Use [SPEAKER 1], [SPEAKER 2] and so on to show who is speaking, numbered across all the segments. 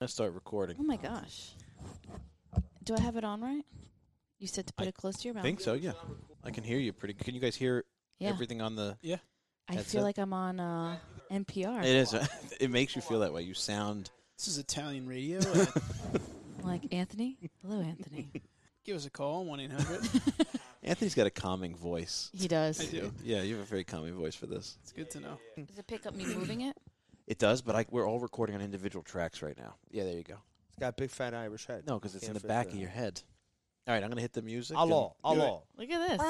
[SPEAKER 1] Let's start
[SPEAKER 2] Oh
[SPEAKER 1] recording.
[SPEAKER 2] my gosh. Do I have it on right? You said to put it close to your
[SPEAKER 1] I
[SPEAKER 2] mouth.
[SPEAKER 1] think so, yeah. I can hear you pretty Can you guys hear
[SPEAKER 2] Yeah.
[SPEAKER 1] everything on the Yeah.
[SPEAKER 2] I
[SPEAKER 1] That's
[SPEAKER 2] feel
[SPEAKER 1] it.
[SPEAKER 2] like I'm on uh, NPR.
[SPEAKER 1] It is it makes you feel that way. You sound
[SPEAKER 3] This is Italian radio. Uh,
[SPEAKER 2] Like Anthony. Hello, Anthony.
[SPEAKER 3] give us a call, 1 800.
[SPEAKER 1] Anthony's got a calming voice.
[SPEAKER 2] He does.
[SPEAKER 3] I do.
[SPEAKER 1] Yeah, you have a very calming voice for this.
[SPEAKER 3] It's good to know.
[SPEAKER 2] Does it pick up me moving it?
[SPEAKER 1] It does, but I, we're all recording on individual tracks right now. Yeah, there you go.
[SPEAKER 4] It's got a big fat Irish head.
[SPEAKER 1] No, because it's
[SPEAKER 4] Can't
[SPEAKER 1] in the
[SPEAKER 4] fit
[SPEAKER 1] back of
[SPEAKER 4] there.
[SPEAKER 1] your head. All right, I'm gonna hit the music. and-
[SPEAKER 4] Allò, allò.
[SPEAKER 2] Look at this.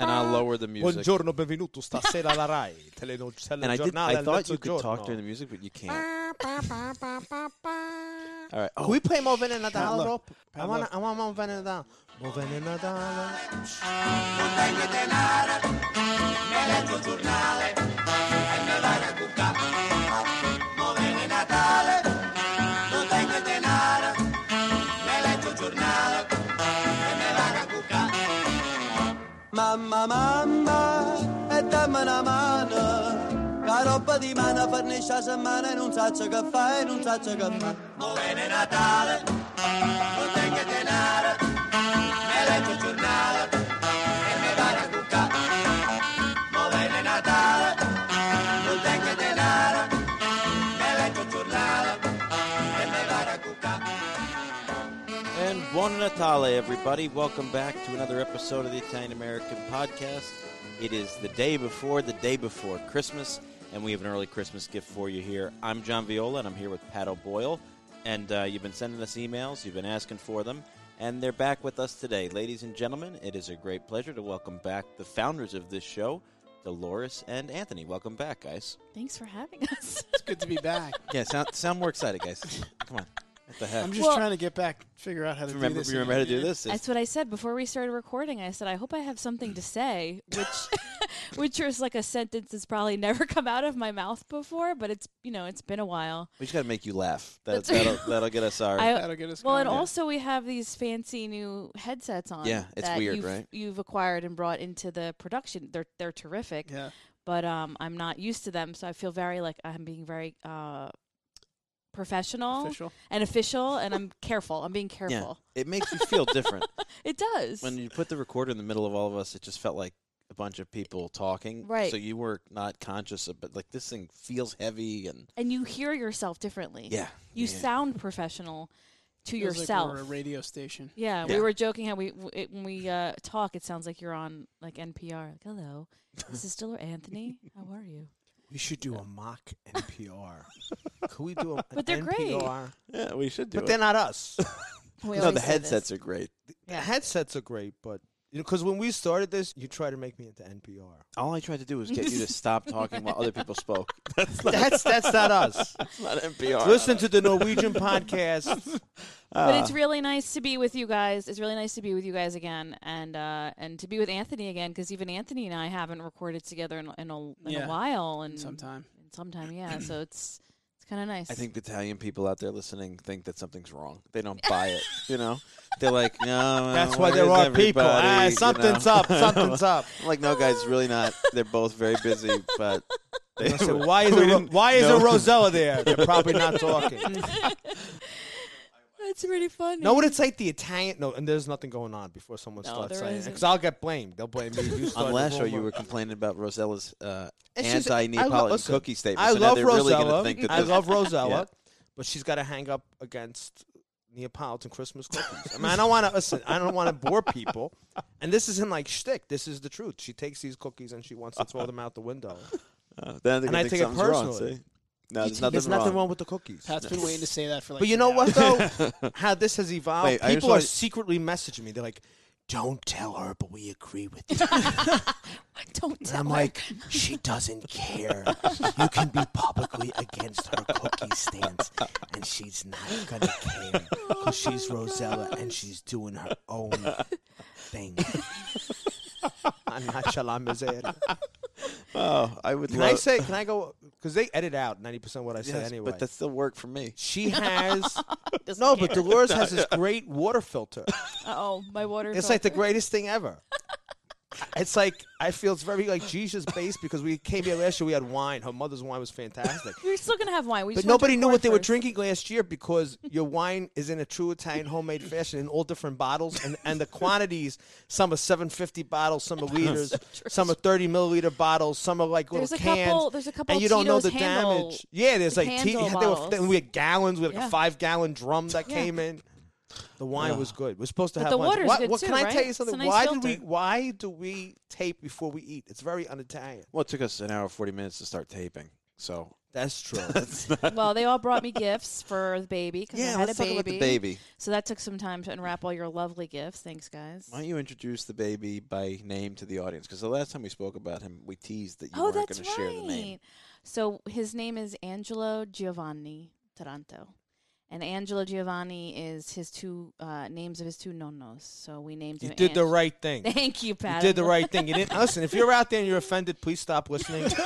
[SPEAKER 1] And I'll lower the music.
[SPEAKER 4] Buongiorno, benvenuto stasera alla Rai. Teleno-
[SPEAKER 1] And I did.
[SPEAKER 4] telegiornale
[SPEAKER 1] I
[SPEAKER 4] al
[SPEAKER 1] thought you could talk
[SPEAKER 4] mezzogiorno.
[SPEAKER 1] during the music, but you can't. All right.
[SPEAKER 4] Can
[SPEAKER 1] Oh,
[SPEAKER 4] we play Mo Venenadala,
[SPEAKER 3] Padlock.
[SPEAKER 4] Rob? I want
[SPEAKER 3] Padlock.
[SPEAKER 4] I want Mo Venenadala. Mo Venenadala.
[SPEAKER 5] Mamma, mamma, e dammi una mano, la roba di mano per questa settimana e non saccio che fai, non saccio che fai. Ma viene Natale, non tengo denaro, mi leggo il giornale e mi vado a cuccare. Ma viene Natale, non tengo denaro, mi leggo il giornale e mi vado a cuccare.
[SPEAKER 1] And buon Natale, everybody. Welcome back to another episode of the Italian American Podcast. It is the day before the day before Christmas, and we have an early Christmas gift for you here. I'm John Viola, and I'm here with Pat O'Boyle. And uh, you've been sending us emails, you've been asking for them, and they're back with us today. Ladies and gentlemen, it is a great pleasure to welcome back the founders of this show, Dolores and Anthony. Welcome back, guys.
[SPEAKER 2] Thanks for having us.
[SPEAKER 3] It's good to be back.
[SPEAKER 1] Yeah, sound, sound more excited, guys. Come on. What the heck?
[SPEAKER 3] I'm just
[SPEAKER 2] Well-
[SPEAKER 3] trying to get back, figure out how to do
[SPEAKER 1] remember,
[SPEAKER 3] this.
[SPEAKER 1] remember how to do this?
[SPEAKER 2] That's what I said before we started recording. I said I hope I have something to say, which which is like a sentence that's probably never come out of my mouth before, but it's you know, it's been a while.
[SPEAKER 1] We just got to make you laugh. That,
[SPEAKER 2] That's
[SPEAKER 1] that'll,
[SPEAKER 2] right.
[SPEAKER 1] that'll get us our.
[SPEAKER 2] I-
[SPEAKER 3] That'll get us
[SPEAKER 2] Well,
[SPEAKER 3] going.
[SPEAKER 2] and also we have these fancy new headsets on.
[SPEAKER 1] Yeah, it's
[SPEAKER 2] that
[SPEAKER 1] weird,
[SPEAKER 2] you've,
[SPEAKER 1] right?
[SPEAKER 2] You've acquired and brought into the production. They're they're terrific,
[SPEAKER 3] Yeah.
[SPEAKER 2] but um, I'm not used to them, so I feel very like I'm being very uh, professional
[SPEAKER 3] Official.
[SPEAKER 2] and official, and I'm careful. I'm being
[SPEAKER 1] yeah,
[SPEAKER 2] careful.
[SPEAKER 1] it makes you feel different
[SPEAKER 2] It does.
[SPEAKER 1] when you put the recorder in the middle of all of us. It just felt like a bunch of people talking.
[SPEAKER 2] Right.
[SPEAKER 1] So you were not conscious of, but like this thing feels heavy and
[SPEAKER 2] and you hear yourself differently.
[SPEAKER 1] yeah.
[SPEAKER 2] You
[SPEAKER 1] yeah.
[SPEAKER 2] sound professional to
[SPEAKER 3] Feels
[SPEAKER 2] yourself.
[SPEAKER 3] Like we're a radio station.
[SPEAKER 2] yeah, we
[SPEAKER 1] Yeah.
[SPEAKER 2] were joking how we w- it, when we uh, talk, it sounds like you're on like NPR. Like, hello, this is Diller Anthony. How are you?
[SPEAKER 4] We should do a mock NPR. Could we do a
[SPEAKER 2] But they're great.
[SPEAKER 4] NPR?
[SPEAKER 1] Yeah, we should do
[SPEAKER 4] But
[SPEAKER 1] it.
[SPEAKER 4] they're not us.
[SPEAKER 2] We
[SPEAKER 1] no,
[SPEAKER 2] always
[SPEAKER 1] the
[SPEAKER 2] say this.
[SPEAKER 1] headsets are great.
[SPEAKER 4] The headsets are great, but you know, because when we started this, you tried to make me into NPR.
[SPEAKER 1] All I tried to do was get you to stop talking while other people spoke. That's not,
[SPEAKER 4] That's that's not us.
[SPEAKER 1] that's not NPR.
[SPEAKER 4] Listen to the Norwegian podcast.
[SPEAKER 2] but
[SPEAKER 4] Ah.
[SPEAKER 2] it's really nice to be with you guys. It's really nice to be with you guys again, and uh, and to be with Anthony again because even Anthony and I haven't recorded together in in a, in
[SPEAKER 3] Yeah.
[SPEAKER 2] a while and
[SPEAKER 3] Sometime.
[SPEAKER 2] and sometime, yeah. so it's it's kind of nice.
[SPEAKER 1] I think the Italian people out there listening think that something's wrong. They don't buy it. You know, they're like, no.
[SPEAKER 4] That's why
[SPEAKER 1] where
[SPEAKER 4] there
[SPEAKER 1] is
[SPEAKER 4] are people.
[SPEAKER 1] everybody?"
[SPEAKER 4] Ah,
[SPEAKER 1] You know?
[SPEAKER 4] something's up. Something's up.
[SPEAKER 1] I'm like, no, guys, really not. They're both very busy, but they
[SPEAKER 4] I said, why is
[SPEAKER 1] We
[SPEAKER 4] a Ro-
[SPEAKER 1] didn't
[SPEAKER 4] why is
[SPEAKER 1] know.
[SPEAKER 4] a Rosella there? They're probably not talking.
[SPEAKER 2] that's pretty funny.
[SPEAKER 4] no, what it's like the Italian. No, and there's nothing going on before someone
[SPEAKER 2] No,
[SPEAKER 4] starts
[SPEAKER 2] there
[SPEAKER 4] saying
[SPEAKER 2] isn't.
[SPEAKER 4] because I'll get blamed. They'll blame me. You started
[SPEAKER 1] on last show you
[SPEAKER 4] rumor.
[SPEAKER 1] were complaining about Rosella's uh,
[SPEAKER 4] It's just- I lo-
[SPEAKER 1] anti-Neapolitan
[SPEAKER 4] listen,
[SPEAKER 1] cookie statement.
[SPEAKER 4] I
[SPEAKER 1] so now
[SPEAKER 4] love
[SPEAKER 1] they're really going to
[SPEAKER 4] Rosella.
[SPEAKER 1] think that
[SPEAKER 4] I
[SPEAKER 1] this,
[SPEAKER 4] love Rosella,
[SPEAKER 1] Yeah.
[SPEAKER 4] but she's got to hang up against Neapolitan Christmas cookies. I mean, I don't want to listen. I don't want to bore people. And this isn't like shtick. This is the truth. She takes these cookies and she wants to throw them out the window.
[SPEAKER 1] Uh, then they're
[SPEAKER 4] and
[SPEAKER 1] gonna
[SPEAKER 4] I
[SPEAKER 1] think
[SPEAKER 4] take it
[SPEAKER 1] something's wrong,
[SPEAKER 4] personally.
[SPEAKER 1] see? No, there's nothing,
[SPEAKER 4] There's nothing wrong with the cookies.
[SPEAKER 3] Pat's been waiting to say that for like
[SPEAKER 4] But you
[SPEAKER 3] an
[SPEAKER 4] know
[SPEAKER 3] hour.
[SPEAKER 4] what though? How this has evolved.
[SPEAKER 1] Wait, I just
[SPEAKER 4] People are
[SPEAKER 1] wanna-
[SPEAKER 4] secretly messaging me. They're like, don't tell her, but we agree with you.
[SPEAKER 2] Don't
[SPEAKER 4] And
[SPEAKER 2] tell
[SPEAKER 4] I'm
[SPEAKER 2] her.
[SPEAKER 4] like, she doesn't care. You can be publicly against her cookie stance, and she's not gonna care because she's Rosella and she's doing her own thing. I'm not la miseria.
[SPEAKER 1] Oh, I would.
[SPEAKER 4] Can
[SPEAKER 1] love,
[SPEAKER 4] I say? Can I go? Because they edit out ninety percent of what I said
[SPEAKER 1] Yes,
[SPEAKER 4] anyway.
[SPEAKER 1] But that still worked for me.
[SPEAKER 4] she has no, but Dolores has this great water filter.
[SPEAKER 2] Oh, my water.
[SPEAKER 4] It's like the
[SPEAKER 2] filter.
[SPEAKER 4] greatest thing ever. It's like I feel it's very like Jesus based because we came here last year. We had wine. Her mother's wine was fantastic,
[SPEAKER 2] We're still gonna have wine. We
[SPEAKER 4] but
[SPEAKER 2] just wanna
[SPEAKER 4] nobody
[SPEAKER 2] drink
[SPEAKER 4] knew
[SPEAKER 2] more
[SPEAKER 4] what they were
[SPEAKER 2] first.
[SPEAKER 4] drinking last year because your wine is in a true Italian homemade fashion in all different bottles and, and the quantities. Some are seven fifty bottles, some are liters, some are thirty milliliter bottles, some are like
[SPEAKER 2] There's
[SPEAKER 4] little
[SPEAKER 2] a
[SPEAKER 4] cans.
[SPEAKER 2] couple- there's a couple
[SPEAKER 4] and you don't know
[SPEAKER 2] Tito's
[SPEAKER 4] the
[SPEAKER 2] handle-
[SPEAKER 4] damage. Yeah, there's like te-
[SPEAKER 2] handle
[SPEAKER 4] yeah, they were,
[SPEAKER 2] bottles.
[SPEAKER 4] then we had gallons. We had like
[SPEAKER 2] Yeah.
[SPEAKER 4] a five gallon drum that
[SPEAKER 2] Yeah.
[SPEAKER 4] came in. The wine was good. We're supposed to
[SPEAKER 2] But
[SPEAKER 4] have
[SPEAKER 2] the
[SPEAKER 4] lunch.
[SPEAKER 2] water's
[SPEAKER 4] Why-
[SPEAKER 2] good
[SPEAKER 4] what
[SPEAKER 2] too,
[SPEAKER 4] can I tell
[SPEAKER 2] right?
[SPEAKER 4] you
[SPEAKER 2] It's a
[SPEAKER 4] something?
[SPEAKER 2] nice
[SPEAKER 4] why do we
[SPEAKER 2] filter.
[SPEAKER 4] why do we tape before we eat? It's very un-Italian.
[SPEAKER 1] Well, it took us an hour forty minutes to start taping. So
[SPEAKER 4] That's true.
[SPEAKER 2] Well, they all brought me gifts for the baby. 'cause I had
[SPEAKER 1] let's
[SPEAKER 2] a
[SPEAKER 1] talk
[SPEAKER 2] baby.
[SPEAKER 1] about the baby.
[SPEAKER 2] So that took some time to unwrap all your lovely gifts. Thanks, guys.
[SPEAKER 1] Why don't you introduce the baby by name to the audience? Because the last time we spoke about him, we teased that you
[SPEAKER 2] oh,
[SPEAKER 1] weren't going
[SPEAKER 2] that's
[SPEAKER 1] to
[SPEAKER 2] right.
[SPEAKER 1] share the name.
[SPEAKER 2] So his name is Angelo Giovanni Taranto. And Angelo Giovanni is his two uh, names of his two nonnos. So we named
[SPEAKER 4] you
[SPEAKER 2] him
[SPEAKER 4] did the
[SPEAKER 2] Ang-
[SPEAKER 4] right thing.
[SPEAKER 2] Thank you,
[SPEAKER 4] You
[SPEAKER 2] Pat.
[SPEAKER 4] did the right thing. You didn't listen. If you're out there and you're offended, please stop listening.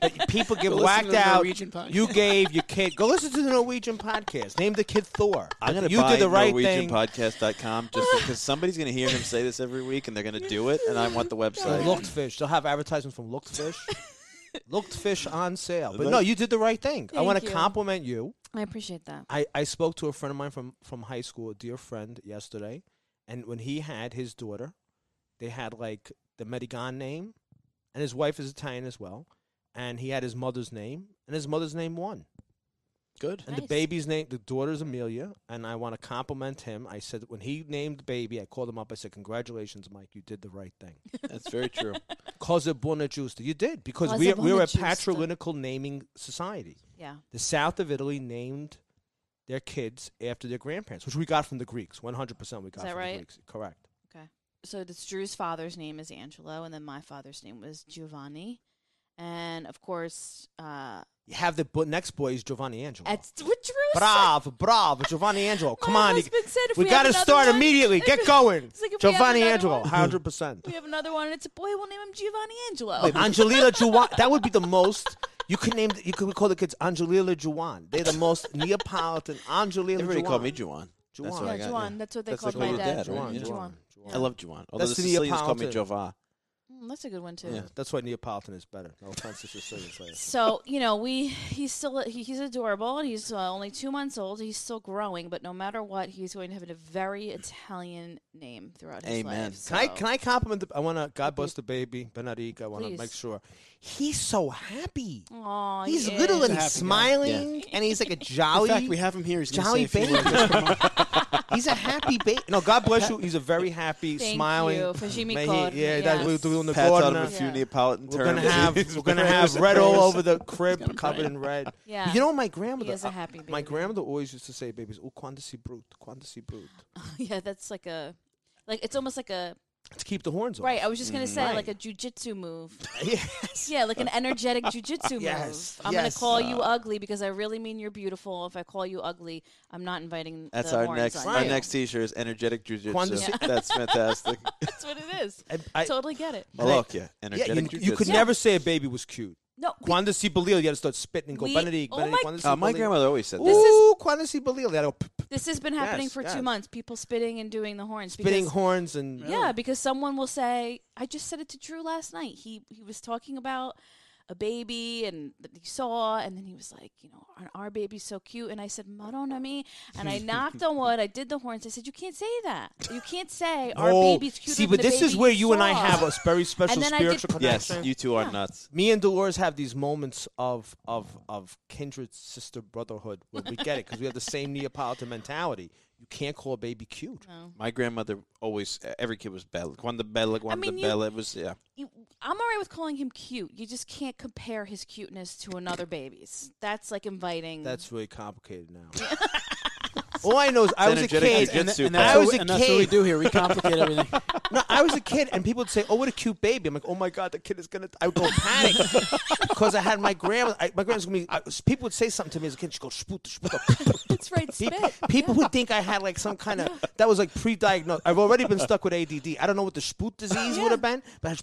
[SPEAKER 4] But People get
[SPEAKER 3] Go listen
[SPEAKER 4] whacked
[SPEAKER 3] to the
[SPEAKER 4] out.
[SPEAKER 3] Norwegian podcast.
[SPEAKER 4] You gave your kid. Go listen to the Norwegian podcast. Name the kid Thor.
[SPEAKER 1] I'm going to
[SPEAKER 4] You
[SPEAKER 1] buy
[SPEAKER 4] did the right thing.
[SPEAKER 1] NorwegianPodcast.com just because somebody's going to hear him say this every week and they're going to do it, and I want the
[SPEAKER 4] From
[SPEAKER 1] website.
[SPEAKER 4] Luchtfish. They'll have advertisements from Luchtfish. Luchtfish on sale. But no, you did the right thing. I
[SPEAKER 2] Thank
[SPEAKER 4] want to
[SPEAKER 2] you.
[SPEAKER 4] compliment you.
[SPEAKER 2] I appreciate that.
[SPEAKER 4] I, I spoke to a friend of mine from, from high school, a dear friend, yesterday, and when he had his daughter, they had like the Medigan name, and his wife is Italian as well, and he had his mother's name, and his mother's name won.
[SPEAKER 1] Good.
[SPEAKER 4] And the
[SPEAKER 2] Nice.
[SPEAKER 4] baby's name, the daughter's Amelia, and I want to compliment him. I said when he named the baby, I called him up. I said, "Congratulations, Mike, you did the right thing."
[SPEAKER 1] That's very true.
[SPEAKER 4] Cosa buona giusta, you did because
[SPEAKER 2] Cosa
[SPEAKER 4] we're we're
[SPEAKER 2] buona
[SPEAKER 4] a
[SPEAKER 2] giusta.
[SPEAKER 4] patrilineal naming society
[SPEAKER 2] Yeah.
[SPEAKER 4] the south of Italy named their kids after their grandparents, which we got from the Greeks. One hundred percent, we got
[SPEAKER 2] that
[SPEAKER 4] from
[SPEAKER 2] right?
[SPEAKER 4] the Greeks. Correct.
[SPEAKER 2] Okay. So it's Drew's father's name is Angelo, and then my father's name was Giovanni. And of course, uh,
[SPEAKER 4] You have the bo- next boy is Giovanni Angelo.
[SPEAKER 2] at what Drew said-
[SPEAKER 4] bravo, bravo, Giovanni Angelo. Come
[SPEAKER 2] My
[SPEAKER 4] on, you-
[SPEAKER 2] husband said if
[SPEAKER 4] we,
[SPEAKER 2] we have
[SPEAKER 4] got to
[SPEAKER 2] another
[SPEAKER 4] start
[SPEAKER 2] one-
[SPEAKER 4] immediately. Get going,
[SPEAKER 2] It's like if we have
[SPEAKER 4] Giovanni
[SPEAKER 2] another
[SPEAKER 4] Angelo.
[SPEAKER 2] one-
[SPEAKER 4] Hundred percent.
[SPEAKER 2] We have another one, and it's a boy. We'll name him Giovanni Angelo.
[SPEAKER 4] Angelina Juwan. That would be the most. You could name. the- You could call the kids Angelina Juwan. They're the most Neapolitan. Angelina.
[SPEAKER 1] Everybody
[SPEAKER 4] Juwan.
[SPEAKER 1] called me Juwan.
[SPEAKER 4] Juwan.
[SPEAKER 1] That's what
[SPEAKER 4] Yeah,
[SPEAKER 1] I got.
[SPEAKER 2] Juwan. That's what they
[SPEAKER 1] That's
[SPEAKER 2] called
[SPEAKER 1] what
[SPEAKER 2] my
[SPEAKER 1] your
[SPEAKER 2] dad.
[SPEAKER 1] right?
[SPEAKER 4] Juwan,
[SPEAKER 1] Yeah.
[SPEAKER 4] Juwan, Juwan.
[SPEAKER 1] I love Juwan. Although
[SPEAKER 4] That's
[SPEAKER 1] the
[SPEAKER 4] the
[SPEAKER 1] Sicilians call me
[SPEAKER 4] Neapolitan.
[SPEAKER 1] Jova.
[SPEAKER 2] Mm, that's a good one too.
[SPEAKER 1] Yeah.
[SPEAKER 4] That's why Neapolitan is better. No offense to Sicilians. later.
[SPEAKER 2] So you know, we he's still he, he's adorable, and he's uh, only two months old. He's still growing, but no matter what, he's going to have a very Italian name throughout his
[SPEAKER 1] Amen.
[SPEAKER 2] life.
[SPEAKER 4] Can I
[SPEAKER 2] so- Mm-hmm.
[SPEAKER 4] can I compliment? The, I want to God bless the baby Benedict. I want to
[SPEAKER 2] Please.
[SPEAKER 4] make sure he's so happy.
[SPEAKER 2] Aw, he
[SPEAKER 4] he's little
[SPEAKER 2] is.
[SPEAKER 4] and
[SPEAKER 3] He's a happy
[SPEAKER 4] he's
[SPEAKER 3] guy.
[SPEAKER 4] smiling, and he's like a
[SPEAKER 3] In
[SPEAKER 4] jolly.
[SPEAKER 3] fact, we have him here. He's gonna
[SPEAKER 4] Jolly
[SPEAKER 3] say a few words.
[SPEAKER 4] baby. he's a happy baby. No, God bless you. He's a very happy,
[SPEAKER 2] Thank
[SPEAKER 4] smiling.
[SPEAKER 2] you. Fajimi
[SPEAKER 4] May he-
[SPEAKER 2] corn,
[SPEAKER 4] yeah, that we're
[SPEAKER 2] yes.
[SPEAKER 4] doing the
[SPEAKER 1] Pat's out him a
[SPEAKER 4] corn.
[SPEAKER 1] few
[SPEAKER 2] Yeah.
[SPEAKER 1] Neapolitan
[SPEAKER 4] We're
[SPEAKER 1] terms.
[SPEAKER 4] gonna have we're gonna have red all over the crib, covered in red.
[SPEAKER 2] Yeah.
[SPEAKER 4] You know, my grandmother.
[SPEAKER 2] is a
[SPEAKER 4] uh,
[SPEAKER 2] happy
[SPEAKER 4] My
[SPEAKER 2] baby.
[SPEAKER 4] grandmother always used to say, "Babies, oh, quando si brut, quando si brut."
[SPEAKER 2] yeah, that's like a like it's almost like a
[SPEAKER 4] To keep the horns off.
[SPEAKER 2] right. I was just gonna say
[SPEAKER 4] Mm-hmm. Right.
[SPEAKER 2] like a jujitsu move.
[SPEAKER 4] yes.
[SPEAKER 2] Yeah, like an energetic jujitsu
[SPEAKER 4] Yes,
[SPEAKER 2] move. I'm
[SPEAKER 4] yes.
[SPEAKER 2] gonna call you ugly because I really mean you're beautiful. If I call you ugly, I'm not inviting.
[SPEAKER 1] That's
[SPEAKER 2] the
[SPEAKER 1] our
[SPEAKER 2] horns
[SPEAKER 1] next.
[SPEAKER 2] on
[SPEAKER 1] Our
[SPEAKER 2] you.
[SPEAKER 1] next T-shirt is energetic
[SPEAKER 4] Quando
[SPEAKER 1] jujitsu.
[SPEAKER 4] si-
[SPEAKER 1] That's fantastic.
[SPEAKER 2] That's what it is.
[SPEAKER 4] I- I-
[SPEAKER 2] totally get it.
[SPEAKER 1] I like ya. Energetic
[SPEAKER 4] yeah, you, you could
[SPEAKER 1] jujitsu.
[SPEAKER 4] never say a baby was cute.
[SPEAKER 2] No, we-
[SPEAKER 4] Quando si Belil, you gotta start spitting and go,
[SPEAKER 2] We-
[SPEAKER 4] Benedict,
[SPEAKER 2] oh
[SPEAKER 4] Benedict,
[SPEAKER 2] my-
[SPEAKER 4] quando si
[SPEAKER 1] Uh, my
[SPEAKER 4] Belil."
[SPEAKER 1] grandmother always said
[SPEAKER 2] This
[SPEAKER 1] that.
[SPEAKER 2] is-
[SPEAKER 4] Ooh, quando si Belil, that'll p- p-
[SPEAKER 2] this has been happening
[SPEAKER 4] Yes,
[SPEAKER 2] for
[SPEAKER 4] yes.
[SPEAKER 2] two months. People spitting and doing the horns.
[SPEAKER 4] spitting
[SPEAKER 2] because,
[SPEAKER 4] horns and.
[SPEAKER 2] Yeah, because someone will say, "I just said it to Drew last night. He he was talking about a baby and that he saw, and then he was like, you know, our, our baby's so cute." And I said, "Madonna mi," and I knocked on wood. I did the horns. I said, "You can't say that. You can't say our
[SPEAKER 4] Oh,
[SPEAKER 2] baby's cute."
[SPEAKER 4] see, but this is where you and I have a very special
[SPEAKER 2] And then I did-
[SPEAKER 4] spiritual
[SPEAKER 1] Yes,
[SPEAKER 4] connection.
[SPEAKER 1] you two are nuts.
[SPEAKER 4] Me and Dolores have these moments of of of kindred sister brotherhood where we get it because we have the same Neapolitan mentality. You can't call a baby cute.
[SPEAKER 1] My grandmother always. Every kid was bella. Quando bella, quando
[SPEAKER 2] mean, you-
[SPEAKER 1] bella. It was yeah.
[SPEAKER 2] you, I'm all right with calling him cute. You just can't compare his cuteness to another baby's. That's like inviting.
[SPEAKER 4] That's really complicated now. All I know is I was a
[SPEAKER 1] Energetic
[SPEAKER 4] kid.
[SPEAKER 1] jiu-jitsu,
[SPEAKER 4] and
[SPEAKER 1] bro.
[SPEAKER 4] I
[SPEAKER 3] that's
[SPEAKER 4] was
[SPEAKER 3] what-
[SPEAKER 4] a
[SPEAKER 3] and that's what we
[SPEAKER 4] kid.
[SPEAKER 3] do here. We complicate everything.
[SPEAKER 4] No, I was a kid, and people would say, "Oh, what a cute baby!" I'm like, "Oh my god, the kid is gonna." I would go panic because I had my grandma. I, my grandma's gonna be. I, people would say something to me as a kid. She go, "Spoot, spoot."
[SPEAKER 2] That's right, spit.
[SPEAKER 4] People, people would think I had like some kind of that was like pre-diagnosed. I've already been stuck with ADD. I don't know what the spoot disease
[SPEAKER 2] Yeah.
[SPEAKER 4] would have been, but I had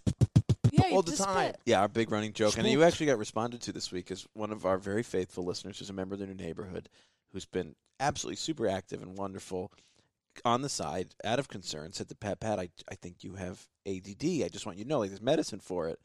[SPEAKER 2] yeah, you
[SPEAKER 4] all the
[SPEAKER 2] just
[SPEAKER 4] time.
[SPEAKER 2] spit.
[SPEAKER 1] Yeah, our big running joke, and you actually got responded to this week is one of our very faithful listeners, who's a member of the new neighborhood, who's been absolutely super active and wonderful. On the side, out of concern, said to Pat, "Pat, I, I think you have ADD. I just want you to know, like, there's medicine for it."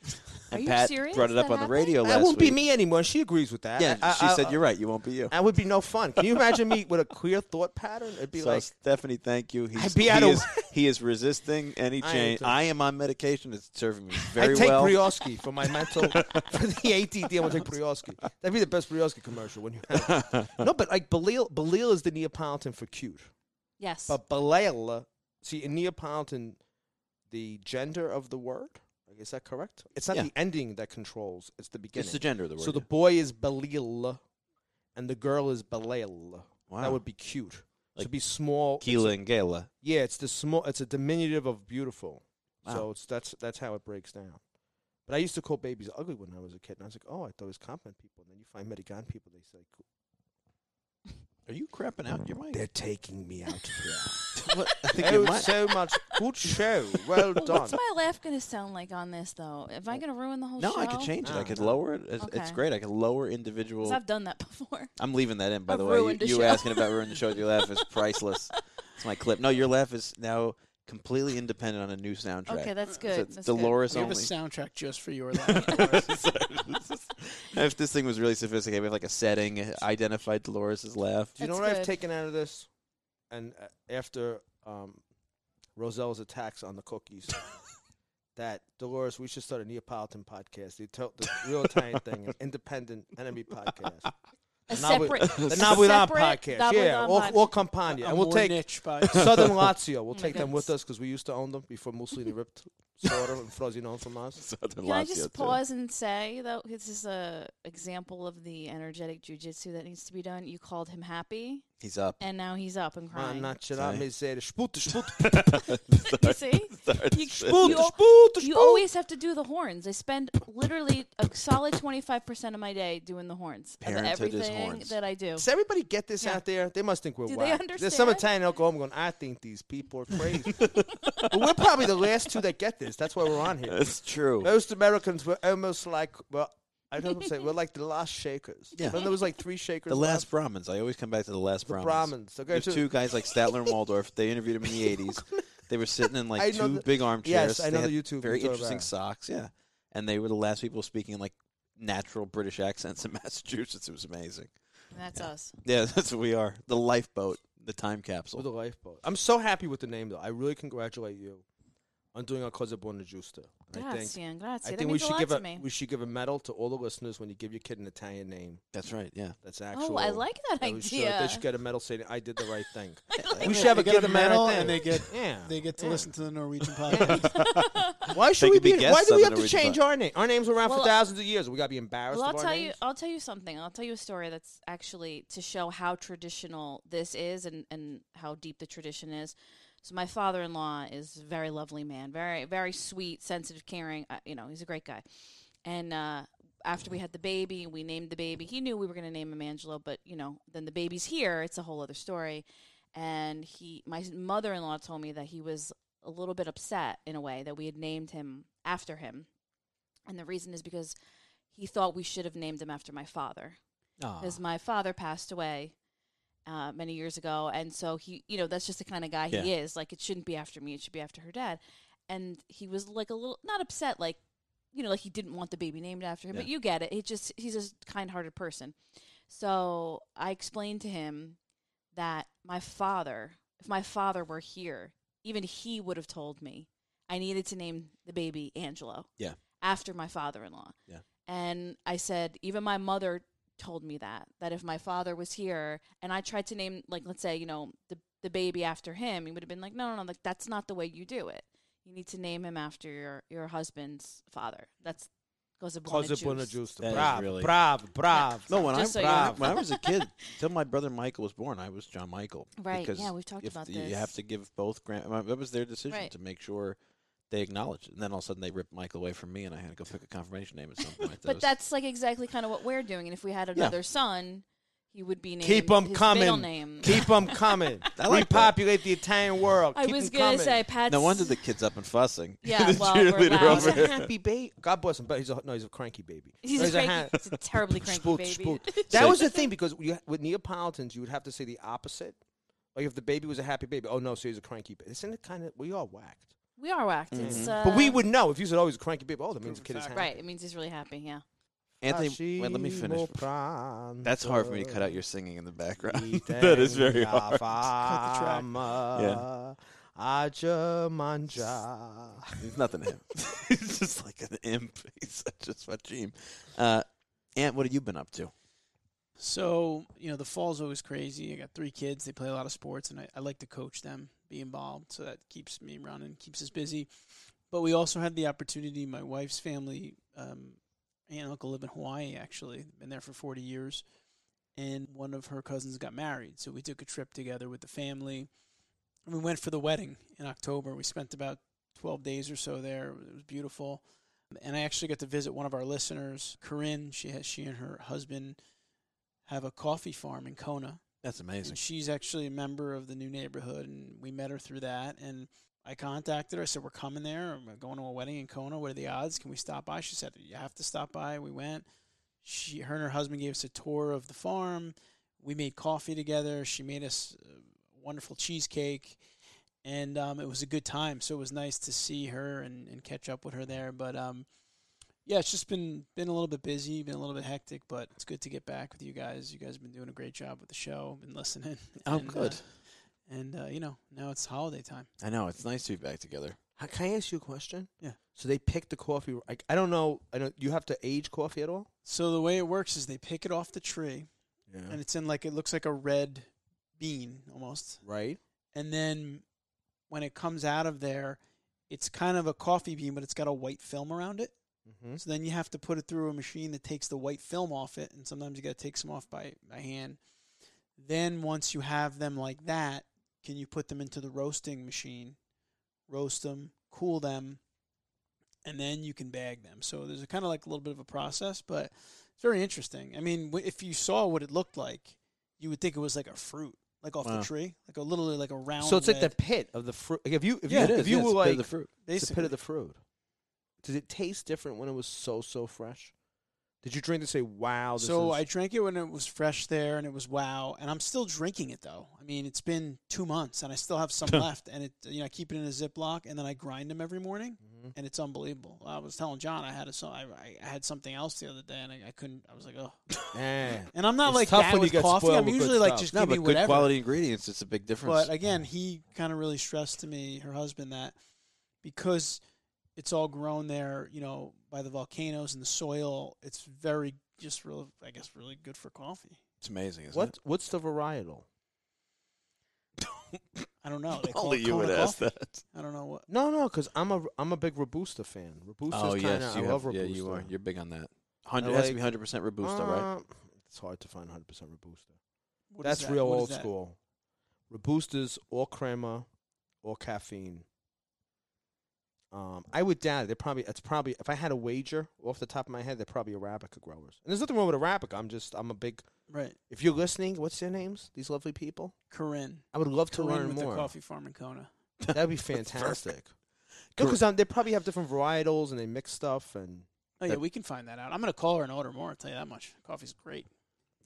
[SPEAKER 1] And
[SPEAKER 2] you
[SPEAKER 1] Pat
[SPEAKER 2] serious?
[SPEAKER 1] brought it up
[SPEAKER 2] That
[SPEAKER 1] on the
[SPEAKER 2] happened?
[SPEAKER 1] radio last
[SPEAKER 4] that won't
[SPEAKER 1] week.
[SPEAKER 4] be me anymore. She agrees with that.
[SPEAKER 1] Yeah,
[SPEAKER 4] I-
[SPEAKER 1] she
[SPEAKER 4] I-
[SPEAKER 1] said,
[SPEAKER 4] I-
[SPEAKER 1] "You're right. You won't be you."
[SPEAKER 4] That would be no fun. Can you imagine me with a queer thought pattern? It'd be
[SPEAKER 1] So
[SPEAKER 4] like
[SPEAKER 1] Stephanie, thank you. He's,
[SPEAKER 4] I'd be
[SPEAKER 1] he,
[SPEAKER 4] out of-
[SPEAKER 1] is, he is resisting any
[SPEAKER 4] I am
[SPEAKER 1] change.
[SPEAKER 4] too.
[SPEAKER 1] I am on medication. It's serving me very
[SPEAKER 4] I take
[SPEAKER 1] well.
[SPEAKER 4] Brioski for my mental for the ATD. I would take Brioski. That'd be the best Brioski commercial when you have it. No, but like Belial, Belial is the Neapolitan for cute.
[SPEAKER 2] Yes.
[SPEAKER 4] But Belial, see in Neapolitan, the gender of the word like, is that correct? It's not
[SPEAKER 1] Yeah.
[SPEAKER 4] the ending that controls; it's the beginning.
[SPEAKER 1] it's the gender of the word.
[SPEAKER 4] so the
[SPEAKER 1] yeah.
[SPEAKER 4] boy is Belial, and the girl is Belial.
[SPEAKER 1] Wow.
[SPEAKER 4] That would be cute.
[SPEAKER 1] Like
[SPEAKER 4] to be small.
[SPEAKER 1] Keela and Gala.
[SPEAKER 4] Yeah, it's the small. It's a diminutive of beautiful.
[SPEAKER 1] Wow.
[SPEAKER 4] So it's that's that's how it breaks down. But I used to call babies ugly when I was a kid, and I was like, oh, I thought it was compliment people. And then you find Medigan people, they say,
[SPEAKER 1] Are you crapping out your mic?
[SPEAKER 4] they're taking me out here.
[SPEAKER 1] What? I think you
[SPEAKER 4] Thank you
[SPEAKER 1] might.
[SPEAKER 4] so much. Good show. Well
[SPEAKER 2] Well,
[SPEAKER 4] done.
[SPEAKER 2] what's my laugh going to sound like on this though? Am I going to ruin the whole
[SPEAKER 1] No,
[SPEAKER 2] show?
[SPEAKER 1] I could change it. I
[SPEAKER 4] Oh, No,
[SPEAKER 1] could
[SPEAKER 4] no.
[SPEAKER 1] lower it. It's, it's
[SPEAKER 2] Okay.
[SPEAKER 1] great. I could lower
[SPEAKER 2] 'Cause
[SPEAKER 1] individual.
[SPEAKER 2] I've done that before.
[SPEAKER 1] I'm leaving that in, by
[SPEAKER 2] I've
[SPEAKER 1] the way. You,
[SPEAKER 2] ruined a
[SPEAKER 1] you
[SPEAKER 2] show.
[SPEAKER 1] asking about ruining the show with your laugh is priceless. It's my clip. No, your laugh is now completely independent on a new soundtrack.
[SPEAKER 2] Okay, that's
[SPEAKER 1] So
[SPEAKER 2] good.
[SPEAKER 1] it's
[SPEAKER 2] that's good.
[SPEAKER 1] Dolores
[SPEAKER 3] We have a
[SPEAKER 1] only.
[SPEAKER 3] soundtrack just for your life.
[SPEAKER 1] if this thing was really sophisticated, we have like a setting, uh, identified Dolores' laugh.
[SPEAKER 4] Do you know
[SPEAKER 2] That's
[SPEAKER 4] what I've
[SPEAKER 2] good.
[SPEAKER 4] taken out of this? And uh, after um, Roselle's attacks on the cookies, that Dolores, we should start a Neapolitan podcast, the, Ital- the real Italian thing, an independent enemy podcast,
[SPEAKER 2] A
[SPEAKER 4] Not with-
[SPEAKER 2] separate,
[SPEAKER 4] the
[SPEAKER 2] a
[SPEAKER 4] Navidad
[SPEAKER 2] separate
[SPEAKER 4] podcast,
[SPEAKER 2] Navidad
[SPEAKER 4] yeah, or,
[SPEAKER 2] podcast.
[SPEAKER 4] or Campania,
[SPEAKER 3] A
[SPEAKER 4] and we'll
[SPEAKER 3] more
[SPEAKER 4] take
[SPEAKER 3] niche by
[SPEAKER 4] Southern Lazio. We'll
[SPEAKER 2] Oh my
[SPEAKER 4] take them with
[SPEAKER 2] goodness.
[SPEAKER 4] us because we used to own them before Mussolini ripped Sordo and Frosinone from us.
[SPEAKER 1] Southern
[SPEAKER 2] Can I
[SPEAKER 1] Lazio, too.
[SPEAKER 2] just pause and say though, this is a example of the energetic jujitsu that needs to be done. You called him happy,
[SPEAKER 1] He's up.
[SPEAKER 2] and now he's up and
[SPEAKER 4] Ma
[SPEAKER 2] crying.
[SPEAKER 4] non ce l'ha
[SPEAKER 1] Sorry.
[SPEAKER 4] messa, sput, sput,
[SPEAKER 2] you see,
[SPEAKER 1] Sorry.
[SPEAKER 2] you,
[SPEAKER 4] sput,
[SPEAKER 2] you al-
[SPEAKER 4] sput,
[SPEAKER 2] you
[SPEAKER 4] sput.
[SPEAKER 2] always have to do the horns. I spend literally a solid twenty five percent of my day doing the horns of
[SPEAKER 1] Parenthood is
[SPEAKER 2] everything
[SPEAKER 1] horns.
[SPEAKER 2] that I do.
[SPEAKER 4] Does everybody get this
[SPEAKER 2] Yeah.
[SPEAKER 4] out there? They must think we're
[SPEAKER 2] Do they
[SPEAKER 4] wild. There's some
[SPEAKER 2] understand?
[SPEAKER 4] Italian alcohol. I'm going. I think these people are crazy. but we're probably the last two that get this. That's why we're on here.
[SPEAKER 1] That's true.
[SPEAKER 4] Most Americans were almost like well, I don't say we're like the last shakers.
[SPEAKER 1] Yeah.
[SPEAKER 4] When there was like three shakers.
[SPEAKER 1] The last
[SPEAKER 4] left,
[SPEAKER 1] Brahmins. I always come back to the last
[SPEAKER 4] the
[SPEAKER 1] Brahmins.
[SPEAKER 4] Brahmins. Okay,
[SPEAKER 1] There's
[SPEAKER 4] so-
[SPEAKER 1] two guys like Statler and Waldorf. They interviewed him in the '80s. They were sitting in
[SPEAKER 4] I
[SPEAKER 1] like
[SPEAKER 4] know
[SPEAKER 1] two
[SPEAKER 4] the-
[SPEAKER 1] big armchairs.
[SPEAKER 4] yes, I
[SPEAKER 1] They
[SPEAKER 4] know
[SPEAKER 1] had
[SPEAKER 4] the YouTube
[SPEAKER 1] Very
[SPEAKER 4] you told
[SPEAKER 1] interesting
[SPEAKER 4] about.
[SPEAKER 1] socks. Yeah, and they were the last people speaking in like natural British accents in Massachusetts. It was amazing.
[SPEAKER 2] That's us.
[SPEAKER 1] Yeah, that's what we are. The lifeboat, the time
[SPEAKER 4] with the
[SPEAKER 1] capsule.
[SPEAKER 4] lifeboat. I'm so happy with the name though. I really congratulate you on doing our Cosa Buona Giusta. And I think,
[SPEAKER 2] Grazie, grazie.
[SPEAKER 4] I
[SPEAKER 2] that
[SPEAKER 4] think
[SPEAKER 2] means
[SPEAKER 4] we
[SPEAKER 2] a
[SPEAKER 4] should
[SPEAKER 2] lot
[SPEAKER 4] give
[SPEAKER 2] to
[SPEAKER 4] a
[SPEAKER 2] me.
[SPEAKER 4] we should give a medal to all the listeners when you give your kid an Italian name
[SPEAKER 1] That's right. Yeah.
[SPEAKER 4] that's actual.
[SPEAKER 2] Oh, I like that
[SPEAKER 4] They should-
[SPEAKER 2] idea.
[SPEAKER 4] They should get a medal saying I did the right thing.
[SPEAKER 3] They
[SPEAKER 4] we should have a
[SPEAKER 3] get
[SPEAKER 4] give
[SPEAKER 3] a
[SPEAKER 4] them the right
[SPEAKER 3] medal
[SPEAKER 4] thing.
[SPEAKER 3] and they get-
[SPEAKER 4] yeah.
[SPEAKER 3] they get to listen to the Norwegian podcast.
[SPEAKER 4] why should
[SPEAKER 1] They
[SPEAKER 4] we
[SPEAKER 1] could be
[SPEAKER 4] be? Why
[SPEAKER 1] guests
[SPEAKER 4] do
[SPEAKER 1] on
[SPEAKER 4] we
[SPEAKER 1] the
[SPEAKER 4] have to
[SPEAKER 1] Norwegian
[SPEAKER 4] change
[SPEAKER 1] pod-
[SPEAKER 4] our name? Our names were around
[SPEAKER 2] Well,
[SPEAKER 4] for thousands of years. We gotta be embarrassed.
[SPEAKER 2] Well, I'll
[SPEAKER 4] of our
[SPEAKER 2] tell you.
[SPEAKER 4] names?
[SPEAKER 2] I'll tell you something. I'll tell you a story that's actually to show how traditional this is and and how deep the tradition is. So my father-in-law is a very lovely man, very very sweet, sensitive, caring. Uh, you know, he's a great guy. And uh, after we had the baby, we named the baby. He knew we were going to name him Angelo, but you know, then the baby's here. It's a whole other story. And he, my mother-in-law, told me that he was a little bit upset in a way that we had named him after him. And the reason is because he thought we should have named him after my father because my father passed away uh, many years ago, and so he, you know, that's just the kind of guy he is. Like, it shouldn't be after me; it should be after her dad. And he was like a little not upset, like you know, like he didn't want the baby named after him. But
[SPEAKER 1] Yeah.
[SPEAKER 2] you get it; he just he's a kind-hearted person. So I explained to him that my father, if my father were here, even he would have told me I needed to name the baby Angelo.
[SPEAKER 1] Yeah.
[SPEAKER 2] After my father-in-law.
[SPEAKER 1] Yeah.
[SPEAKER 2] And I said, even my mother told me that that if my father was here and I tried to name like let's say you know the the baby after him, he would have been like, no, no, no, like that's not the way you do it. You need to name him after your your husband's father. That's Cosa buona
[SPEAKER 4] Cosa
[SPEAKER 2] juice.
[SPEAKER 4] buona giusta.
[SPEAKER 1] That is
[SPEAKER 4] Bravo,
[SPEAKER 1] really-
[SPEAKER 4] bravo, bravo.
[SPEAKER 1] No, when I,
[SPEAKER 2] Just so you
[SPEAKER 1] when I-
[SPEAKER 2] know.
[SPEAKER 1] when I was a kid, till my brother Michael was born, I was John Michael.
[SPEAKER 2] Right,
[SPEAKER 1] Because
[SPEAKER 2] yeah, we've talked
[SPEAKER 1] if
[SPEAKER 2] about
[SPEAKER 1] you have
[SPEAKER 2] this.
[SPEAKER 1] to give both grand. my- That was their decision
[SPEAKER 2] Right.
[SPEAKER 1] to make sure they acknowledged it, and then all of a sudden they ripped Michael away from me, and I had to go pick a confirmation name at some point. That
[SPEAKER 2] But
[SPEAKER 1] was-
[SPEAKER 2] that's like exactly kind of what we're doing. And if we had another son, he would be named
[SPEAKER 4] Keep 'em
[SPEAKER 2] his middle
[SPEAKER 4] coming.
[SPEAKER 2] name.
[SPEAKER 4] Keep 'em coming.
[SPEAKER 1] I like that.
[SPEAKER 4] Repopulate the Italian world.
[SPEAKER 2] I
[SPEAKER 4] Keep
[SPEAKER 2] was
[SPEAKER 4] 'em
[SPEAKER 2] gonna
[SPEAKER 4] coming.
[SPEAKER 2] say Pat's.
[SPEAKER 1] no wonder the kid's up and fussing.
[SPEAKER 2] Yeah,
[SPEAKER 1] the
[SPEAKER 2] well, we're
[SPEAKER 1] cheerleader
[SPEAKER 2] loud.
[SPEAKER 4] He's
[SPEAKER 1] over
[SPEAKER 4] a
[SPEAKER 1] here.
[SPEAKER 4] happy baby. God bless him, but he's a, no, he's a cranky baby.
[SPEAKER 2] He's,
[SPEAKER 4] No,
[SPEAKER 2] a cranky,
[SPEAKER 4] ha-
[SPEAKER 2] he's a terribly cranky
[SPEAKER 4] spook,
[SPEAKER 2] baby.
[SPEAKER 4] spook.
[SPEAKER 1] So-
[SPEAKER 4] That was the thing because you, with Neapolitans, you would have to say the opposite. Like if the baby was a happy baby, oh no, so he's a cranky baby. Isn't it kind of we all whacked?
[SPEAKER 2] We are whacked. It's,
[SPEAKER 1] Mm-hmm.
[SPEAKER 2] uh,
[SPEAKER 4] but we would know if you said, "Oh, he's a cranky baby." Oh, that means the kid is happy.
[SPEAKER 2] Right. It means he's really happy. Yeah.
[SPEAKER 1] Anthony, wait, let me finish.
[SPEAKER 4] Fascino
[SPEAKER 1] That's hard for me to cut out your singing in the background.
[SPEAKER 4] Iten
[SPEAKER 1] that is very hard.
[SPEAKER 4] la fama aggiamangia.
[SPEAKER 1] There's nothing to him. He's just like an imp. He's such a sweat Uh Ant, what have you been up to?
[SPEAKER 3] So you know, the fall's always crazy. I got three kids; they play a lot of sports, and I, I like to coach them, be involved, so that keeps me running, keeps us busy. But we also had the opportunity. My wife's family, um, aunt and uncle, live in Hawaii. Actually, been there for forty years, and one of her cousins got married, so we took a trip together with the family. And we went for the wedding in October. We spent about twelve days or so there. It was beautiful, and I actually got to visit one of our listeners, Corinne. She has she and her husband have a coffee farm in Kona.
[SPEAKER 1] That's amazing.
[SPEAKER 3] And she's actually a member of the new neighborhood, and we met her through that. And I contacted her. I said, "We're coming there. I'm going to a wedding in Kona. What are the odds? Can we stop by?" She said, "You have to stop by." We went. She, her, and her husband gave us a tour of the farm. We made coffee together. She made us uh, wonderful cheesecake, and um, it was a good time. So it was nice to see her and, and catch up with her there. But um, yeah, it's just been been a little bit busy, been a little bit hectic, but it's good to get back with you guys. You guys have been doing a great job with the show, been listening.
[SPEAKER 1] Oh,
[SPEAKER 3] and, uh,
[SPEAKER 1] good.
[SPEAKER 3] and uh, you know, now it's holiday time.
[SPEAKER 1] I know it's nice to be back together.
[SPEAKER 4] Hi, Can I ask you a question?
[SPEAKER 3] Yeah.
[SPEAKER 4] So they pick the coffee. I, I don't know. I don't. You have to age coffee at all?
[SPEAKER 3] So the way it works is they pick it off the tree, and it's in like it looks like a red bean almost,
[SPEAKER 4] Right.
[SPEAKER 3] and then when it comes out of there, it's kind of a coffee bean, but it's got a white film around it.
[SPEAKER 4] hmm
[SPEAKER 3] So then you have to put it through a machine that takes the white film off it, and sometimes you got to take some off by, by hand. Then once you have them like that, can you put them into the roasting machine, roast them, cool them, and then you can bag them. So there's a kind of like a little bit of a process, but it's very interesting. I mean, wh- if you saw what it looked like, you would think it was like a fruit, like off
[SPEAKER 1] Wow.
[SPEAKER 3] the tree, like a literally like a round.
[SPEAKER 4] So it's like the
[SPEAKER 3] red-
[SPEAKER 4] pit of the fruit. Like if you if
[SPEAKER 1] Yeah,
[SPEAKER 4] you
[SPEAKER 1] it
[SPEAKER 4] if
[SPEAKER 1] is.
[SPEAKER 4] you
[SPEAKER 1] Yeah,
[SPEAKER 4] were
[SPEAKER 1] it's a bit of
[SPEAKER 4] like
[SPEAKER 1] the fruit.
[SPEAKER 4] it's a
[SPEAKER 3] basically-
[SPEAKER 4] pit of the fruit. Did it taste different when it was so so fresh? Did you drink to say wow? This
[SPEAKER 3] so
[SPEAKER 4] is,
[SPEAKER 3] I drank it when it was fresh there, and it was wow. And I'm still drinking it though. I mean, it's been two months, and I still have some left. And it, you know, I keep it in a Ziploc, and then I grind them every morning,
[SPEAKER 4] Mm-hmm.
[SPEAKER 3] and it's unbelievable. I was telling John I had a so I, I- I had something else the other day, and I, I couldn't. I was like, oh.
[SPEAKER 4] Eh.
[SPEAKER 3] And I'm not
[SPEAKER 4] It's
[SPEAKER 3] like
[SPEAKER 4] tough
[SPEAKER 3] that
[SPEAKER 4] when you
[SPEAKER 3] with
[SPEAKER 4] get
[SPEAKER 3] coffee.
[SPEAKER 4] spoiled
[SPEAKER 3] I'm
[SPEAKER 4] with good
[SPEAKER 3] usually like
[SPEAKER 4] stuff.
[SPEAKER 3] just
[SPEAKER 1] No,
[SPEAKER 3] give
[SPEAKER 1] but
[SPEAKER 3] me
[SPEAKER 1] good
[SPEAKER 3] whatever.
[SPEAKER 1] quality ingredients. It's a big difference.
[SPEAKER 3] But again, he kind of really stressed to me, her husband, that because it's all grown there, you know, by the volcanoes and the soil, it's very just real. I guess really good for coffee.
[SPEAKER 1] it's amazing, isn't
[SPEAKER 4] What
[SPEAKER 1] it?
[SPEAKER 4] what's the varietal?
[SPEAKER 3] I don't know. They call
[SPEAKER 1] Only
[SPEAKER 3] it
[SPEAKER 1] you would
[SPEAKER 3] Kona
[SPEAKER 1] ask
[SPEAKER 3] coffee.
[SPEAKER 1] that.
[SPEAKER 3] I don't know what.
[SPEAKER 4] No, no, because I'm a I'm a big robusta fan. Robusta,
[SPEAKER 1] oh
[SPEAKER 4] kind
[SPEAKER 1] yes,
[SPEAKER 4] of
[SPEAKER 1] you
[SPEAKER 4] I love
[SPEAKER 1] have, yeah,
[SPEAKER 4] robusta.
[SPEAKER 1] you are. You're big on that. Hundred it has to be
[SPEAKER 4] like-
[SPEAKER 1] hundred percent robusta, right?
[SPEAKER 4] Uh, It's hard to find 100 percent robusta.
[SPEAKER 3] what is
[SPEAKER 4] That's
[SPEAKER 3] that?
[SPEAKER 4] real
[SPEAKER 3] What is
[SPEAKER 4] old
[SPEAKER 3] that?
[SPEAKER 4] school. Robustas, all crema, all caffeine. Um, I would doubt it. They're probably it's probably if I had a wager off the top of my head, they're probably Arabica growers. And there's nothing wrong with Arabica. I'm just I'm a big.
[SPEAKER 3] Right,
[SPEAKER 4] If you're listening, what's their names? These lovely people.
[SPEAKER 3] Corinne.
[SPEAKER 4] I would love to
[SPEAKER 3] Corinne
[SPEAKER 4] learn
[SPEAKER 3] with
[SPEAKER 4] more.
[SPEAKER 3] the coffee farm in Kona.
[SPEAKER 4] That'd be
[SPEAKER 1] That's
[SPEAKER 4] fantastic.
[SPEAKER 1] Cor-
[SPEAKER 4] Because they probably have different varietals and they mix stuff and
[SPEAKER 3] Oh yeah,
[SPEAKER 1] That-
[SPEAKER 3] we can find that out. I'm gonna call her and order more. I'll tell you that much. Coffee's great.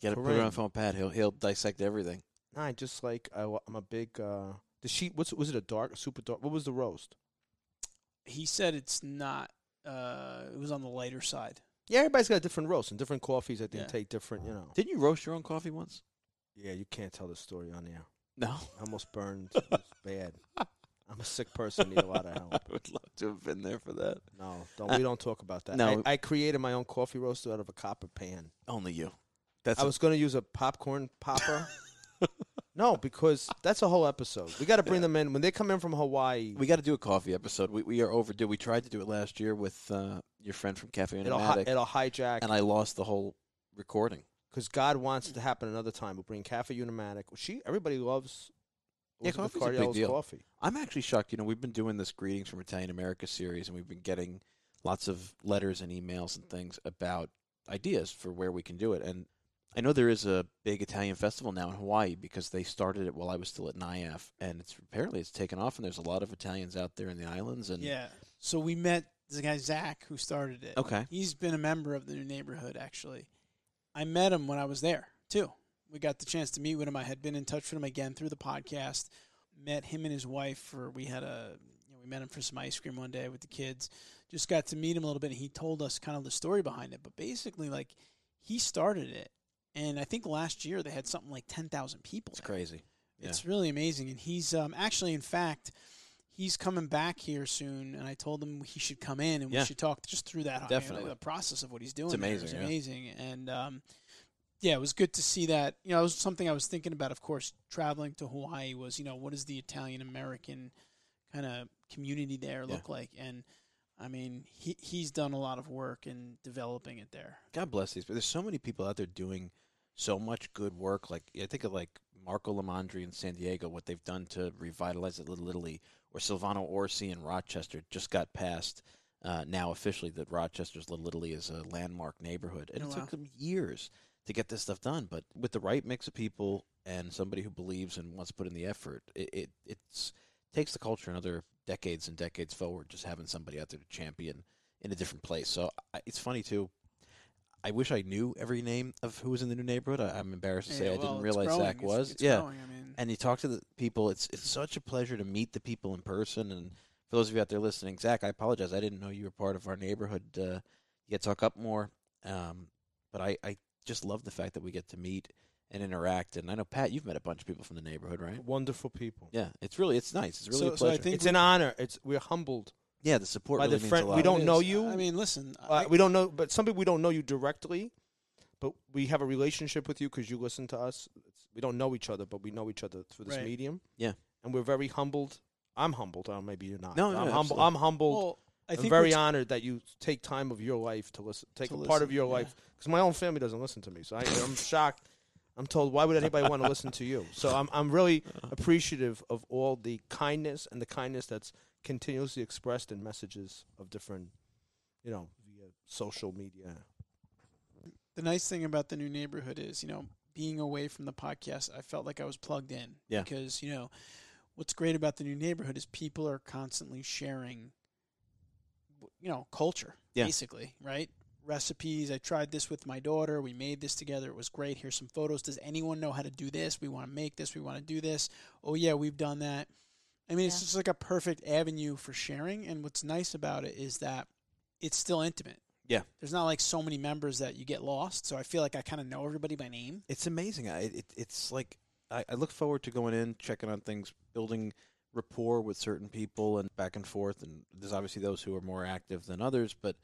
[SPEAKER 1] Got to put it on the phone, with Pat. He'll he'll dissect everything.
[SPEAKER 4] Nah, I just like I, am a big. uh The sheet. What's was it? A dark, super dark. What was the roast?
[SPEAKER 3] He said it's not. Uh, it was on the lighter side.
[SPEAKER 4] Yeah, everybody's got different roasts and different coffees. I think
[SPEAKER 3] Yeah.
[SPEAKER 4] take different. You know.
[SPEAKER 1] Didn't you roast your own coffee once?
[SPEAKER 4] Yeah, you can't tell the story on air.
[SPEAKER 1] No,
[SPEAKER 4] I almost burned. it was bad. I'm a sick person. Need a lot of help.
[SPEAKER 1] I would love to have been there for that.
[SPEAKER 4] No, don't. We don't talk about that.
[SPEAKER 1] No.
[SPEAKER 4] I, I created my own coffee roaster out of a copper pan.
[SPEAKER 1] Only you. That's
[SPEAKER 4] I was going to use a popcorn popper, No, because that's a whole episode. We got to bring them in when they come in from Hawaii.
[SPEAKER 1] We got to do a coffee episode. We, we are overdue. We tried to do it last year with uh, your friend from Cafe
[SPEAKER 4] it'll hi-
[SPEAKER 1] Automatic,
[SPEAKER 4] it'll hijack
[SPEAKER 1] and I lost the whole recording.
[SPEAKER 4] because God wants it to happen another time. We'll bring Cafe Unimatic. She everybody loves.
[SPEAKER 1] Yeah,
[SPEAKER 4] Elizabeth
[SPEAKER 1] coffee's a big
[SPEAKER 4] Cardiel's
[SPEAKER 1] deal.
[SPEAKER 4] coffee.
[SPEAKER 1] I'm actually shocked. You know, we've been doing this Greetings from Italian America series, and we've been getting lots of letters and emails and things about ideas for where we can do it. And I know there is a big Italian festival now in Hawaii because they started it while I was still at NIAF, and it's apparently it's taken off, and there's a lot of Italians out there in the islands. And
[SPEAKER 3] Yeah. So we met the guy Zach who started it.
[SPEAKER 1] okay,
[SPEAKER 3] He's been a member of the new neighborhood actually. I met him when I was there too. We got the chance to meet with him. I had been in touch with him again through the podcast. Met him and his wife for we had a you know, we met him for some ice cream one day with the kids. Just got to meet him a little bit and he told us kind of the story behind it. But basically like he started it and I think last year they had something like ten thousand people.
[SPEAKER 1] it's
[SPEAKER 3] there.
[SPEAKER 1] crazy. Yeah.
[SPEAKER 3] It's really amazing. And he's um, actually, in fact, he's coming back here soon. And I told him he should come in and
[SPEAKER 1] Yeah.
[SPEAKER 3] we should talk just through that. I mean,
[SPEAKER 1] Definitely.
[SPEAKER 3] the process of what he's doing.
[SPEAKER 1] It's
[SPEAKER 3] there is
[SPEAKER 1] amazing, yeah.
[SPEAKER 3] amazing. And um, yeah, it was good to see that. You know, it was something I was thinking about, of course, traveling to Hawaii was, you know, what does the Italian American kind of community there
[SPEAKER 1] Yeah.
[SPEAKER 3] look like? And I mean, he, he's done a lot of work in developing it there.
[SPEAKER 1] God bless these. But there's so many people out there doing so much good work. Like I think of like Marco Lamandri in San Diego, what they've done to revitalize it, Little Italy, or Silvano Orsi in Rochester just got passed. Uh, now officially, that Rochester's Little Italy is a landmark neighborhood, and
[SPEAKER 3] Oh,
[SPEAKER 1] it
[SPEAKER 3] wow.
[SPEAKER 1] took them years to get this stuff done. But with the right mix of people and somebody who believes and wants to put in the effort, it, it it's takes the culture another decades and decades forward. Just having somebody out there to champion in a different place. So I, it's funny too. I wish I knew every name of who was in the new neighborhood. I, I'm embarrassed to say
[SPEAKER 3] Yeah,
[SPEAKER 1] I
[SPEAKER 3] well,
[SPEAKER 1] didn't
[SPEAKER 3] it's
[SPEAKER 1] realize
[SPEAKER 3] growing.
[SPEAKER 1] Zach
[SPEAKER 3] It's-
[SPEAKER 1] was.
[SPEAKER 3] it's
[SPEAKER 1] yeah,
[SPEAKER 3] growing. I mean,
[SPEAKER 1] and you talk to the people. It's it's such a pleasure to meet the people in person. And for those of you out there listening, Zach, I apologize. I didn't know you were part of our neighborhood. Uh, you talk up more, um, but I, I just love the fact that we get to meet and interact. And I know Pat, you've met a bunch of people from the neighborhood, right?
[SPEAKER 4] Wonderful people.
[SPEAKER 1] Yeah, it's really it's nice. It's really
[SPEAKER 3] So-
[SPEAKER 1] a
[SPEAKER 3] so I
[SPEAKER 1] pleasure.
[SPEAKER 3] think-
[SPEAKER 4] It's an honor. It's we're humbled.
[SPEAKER 1] yeah, the support
[SPEAKER 4] by the
[SPEAKER 1] really means
[SPEAKER 4] friend-
[SPEAKER 1] a
[SPEAKER 4] we
[SPEAKER 1] lot.
[SPEAKER 4] don't
[SPEAKER 3] it
[SPEAKER 4] know
[SPEAKER 3] is.
[SPEAKER 4] you.
[SPEAKER 3] I mean, listen,
[SPEAKER 4] Uh,
[SPEAKER 3] I-
[SPEAKER 4] we don't know, but some people we don't know you directly, but we have a relationship with you because you listen to us. It's, we don't know each other, but we know each other through this
[SPEAKER 3] Right.
[SPEAKER 4] medium.
[SPEAKER 1] Yeah.
[SPEAKER 4] and we're very humbled. I'm humbled. Or maybe you're not.
[SPEAKER 1] No,
[SPEAKER 4] I'm,
[SPEAKER 1] no,
[SPEAKER 4] humble,
[SPEAKER 1] absolutely.
[SPEAKER 4] I'm humbled.
[SPEAKER 3] well, I
[SPEAKER 4] I am
[SPEAKER 3] think
[SPEAKER 4] very
[SPEAKER 3] what's-
[SPEAKER 4] honored that you take time of your life to listen, take
[SPEAKER 3] To
[SPEAKER 4] a part of
[SPEAKER 3] listen,
[SPEAKER 4] your
[SPEAKER 3] yeah.
[SPEAKER 4] life. Because my own family doesn't listen to me, so I, I'm shocked. I'm told, why would anybody want to listen to you? So I'm, I'm really appreciative of all the kindness and the kindness that's continuously expressed in messages of different, you know, via social media.
[SPEAKER 3] the nice thing about the new neighborhood is, you know, being away from the podcast, I felt like I was plugged in.
[SPEAKER 1] Yeah.
[SPEAKER 3] Because, you know, what's great about the new neighborhood is people are constantly sharing, you know, culture,
[SPEAKER 1] Yeah.
[SPEAKER 3] basically, right? Recipes. I tried this with my daughter. We made this together. It was great. Here's some photos. Does anyone know how to do this? We want to make this. We want to do this. Oh, yeah, we've done that. I mean, it's
[SPEAKER 2] Yeah.
[SPEAKER 3] just like a perfect avenue for sharing. And what's nice about it is that it's still intimate there's not like so many members that you get lost. So I feel like I kind of know everybody by name.
[SPEAKER 1] It's amazing. I it, it's like I, I look forward to going in, checking on things, building rapport with certain people, and back and forth. And there's obviously those who are more active than others, but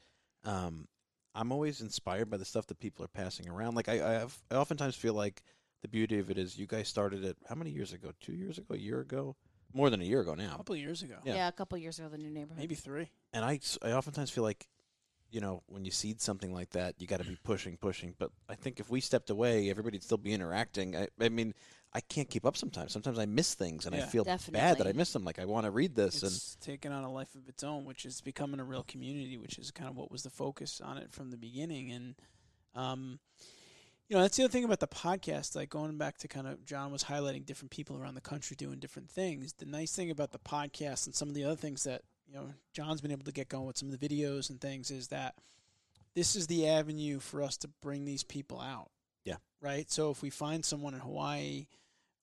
[SPEAKER 1] um, I'm always inspired by the stuff that people are passing around. Like I, I, have, I oftentimes feel like the beauty of it is you guys started it how many years ago? Two years ago? A year ago? More than a year ago
[SPEAKER 3] A
[SPEAKER 1] now.
[SPEAKER 3] couple of years ago,
[SPEAKER 1] Yeah.
[SPEAKER 2] Yeah. a couple years ago, the new neighborhood.
[SPEAKER 3] maybe three.
[SPEAKER 1] And I, s- I oftentimes feel like, you know, when you seed something like that, you got to be pushing, pushing. But I think if we stepped away, everybody'd still be interacting. I, I mean, I can't keep up sometimes. Sometimes I miss things and I
[SPEAKER 3] Yeah.
[SPEAKER 1] feel bad that
[SPEAKER 2] Definitely.
[SPEAKER 1] I miss them. Like I want to read this, and
[SPEAKER 3] It's taken on a life of its own, which is becoming a real community, which is kind of what was the focus on it from the beginning. And, um, you know, that's the other thing about the podcast. Like going back to kind of John was highlighting different people around the country doing different things. The nice thing about the podcast and some of the other things that you know John's been able to get going with some of the videos and things is that this is the avenue for us to bring these people out.
[SPEAKER 1] Yeah.
[SPEAKER 3] Right. So if we find someone in Hawaii.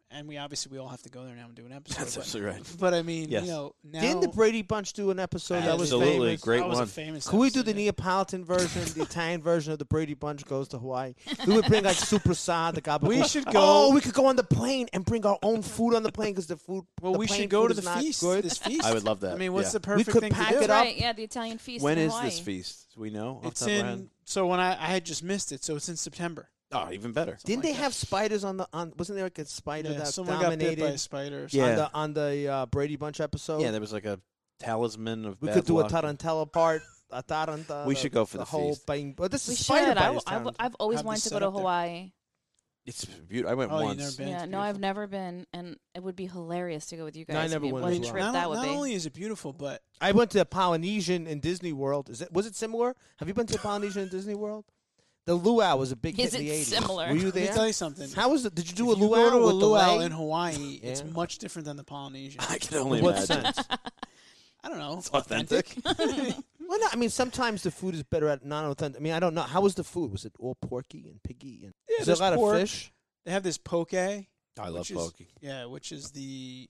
[SPEAKER 3] And we obviously we all have to go there now and do an episode.
[SPEAKER 1] that's
[SPEAKER 3] but-
[SPEAKER 1] absolutely right.
[SPEAKER 3] but I mean,
[SPEAKER 1] Yes.
[SPEAKER 3] you know, now
[SPEAKER 4] Didn't the Brady Bunch do an episode that was
[SPEAKER 1] Absolutely.
[SPEAKER 4] famous?
[SPEAKER 1] Great
[SPEAKER 3] that was a
[SPEAKER 1] one.
[SPEAKER 3] famous.
[SPEAKER 4] Could we do the
[SPEAKER 3] episode, yeah.
[SPEAKER 4] Neapolitan version, the Italian version of the Brady Bunch goes to Hawaii? We would bring like Super Sod, the Gabagool.
[SPEAKER 3] We should go-
[SPEAKER 4] Oh, we could go on the plane and bring our own food on the plane because the food.
[SPEAKER 3] Well,
[SPEAKER 4] the
[SPEAKER 3] we
[SPEAKER 4] plane
[SPEAKER 3] should go
[SPEAKER 4] food
[SPEAKER 3] to
[SPEAKER 4] is
[SPEAKER 3] the
[SPEAKER 4] not
[SPEAKER 3] feast. Oh
[SPEAKER 4] Good.
[SPEAKER 3] This feast.
[SPEAKER 1] I would love that.
[SPEAKER 3] I mean, what's
[SPEAKER 1] Yeah.
[SPEAKER 3] the perfect
[SPEAKER 4] could
[SPEAKER 3] thing to
[SPEAKER 4] pack
[SPEAKER 3] do?
[SPEAKER 4] it
[SPEAKER 2] That's
[SPEAKER 4] up.
[SPEAKER 2] right. Yeah, the Italian feast.
[SPEAKER 1] when
[SPEAKER 2] in
[SPEAKER 1] is
[SPEAKER 2] Hawaii.
[SPEAKER 1] this feast? Do we know? off
[SPEAKER 3] It's
[SPEAKER 1] the top of our
[SPEAKER 3] in.
[SPEAKER 1] head?
[SPEAKER 3] So when I I had just missed it, so it's in September.
[SPEAKER 1] Oh, even better.
[SPEAKER 3] something
[SPEAKER 4] Didn't they
[SPEAKER 3] like that.
[SPEAKER 4] have spiders on the on? Wasn't there like a spider
[SPEAKER 3] Yeah,
[SPEAKER 4] that
[SPEAKER 3] someone got
[SPEAKER 4] dominated
[SPEAKER 3] bit by a spider. or
[SPEAKER 1] Yeah.
[SPEAKER 4] on the on the uh, Brady Bunch episode?
[SPEAKER 1] Yeah, there was like a talisman of
[SPEAKER 4] we
[SPEAKER 1] bad
[SPEAKER 4] could do
[SPEAKER 1] luck.
[SPEAKER 4] a tarantella part. A tarantella.
[SPEAKER 1] We should go for
[SPEAKER 4] the,
[SPEAKER 1] the
[SPEAKER 4] whole
[SPEAKER 1] feast.
[SPEAKER 4] thing. But this
[SPEAKER 2] We
[SPEAKER 4] is
[SPEAKER 2] should.
[SPEAKER 4] spider
[SPEAKER 2] I,
[SPEAKER 4] bites
[SPEAKER 2] have
[SPEAKER 4] town.
[SPEAKER 2] always
[SPEAKER 3] Have the
[SPEAKER 2] wanted to go to
[SPEAKER 3] setup there.
[SPEAKER 2] Hawaii.
[SPEAKER 1] It's beautiful. I went
[SPEAKER 3] Oh, you
[SPEAKER 1] once.
[SPEAKER 3] never been? Yeah,
[SPEAKER 2] yeah,
[SPEAKER 3] it's
[SPEAKER 2] no, I've
[SPEAKER 3] beautiful.
[SPEAKER 2] never been, and it would be hilarious to go with you guys.
[SPEAKER 4] No, I
[SPEAKER 2] It'd
[SPEAKER 4] never
[SPEAKER 2] be-
[SPEAKER 4] went
[SPEAKER 2] What a
[SPEAKER 4] as well.
[SPEAKER 2] trip
[SPEAKER 3] not
[SPEAKER 2] that would
[SPEAKER 3] not
[SPEAKER 2] be!
[SPEAKER 3] only is it beautiful, but
[SPEAKER 4] I went to Polynesian in Disney World. Is it was it similar? Have you been to Polynesian in Disney World? The luau was a big
[SPEAKER 2] Is
[SPEAKER 4] hit in
[SPEAKER 2] it
[SPEAKER 4] the 80s.
[SPEAKER 2] similar?
[SPEAKER 4] Were you
[SPEAKER 3] let me tell
[SPEAKER 4] there?
[SPEAKER 3] you something.
[SPEAKER 4] How was it? Did you do a
[SPEAKER 3] If you go
[SPEAKER 4] luau?
[SPEAKER 3] to a
[SPEAKER 4] with
[SPEAKER 3] luau
[SPEAKER 4] delay?
[SPEAKER 3] in Hawaii, it's
[SPEAKER 4] Yeah.
[SPEAKER 3] much different than the Polynesian.
[SPEAKER 1] I can only
[SPEAKER 4] In what
[SPEAKER 1] imagine.
[SPEAKER 4] sense?
[SPEAKER 3] I don't know. It's
[SPEAKER 1] authentic.
[SPEAKER 4] Well, no, I mean, sometimes the food is better at non-authentic. I mean, I don't know. How was the food? Was it all porky and piggy? And
[SPEAKER 3] Yeah,
[SPEAKER 4] was there
[SPEAKER 3] there's
[SPEAKER 4] a lot
[SPEAKER 3] pork.
[SPEAKER 4] of fish?
[SPEAKER 3] they have this poke.
[SPEAKER 1] I love
[SPEAKER 3] which is-
[SPEAKER 1] pokey.
[SPEAKER 3] Yeah, which is the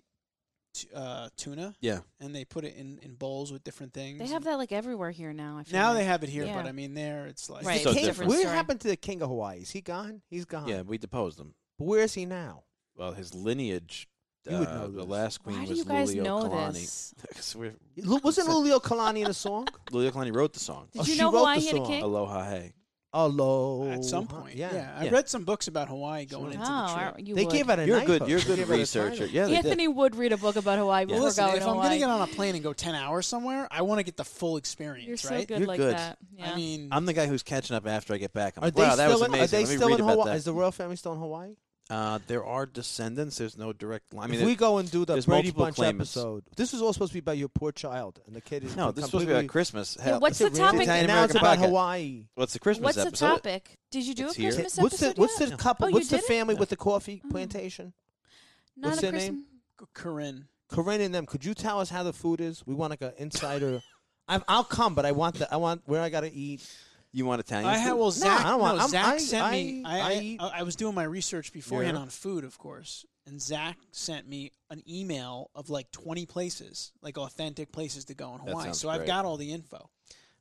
[SPEAKER 3] t- uh, tuna,
[SPEAKER 1] Yeah.
[SPEAKER 3] and they put it in, in bowls with different things.
[SPEAKER 2] They have
[SPEAKER 3] and-
[SPEAKER 2] that like everywhere here now. I feel
[SPEAKER 3] now.
[SPEAKER 2] like.
[SPEAKER 3] They have it here,
[SPEAKER 2] Yeah.
[SPEAKER 3] but I mean, there it's like
[SPEAKER 2] Right,
[SPEAKER 4] The
[SPEAKER 1] So
[SPEAKER 4] king-
[SPEAKER 1] different
[SPEAKER 4] what
[SPEAKER 2] story.
[SPEAKER 4] happened to the king of Hawaii? Is he gone? He's gone.
[SPEAKER 1] Yeah, we deposed him.
[SPEAKER 4] But where is he now?
[SPEAKER 1] Well, his lineage.
[SPEAKER 4] You would
[SPEAKER 1] uh,
[SPEAKER 4] know
[SPEAKER 1] the
[SPEAKER 4] this.
[SPEAKER 1] last queen
[SPEAKER 2] Why do
[SPEAKER 1] was
[SPEAKER 2] you guys
[SPEAKER 1] Lulio
[SPEAKER 2] know
[SPEAKER 1] Kalani.
[SPEAKER 2] this?
[SPEAKER 1] 'Cause we're-
[SPEAKER 4] Lu- Wasn't Lulio Kalani in the song?
[SPEAKER 1] Lulio Kalani wrote the song.
[SPEAKER 2] Did
[SPEAKER 4] Oh,
[SPEAKER 2] you
[SPEAKER 4] she
[SPEAKER 2] know
[SPEAKER 4] wrote
[SPEAKER 2] Hawaii
[SPEAKER 4] the
[SPEAKER 2] had a
[SPEAKER 4] song.
[SPEAKER 2] king?
[SPEAKER 1] Aloha, hey.
[SPEAKER 4] Hello.
[SPEAKER 3] at some point. Yeah, I
[SPEAKER 1] Yeah.
[SPEAKER 3] read some books about Hawaii
[SPEAKER 2] Oh,
[SPEAKER 3] going into the
[SPEAKER 2] I-
[SPEAKER 3] trip.
[SPEAKER 2] you
[SPEAKER 4] They
[SPEAKER 2] would.
[SPEAKER 4] gave out a
[SPEAKER 1] You're
[SPEAKER 4] knife
[SPEAKER 1] good.
[SPEAKER 4] up.
[SPEAKER 1] You're a
[SPEAKER 4] They
[SPEAKER 1] good
[SPEAKER 4] gave out a
[SPEAKER 1] researcher.
[SPEAKER 4] title.
[SPEAKER 1] Yeah, they did.
[SPEAKER 2] Anthony would read a book about Hawaii
[SPEAKER 1] Yeah.
[SPEAKER 2] before
[SPEAKER 3] Listen,
[SPEAKER 2] going
[SPEAKER 3] if
[SPEAKER 2] to
[SPEAKER 3] I'm
[SPEAKER 2] Hawaii.
[SPEAKER 3] gonna get on a plane and go ten hours somewhere, I want to get the full experience.
[SPEAKER 2] You're so
[SPEAKER 3] right?
[SPEAKER 2] good
[SPEAKER 1] You're
[SPEAKER 2] like
[SPEAKER 1] good.
[SPEAKER 2] that. Yeah.
[SPEAKER 3] I mean,
[SPEAKER 1] I'm the guy who's catching up after I get back. I'm
[SPEAKER 4] Are
[SPEAKER 1] like,
[SPEAKER 4] they
[SPEAKER 1] wow, that
[SPEAKER 4] still
[SPEAKER 1] was
[SPEAKER 4] in, are
[SPEAKER 1] amazing.
[SPEAKER 4] they
[SPEAKER 1] Let me
[SPEAKER 4] still
[SPEAKER 1] read
[SPEAKER 4] in
[SPEAKER 1] about
[SPEAKER 4] Hawaii?
[SPEAKER 1] that.
[SPEAKER 4] Is the royal family still in Hawaii?
[SPEAKER 1] Uh, there are descendants. There's no direct line. I mean,
[SPEAKER 4] if we
[SPEAKER 1] there-
[SPEAKER 4] go and do the
[SPEAKER 1] there's
[SPEAKER 4] Brady
[SPEAKER 1] multiple
[SPEAKER 4] Bunch
[SPEAKER 1] claimants.
[SPEAKER 4] episode, this was all supposed to be about your poor child and the kid is
[SPEAKER 1] no, this is supposed to be about
[SPEAKER 4] completely-
[SPEAKER 1] Christmas. Hell,
[SPEAKER 2] what's
[SPEAKER 1] it's
[SPEAKER 2] the topic?
[SPEAKER 1] Italian
[SPEAKER 4] And now it's
[SPEAKER 1] American podcast.
[SPEAKER 4] about Hawaii.
[SPEAKER 1] What's the Christmas
[SPEAKER 2] What's
[SPEAKER 1] episode?
[SPEAKER 2] the topic? Did you do a
[SPEAKER 1] It's here.
[SPEAKER 2] Christmas
[SPEAKER 4] What's the
[SPEAKER 2] episode
[SPEAKER 4] what's
[SPEAKER 2] yet?
[SPEAKER 4] the couple?
[SPEAKER 2] Oh, you
[SPEAKER 4] what's the
[SPEAKER 2] didn't?
[SPEAKER 4] family with the coffee
[SPEAKER 2] Oh.
[SPEAKER 4] plantation?
[SPEAKER 2] Not
[SPEAKER 4] what's
[SPEAKER 2] a
[SPEAKER 4] their
[SPEAKER 2] Christmas.
[SPEAKER 4] name?
[SPEAKER 3] Corinne.
[SPEAKER 4] Corinne and them, could you tell us how the food is? We want like an insider. i I'll come, but I want the I want where I gotta eat.
[SPEAKER 1] You want Italian?
[SPEAKER 3] I had
[SPEAKER 1] food?
[SPEAKER 3] well, Zach.
[SPEAKER 4] I don't want-
[SPEAKER 3] no,
[SPEAKER 4] I'm-
[SPEAKER 3] Zach
[SPEAKER 4] I-
[SPEAKER 3] sent me.
[SPEAKER 4] I-
[SPEAKER 3] I
[SPEAKER 4] I
[SPEAKER 3] I,
[SPEAKER 4] eat-
[SPEAKER 3] I was doing my research beforehand
[SPEAKER 4] Yeah.
[SPEAKER 3] on food, of course, and Zach sent me an email of like twenty places, like authentic places to go in
[SPEAKER 1] That
[SPEAKER 3] Hawaii.
[SPEAKER 1] sounds
[SPEAKER 3] So I've
[SPEAKER 1] great.
[SPEAKER 3] got all the info.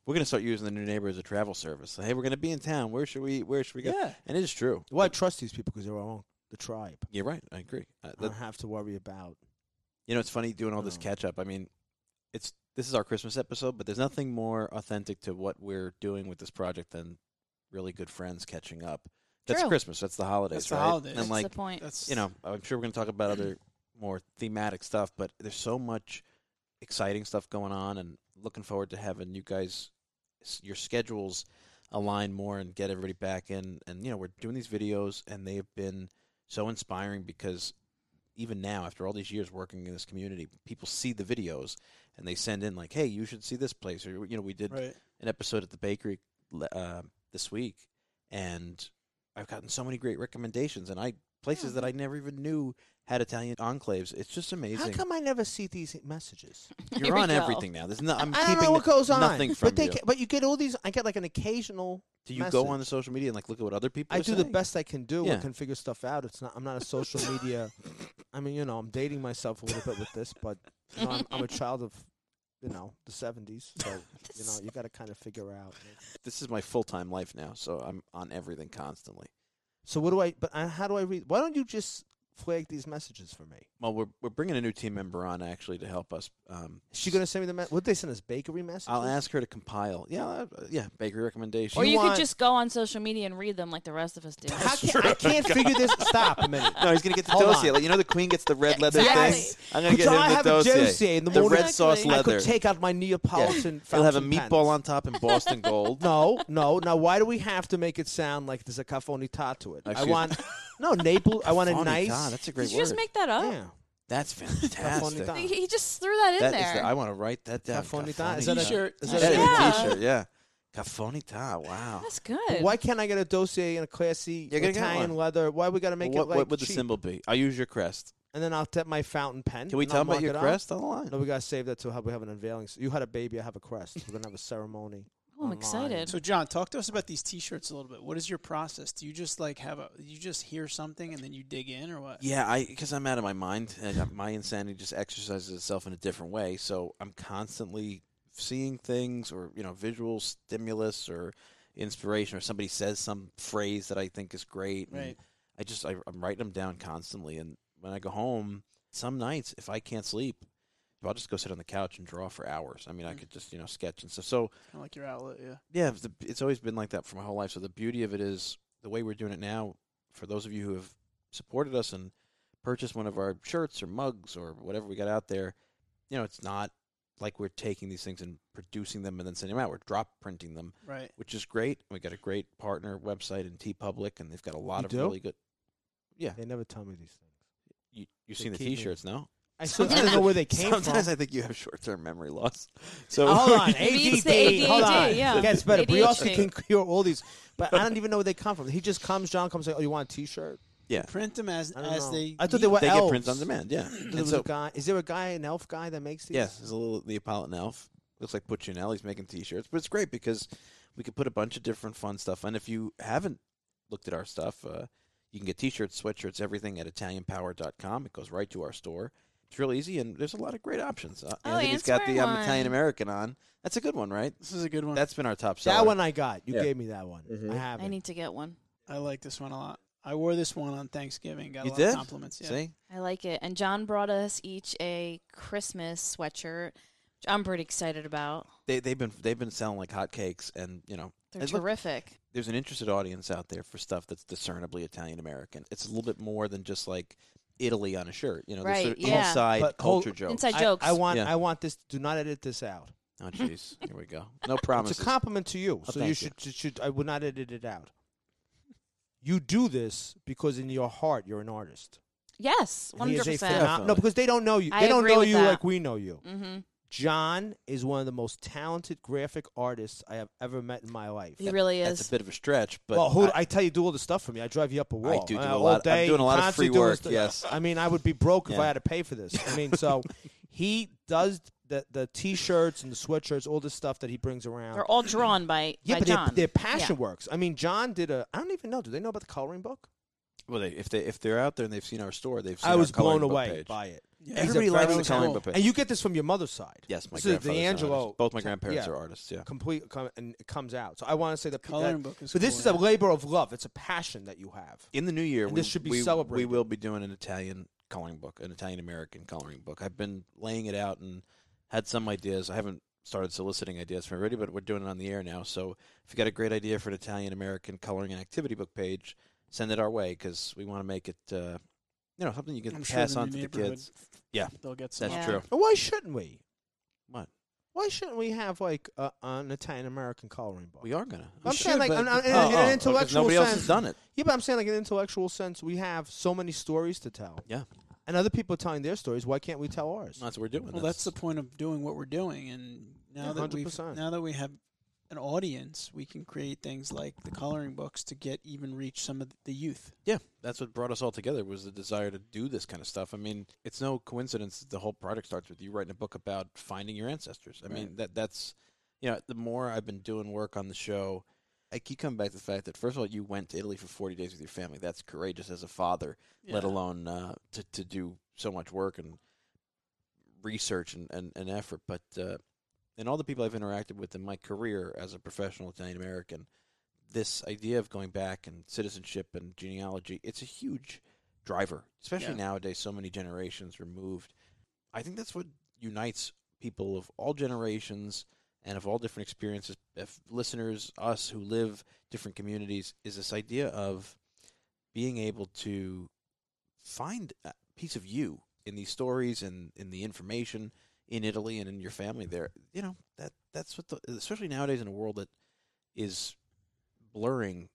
[SPEAKER 1] We're gonna start using the new neighbor as a travel service. So, hey, we're gonna be in town. Where should we? eat? Where should we go?
[SPEAKER 3] Yeah.
[SPEAKER 1] And it is true.
[SPEAKER 4] Well, I trust these people because they're our own the tribe.
[SPEAKER 1] You're right. I agree. Uh,
[SPEAKER 4] I don't
[SPEAKER 1] that,
[SPEAKER 4] have to worry about.
[SPEAKER 1] you know, it's funny doing all this
[SPEAKER 4] No.
[SPEAKER 1] catch up. I mean, it's this is our Christmas episode, but there's nothing more authentic to what we're doing with this project than really good friends catching up. That's
[SPEAKER 2] True.
[SPEAKER 1] Christmas. That's the holidays.
[SPEAKER 3] That's the
[SPEAKER 1] right?
[SPEAKER 3] holidays.
[SPEAKER 1] And
[SPEAKER 2] That's
[SPEAKER 1] like,
[SPEAKER 2] the point.
[SPEAKER 4] Uh,
[SPEAKER 3] That's
[SPEAKER 1] you know, I'm sure we're going to talk about other more thematic stuff, but there's so much exciting stuff going on, and looking forward to having you guys s- your schedules align more and get everybody back in. And you know, we're doing these videos, and they have been so inspiring because even now, after all these years working in this community, people see the videos and they send in like, "Hey, you should see this place," or you know, we did
[SPEAKER 3] right?
[SPEAKER 1] an episode at the bakery le- uh, this week, and I've gotten so many great recommendations, and I places that I never even knew had Italian enclaves. It's just
[SPEAKER 4] How
[SPEAKER 1] amazing.
[SPEAKER 4] come I never see these messages?
[SPEAKER 2] Here
[SPEAKER 1] You're
[SPEAKER 2] we
[SPEAKER 1] on
[SPEAKER 2] go.
[SPEAKER 1] everything now. There's no, I'm
[SPEAKER 4] I
[SPEAKER 1] keeping
[SPEAKER 4] don't know what
[SPEAKER 1] the-
[SPEAKER 4] goes on.
[SPEAKER 1] nothing from
[SPEAKER 4] but they
[SPEAKER 1] you.
[SPEAKER 4] ca- but you get all these. I get like an occasional.
[SPEAKER 1] do you go on
[SPEAKER 4] message.
[SPEAKER 1] the social media and like look at what other people?
[SPEAKER 4] I
[SPEAKER 1] are
[SPEAKER 4] do the
[SPEAKER 1] saying?
[SPEAKER 4] best I can do
[SPEAKER 1] Yeah.
[SPEAKER 4] and can figure stuff out. It's not. I'm not a social media. I mean, you know, I'm dating myself a little bit with this, but you know, I'm, I'm a child of, you know, the '70s. So you know, you got to kind of figure out.
[SPEAKER 1] This is my full time life now, so I'm on everything constantly.
[SPEAKER 4] So what do I? But I, how do I read? Why don't you just flag these messages for me?
[SPEAKER 1] Well, we're we're bringing a new team member on actually to help us. Um,
[SPEAKER 4] Is she gonna send me the? Me- what they send us? Bakery messages.
[SPEAKER 1] I'll ask her to compile. Yeah, uh, yeah, bakery recommendations.
[SPEAKER 2] Or
[SPEAKER 4] you
[SPEAKER 2] you
[SPEAKER 4] want-
[SPEAKER 2] could just go on social media and read them like the rest of us do.
[SPEAKER 4] How can, I can't figure this. Stop a minute.
[SPEAKER 1] No, he's gonna get the
[SPEAKER 4] Hold on.
[SPEAKER 1] dossier. Like, you know, the queen gets the red leather
[SPEAKER 2] Yes.
[SPEAKER 1] thing. I'm gonna get
[SPEAKER 4] So
[SPEAKER 1] him
[SPEAKER 4] I
[SPEAKER 1] the
[SPEAKER 4] have a
[SPEAKER 1] dossier.
[SPEAKER 4] dossier in the
[SPEAKER 1] the
[SPEAKER 4] morning.
[SPEAKER 1] red sauce
[SPEAKER 2] Exactly.
[SPEAKER 4] I
[SPEAKER 1] leather.
[SPEAKER 4] could take out my Neapolitan.
[SPEAKER 1] He'll have a
[SPEAKER 4] fountain
[SPEAKER 1] meatball
[SPEAKER 4] pens.
[SPEAKER 1] on top and Boston gold.
[SPEAKER 4] No, no. Now, why do we have to make it sound like there's a cafonita to it?
[SPEAKER 1] Excuse
[SPEAKER 4] I
[SPEAKER 1] me.
[SPEAKER 4] want no Naples. I want a
[SPEAKER 1] Funny,
[SPEAKER 4] nice.
[SPEAKER 1] God, that's a
[SPEAKER 2] Did
[SPEAKER 1] great
[SPEAKER 2] you
[SPEAKER 1] word.
[SPEAKER 2] just make that up?
[SPEAKER 4] yeah.
[SPEAKER 1] that's fantastic.
[SPEAKER 4] Cafonita.
[SPEAKER 2] He, he just threw that in
[SPEAKER 1] That is
[SPEAKER 2] there.
[SPEAKER 1] the, I want to write that down.
[SPEAKER 4] Cafonita.
[SPEAKER 1] Cafonita.
[SPEAKER 4] Is that a-
[SPEAKER 3] T-shirt.
[SPEAKER 4] is
[SPEAKER 1] That
[SPEAKER 4] that
[SPEAKER 1] is
[SPEAKER 4] a-
[SPEAKER 2] Yeah.
[SPEAKER 1] a T-shirt. Yeah. Cafonita. Wow.
[SPEAKER 2] That's good.
[SPEAKER 4] Why can't I get a dossier in a classy
[SPEAKER 1] You're gonna get
[SPEAKER 4] Italian
[SPEAKER 1] one.
[SPEAKER 4] leather? Why we got to make
[SPEAKER 1] what
[SPEAKER 4] it like
[SPEAKER 1] what would the
[SPEAKER 4] cheap?
[SPEAKER 1] symbol be? I'll use your crest.
[SPEAKER 4] And then I'll tap my fountain pen.
[SPEAKER 1] Can we
[SPEAKER 4] and
[SPEAKER 1] tell
[SPEAKER 4] I'll
[SPEAKER 1] them about
[SPEAKER 4] mark
[SPEAKER 1] your
[SPEAKER 4] it up.
[SPEAKER 1] crest on the line?
[SPEAKER 4] No, we gotta save that to how we have an unveiling. So you had a baby. I have a crest. We're gonna have a ceremony.
[SPEAKER 2] Oh, I'm
[SPEAKER 4] online.
[SPEAKER 2] excited.
[SPEAKER 3] So John, talk to us about these T-shirts a little bit. What is your process? Do you just like have a? You just hear something and then you dig in, or what?
[SPEAKER 1] Yeah, I because I'm out of my mind and uh, my insanity just exercises itself in a different way. So I'm constantly seeing things or you know visual stimulus or inspiration or somebody says some phrase that I think is great. and
[SPEAKER 3] Right.
[SPEAKER 1] I just I, I'm writing them down constantly, and when I go home, some nights if I can't sleep, I'll just go sit on the couch and draw for hours. I mean, I
[SPEAKER 3] Mm.
[SPEAKER 1] could just you know sketch and stuff. So
[SPEAKER 3] Kind of like your outlet, yeah.
[SPEAKER 1] yeah, the, it's always been like that for my whole life. So the beauty of it is the way we're doing it now, for those of you who have supported us and purchased one of our shirts or mugs or whatever we got out there, you know, it's not like we're taking these things and producing them and then sending them out. We're drop printing them,
[SPEAKER 3] Right.
[SPEAKER 1] which is great. We got a great partner website in T Public, and they've got a lot
[SPEAKER 4] You
[SPEAKER 1] of
[SPEAKER 4] do?
[SPEAKER 1] really good. Yeah,
[SPEAKER 4] They never tell me these things.
[SPEAKER 1] you you've
[SPEAKER 4] They
[SPEAKER 1] seen the
[SPEAKER 4] keep me-
[SPEAKER 1] T-shirts, no?
[SPEAKER 4] I, still, I don't know where they came from.
[SPEAKER 1] Sometimes I think you have short-term memory loss. So
[SPEAKER 4] Hold on,
[SPEAKER 2] Maybe it's the
[SPEAKER 4] ADD. Hold
[SPEAKER 2] ADHD,
[SPEAKER 4] on,
[SPEAKER 2] yeah.
[SPEAKER 4] it gets better. Brioche
[SPEAKER 2] ADHD.
[SPEAKER 4] can cure all these, but I don't even know where they come from. He just comes, John comes, like, "Oh, you want a T-shirt?"
[SPEAKER 1] yeah,
[SPEAKER 3] Print them as
[SPEAKER 4] I don't
[SPEAKER 3] as
[SPEAKER 4] know.
[SPEAKER 3] they.
[SPEAKER 4] I thought they were
[SPEAKER 1] they get
[SPEAKER 4] elves.
[SPEAKER 1] prints on demand. Yeah,
[SPEAKER 4] I thought
[SPEAKER 1] and
[SPEAKER 4] There was
[SPEAKER 1] so
[SPEAKER 4] a guy. Is there a guy, an elf guy, that makes these?
[SPEAKER 1] Yes, there's a little Neapolitan elf. Looks like Puccinelli's making T-shirts, but it's great because we could put a bunch of different fun stuff. And if you haven't looked at our stuff, uh, you can get T-shirts, sweatshirts, everything at ItalianPower.com. It goes right to our store. It's real easy, and there's a lot of great options. Uh, I
[SPEAKER 2] Oh,
[SPEAKER 1] think
[SPEAKER 2] Ant's
[SPEAKER 1] he's got the
[SPEAKER 2] wearing
[SPEAKER 1] I'm
[SPEAKER 2] one.
[SPEAKER 1] Italian American on. That's a good one, right?
[SPEAKER 3] This is a good one.
[SPEAKER 1] That's been our top seller.
[SPEAKER 4] that one I got. You
[SPEAKER 1] Yeah.
[SPEAKER 4] gave me that one.
[SPEAKER 1] Mhm.
[SPEAKER 4] I have
[SPEAKER 2] Mm-hmm. I
[SPEAKER 4] it.
[SPEAKER 2] need to get one.
[SPEAKER 3] I like this one a lot. I wore this one on Thanksgiving. Got
[SPEAKER 1] you
[SPEAKER 3] a lot
[SPEAKER 1] did.
[SPEAKER 3] of compliments. Yeah.
[SPEAKER 1] See,
[SPEAKER 2] I like it. And John brought us each a Christmas sweatshirt, which I'm pretty excited about.
[SPEAKER 1] they, they've been they've been selling like hotcakes, and you know,
[SPEAKER 2] They're
[SPEAKER 1] and look,
[SPEAKER 2] terrific.
[SPEAKER 1] there's an interested audience out there for stuff that's discernibly Italian American. It's a little bit more than just like Italy on a shirt. You know,
[SPEAKER 2] Right,
[SPEAKER 1] there's sort of
[SPEAKER 2] yeah.
[SPEAKER 1] inside
[SPEAKER 4] But hold-
[SPEAKER 1] culture joke.
[SPEAKER 2] Inside
[SPEAKER 4] I-
[SPEAKER 2] jokes.
[SPEAKER 4] I, want.
[SPEAKER 1] Yeah.
[SPEAKER 4] I want this. Do not edit this out.
[SPEAKER 1] Oh jeez, here we go. No promises.
[SPEAKER 4] It's a compliment to you,
[SPEAKER 1] Oh,
[SPEAKER 4] so
[SPEAKER 1] thank
[SPEAKER 4] you
[SPEAKER 1] you.
[SPEAKER 4] should, you should. I would not edit it out. You do this because in your heart you're an artist.
[SPEAKER 2] yes,
[SPEAKER 4] And he is a
[SPEAKER 2] 100%.
[SPEAKER 4] phenom- No, because they don't know you. They
[SPEAKER 2] I
[SPEAKER 4] don't
[SPEAKER 2] agree
[SPEAKER 4] know
[SPEAKER 2] with
[SPEAKER 4] you
[SPEAKER 2] that.
[SPEAKER 4] like we know you.
[SPEAKER 2] Mm-hmm.
[SPEAKER 4] John is one of the most talented graphic artists I have ever met in my life.
[SPEAKER 2] He really
[SPEAKER 1] That's
[SPEAKER 2] is.
[SPEAKER 1] a bit of a stretch, but
[SPEAKER 4] well, who, I,
[SPEAKER 1] I,
[SPEAKER 4] tell you, do all the stuff for me. I drive you up a wall.
[SPEAKER 1] do do
[SPEAKER 4] Uh,
[SPEAKER 1] a
[SPEAKER 4] all
[SPEAKER 1] lot- I'm
[SPEAKER 4] Day,
[SPEAKER 1] doing a lot of
[SPEAKER 4] constantly
[SPEAKER 1] free
[SPEAKER 4] doing
[SPEAKER 1] work,
[SPEAKER 4] stu-
[SPEAKER 1] yes.
[SPEAKER 4] I mean, I would be broke if
[SPEAKER 1] Yeah.
[SPEAKER 4] I had to pay for this. I mean, so he does the the t-shirts and the sweatshirts, all the stuff that he brings around.
[SPEAKER 2] They're all drawn by,
[SPEAKER 4] yeah,
[SPEAKER 2] by
[SPEAKER 4] but
[SPEAKER 2] John.
[SPEAKER 4] They're, they're passion works. I mean, John did a. I don't even know. Do they know about the coloring book?
[SPEAKER 1] well, they, if they if they're out there and they've seen our store, they've seen
[SPEAKER 4] I
[SPEAKER 1] our
[SPEAKER 4] was
[SPEAKER 1] coloring
[SPEAKER 4] blown
[SPEAKER 1] book
[SPEAKER 4] away
[SPEAKER 1] page.
[SPEAKER 4] by it.
[SPEAKER 3] Yeah.
[SPEAKER 1] Everybody
[SPEAKER 4] He's a
[SPEAKER 1] likes
[SPEAKER 4] very
[SPEAKER 1] the coloring
[SPEAKER 4] cool-
[SPEAKER 1] book page.
[SPEAKER 4] And you get this from your mother's side.
[SPEAKER 1] yes, my
[SPEAKER 4] this is
[SPEAKER 1] grandfather's
[SPEAKER 4] the
[SPEAKER 1] an
[SPEAKER 4] Angelo.
[SPEAKER 1] artist. Both my grandparents
[SPEAKER 4] yeah.
[SPEAKER 1] are artists. Yeah,
[SPEAKER 4] complete com- and it comes out. So I want to say that
[SPEAKER 3] Coloring
[SPEAKER 4] that-
[SPEAKER 3] book is
[SPEAKER 4] But this
[SPEAKER 3] cool,
[SPEAKER 4] is a
[SPEAKER 3] yeah.
[SPEAKER 4] labor of love. It's a passion that you have.
[SPEAKER 1] in the new year,
[SPEAKER 4] And
[SPEAKER 1] we,
[SPEAKER 4] this should be
[SPEAKER 1] we, We
[SPEAKER 4] celebrated.
[SPEAKER 1] will be doing an Italian coloring book, an Italian American coloring book. I've been laying it out and had some ideas. I haven't started soliciting ideas from everybody, but we're doing it on the air now. So if you got a great idea for an Italian American coloring and activity book page, send it our way because we want to make it, uh, you know, something you can
[SPEAKER 3] I'm sure
[SPEAKER 1] pass
[SPEAKER 3] the
[SPEAKER 1] on
[SPEAKER 3] new
[SPEAKER 1] to the
[SPEAKER 3] neighborhood-
[SPEAKER 1] kids. Yeah.
[SPEAKER 3] They'll get some.
[SPEAKER 1] That's
[SPEAKER 2] Yeah.
[SPEAKER 1] true.
[SPEAKER 4] And why shouldn't we?
[SPEAKER 1] What?
[SPEAKER 4] Why shouldn't we have like a, an Italian American coloring book?
[SPEAKER 1] We are gonna.
[SPEAKER 4] I'm
[SPEAKER 1] We
[SPEAKER 4] saying
[SPEAKER 1] should,
[SPEAKER 4] like
[SPEAKER 1] but-
[SPEAKER 4] an, an,
[SPEAKER 1] Oh,
[SPEAKER 4] an-
[SPEAKER 1] oh,
[SPEAKER 4] an
[SPEAKER 1] 'cause
[SPEAKER 4] intellectual
[SPEAKER 1] Nobody
[SPEAKER 4] sense.
[SPEAKER 1] else has done it.
[SPEAKER 4] Yeah, but I'm saying like an intellectual sense. We have so many stories to tell,
[SPEAKER 1] Yeah,
[SPEAKER 4] and other people are telling their stories. Why can't we tell ours?
[SPEAKER 1] that's what we're doing.
[SPEAKER 3] Well, that's the point of doing what we're doing, and now
[SPEAKER 4] Yeah,
[SPEAKER 3] that we
[SPEAKER 4] 100%.
[SPEAKER 3] now that we have an audience, we can create things like the coloring books to get even reach some of the youth.
[SPEAKER 1] Yeah, that's what brought us all together was the desire to do this kind of stuff. I mean, it's no coincidence that the whole project starts with you writing a book about finding your ancestors. I mean,
[SPEAKER 3] Right.
[SPEAKER 1] that that's you know, the more I've been doing work on the show, I keep coming back to the fact that first of all, you went to Italy for 40 days with your family. That's courageous as a father, let
[SPEAKER 3] Yeah.
[SPEAKER 1] alone uh, to to do so much work and research and and, and effort, but uh, and all the people I've interacted with in my career as a professional Italian American this idea of going back and citizenship and genealogy, it's a huge driver, especially
[SPEAKER 3] Yeah.
[SPEAKER 1] nowadays, so many generations removed. I think that's what unites people of all generations and of all different experiences, if listeners, us who live different communities, is this idea of being able to find a piece of you in these stories and in the information in Italy and in your family there. You know, that that's what the, especially nowadays in a world that is blurring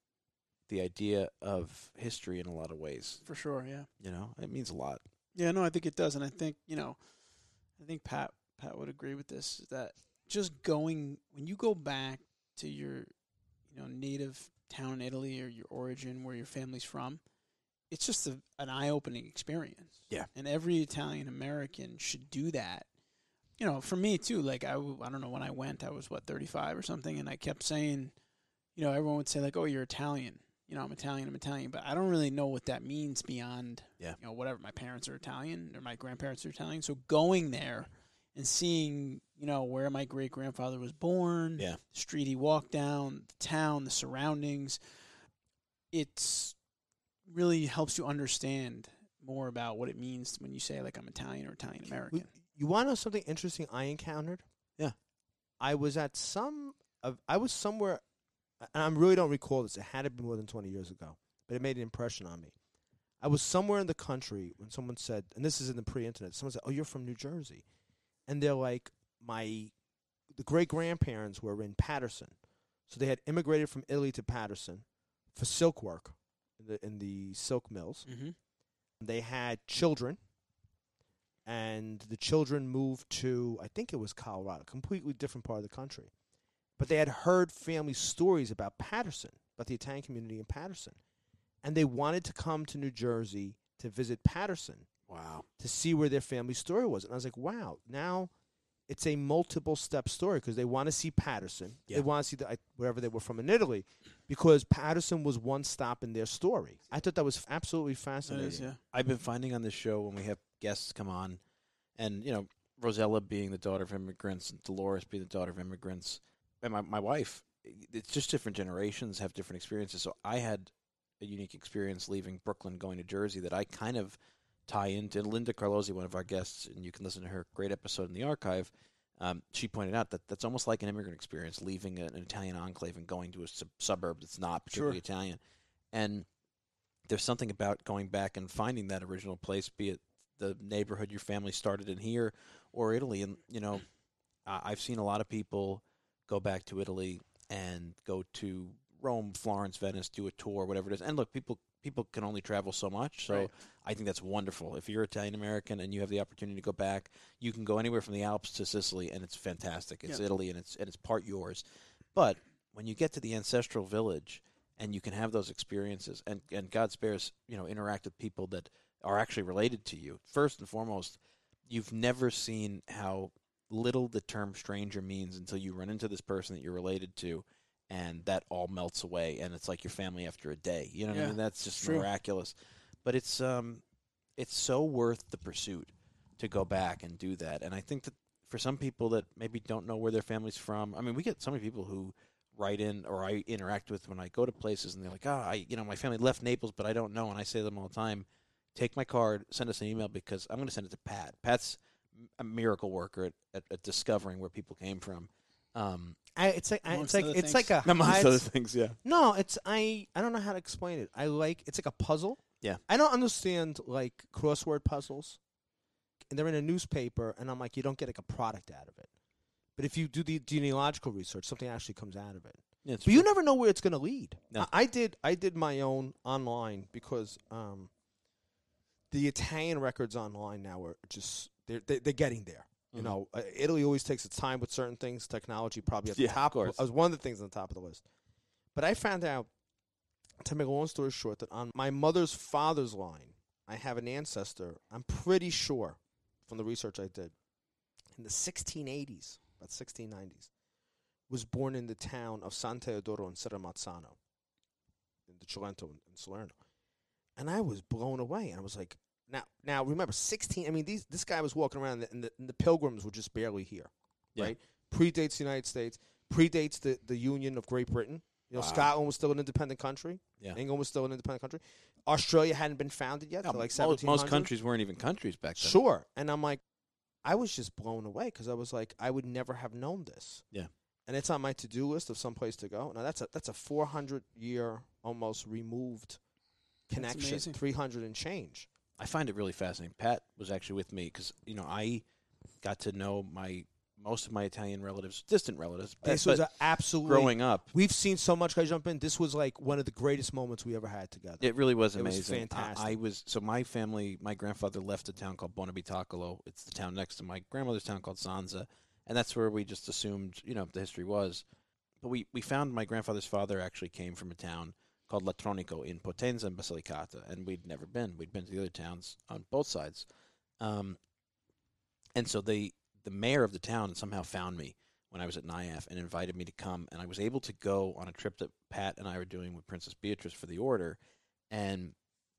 [SPEAKER 1] the idea of history in a lot of ways.
[SPEAKER 3] For sure, yeah,
[SPEAKER 1] You know, it means a lot.
[SPEAKER 3] yeah. No, I think it does, and I think you know, I think Pat Pat would agree with this is that just going when you go back to your you know native town in Italy or your origin where your family's from, it's just a, an eye opening experience.
[SPEAKER 1] Yeah.
[SPEAKER 3] and every Italian American should do that. You know, for me too. Like I, w- I don't know when I went, I was what thirty five or something, and I kept saying, you know, everyone would say like, "Oh, you're Italian." You know, I'm Italian. I'm Italian, but I don't really know what that means beyond
[SPEAKER 1] Yeah.
[SPEAKER 3] you know whatever. My parents are Italian, or my grandparents are Italian. So going there and seeing, you know, where my great grandfather was born,
[SPEAKER 1] Yeah.
[SPEAKER 3] the street he walked down, the town, the surroundings, it's really helps you understand more about what it means when you say like I'm Italian or Italian American.
[SPEAKER 4] You want to know something interesting I encountered?
[SPEAKER 1] Yeah.
[SPEAKER 4] I was at some of I was somewhere and I really don't recall this. It had to be more than 20 years ago, but it made an impression on me. I was somewhere in the country when someone said, and this is in the pre-internet. Someone said, "Oh, you're from New Jersey," and they're like, "My, the great grandparents were in Patterson, so they had immigrated from Italy to Patterson for silk work in the in the silk mills.
[SPEAKER 3] Mhm.
[SPEAKER 4] They had children, and the children moved to I think it was Colorado, completely different part of the country." but they had heard family stories about Patterson, about the Italian community in Patterson, and they wanted to come to New Jersey to visit Patterson
[SPEAKER 1] Wow.
[SPEAKER 4] to see where their family story was. And I was like, wow, now it's a multiple step story because they want to see Patterson.
[SPEAKER 1] Yeah.
[SPEAKER 4] They want to see the, I wherever they were from in Italy because Patterson was one stop in their story. I thought that was absolutely
[SPEAKER 3] That
[SPEAKER 4] fascinating.
[SPEAKER 3] is, yeah.
[SPEAKER 1] I've been finding on this show when we have guests come on, and you know Rosella being the daughter of immigrants, and Dolores being the daughter of immigrants, and my my wife. It's just different generations have different experiences. So I had a unique experience leaving Brooklyn, going to Jersey, that I kind of tie into. Linda Carlozzi, one of our guests, and you can listen to her great episode in the archive. Um, she pointed out that that's almost like an immigrant experience, leaving an Italian enclave and going to a sub- suburb that's not particularly Italian. And there's something about going back and finding that original place, be it the neighborhood your family started in here or Italy. And, you know, I I've seen a lot of people go back to Italy and go to Rome, Florence, Venice, do a tour, whatever it is. And look, people people can only travel so much. So
[SPEAKER 3] Right.
[SPEAKER 1] I think that's wonderful. If you're Italian American and you have the opportunity to go back, you can go anywhere from the Alps to Sicily and it's fantastic. It's
[SPEAKER 3] Yeah.
[SPEAKER 1] Italy and it's and it's part yours. But when you get to the ancestral village and you can have those experiences and, and God spares, you know, interact with people that are actually related to you. First and foremost, you've never seen how little the term stranger means until you run into this person that you're related to and that all melts away and it's like your family after a day. You know what I
[SPEAKER 3] Yeah,
[SPEAKER 1] mean? That's just
[SPEAKER 3] it's true.
[SPEAKER 1] miraculous. But it's um it's so worth the pursuit to go back and do that. And I think that for some people that maybe don't know where their family's from, I mean, we get so many people who write in or I interact with when I go to places and they're like, ah, I, you know, my family left Naples, but I don't know. And I say to them all the time, take my card, send us an email because I'm going to send it to Pat. Pat's a miracle worker at, at, at discovering where people came from. Um,
[SPEAKER 4] I, it's like I,
[SPEAKER 3] Amongst
[SPEAKER 4] it's like
[SPEAKER 3] other
[SPEAKER 4] it's
[SPEAKER 3] things.
[SPEAKER 4] like a
[SPEAKER 1] amongst
[SPEAKER 4] it's-
[SPEAKER 1] other things, yeah.
[SPEAKER 4] No, it's I. I don't know how to explain it. I like it's like a puzzle.
[SPEAKER 1] Yeah.
[SPEAKER 4] I don't understand like crossword puzzles, and they're in a newspaper, and I'm like, you don't get like a product out of it. But if you do the genealogical research, something actually comes out of it.
[SPEAKER 1] yeah it's
[SPEAKER 4] But you never know where it's going to lead.
[SPEAKER 1] No.
[SPEAKER 4] I, I did. I did my own online because um, the Italian records online now are just they're they, they're getting there. You
[SPEAKER 1] Mhm.
[SPEAKER 4] know, uh, Italy always takes its time with certain things. Technology probably at the
[SPEAKER 1] Yeah, of
[SPEAKER 4] top
[SPEAKER 1] course.
[SPEAKER 4] was one of the things on the top of the list. But I found out, to make a long story short, that on my mother's father's line, I have an ancestor. I'm pretty sure from the research I did in the 1680s, about 1690s, was born in the town of San Teodoro in Serramazzano, in the Cilento in, in Salerno, and I was blown away. And I was like, now, now remember, 16. I mean, these this guy was walking around, and the, and the Pilgrims were just barely here,
[SPEAKER 1] Yeah.
[SPEAKER 4] right? Predates the United States, predates the the Union of Great Britain. You know,
[SPEAKER 1] Wow.
[SPEAKER 4] Scotland was still an independent country.
[SPEAKER 1] Yeah.
[SPEAKER 4] England was still an independent country. Australia hadn't been founded yet.
[SPEAKER 1] Yeah,
[SPEAKER 4] till like
[SPEAKER 1] mo- most,
[SPEAKER 4] 1700.
[SPEAKER 1] countries weren't even countries back then.
[SPEAKER 4] Sure. And I'm like, I was just blown away because I was like, I would never have known this.
[SPEAKER 1] Yeah.
[SPEAKER 4] And it's on my to do list of some place to go. Now that's a that's a 400 year almost removed connection,
[SPEAKER 3] amazing.
[SPEAKER 4] 300 and change.
[SPEAKER 1] I find it really fascinating. Pat was actually with me because you know I got to know my most of my Italian relatives, distant relatives. but-
[SPEAKER 4] This was
[SPEAKER 1] but
[SPEAKER 4] a absolutely
[SPEAKER 1] growing up.
[SPEAKER 4] We've seen so much guys jump in. This was like one of the greatest moments we ever had together.
[SPEAKER 1] It really was
[SPEAKER 4] It was
[SPEAKER 1] amazing. I-
[SPEAKER 4] fantastic.
[SPEAKER 1] I, was so my family. My grandfather left a town called Bonabitacolo. It's the town next to my grandmother's town called Sanza, and that's where we just assumed you know the history was. But we we found my grandfather's father actually came from a town called Latronico in Potenza and Basilicata, and we'd never been. We'd been to the other towns on both sides, um, and so they the mayor of the town somehow found me when I was at NIAF and invited me to come, and I was able to go on a trip that Pat and I were doing with Princess Beatrice for the order and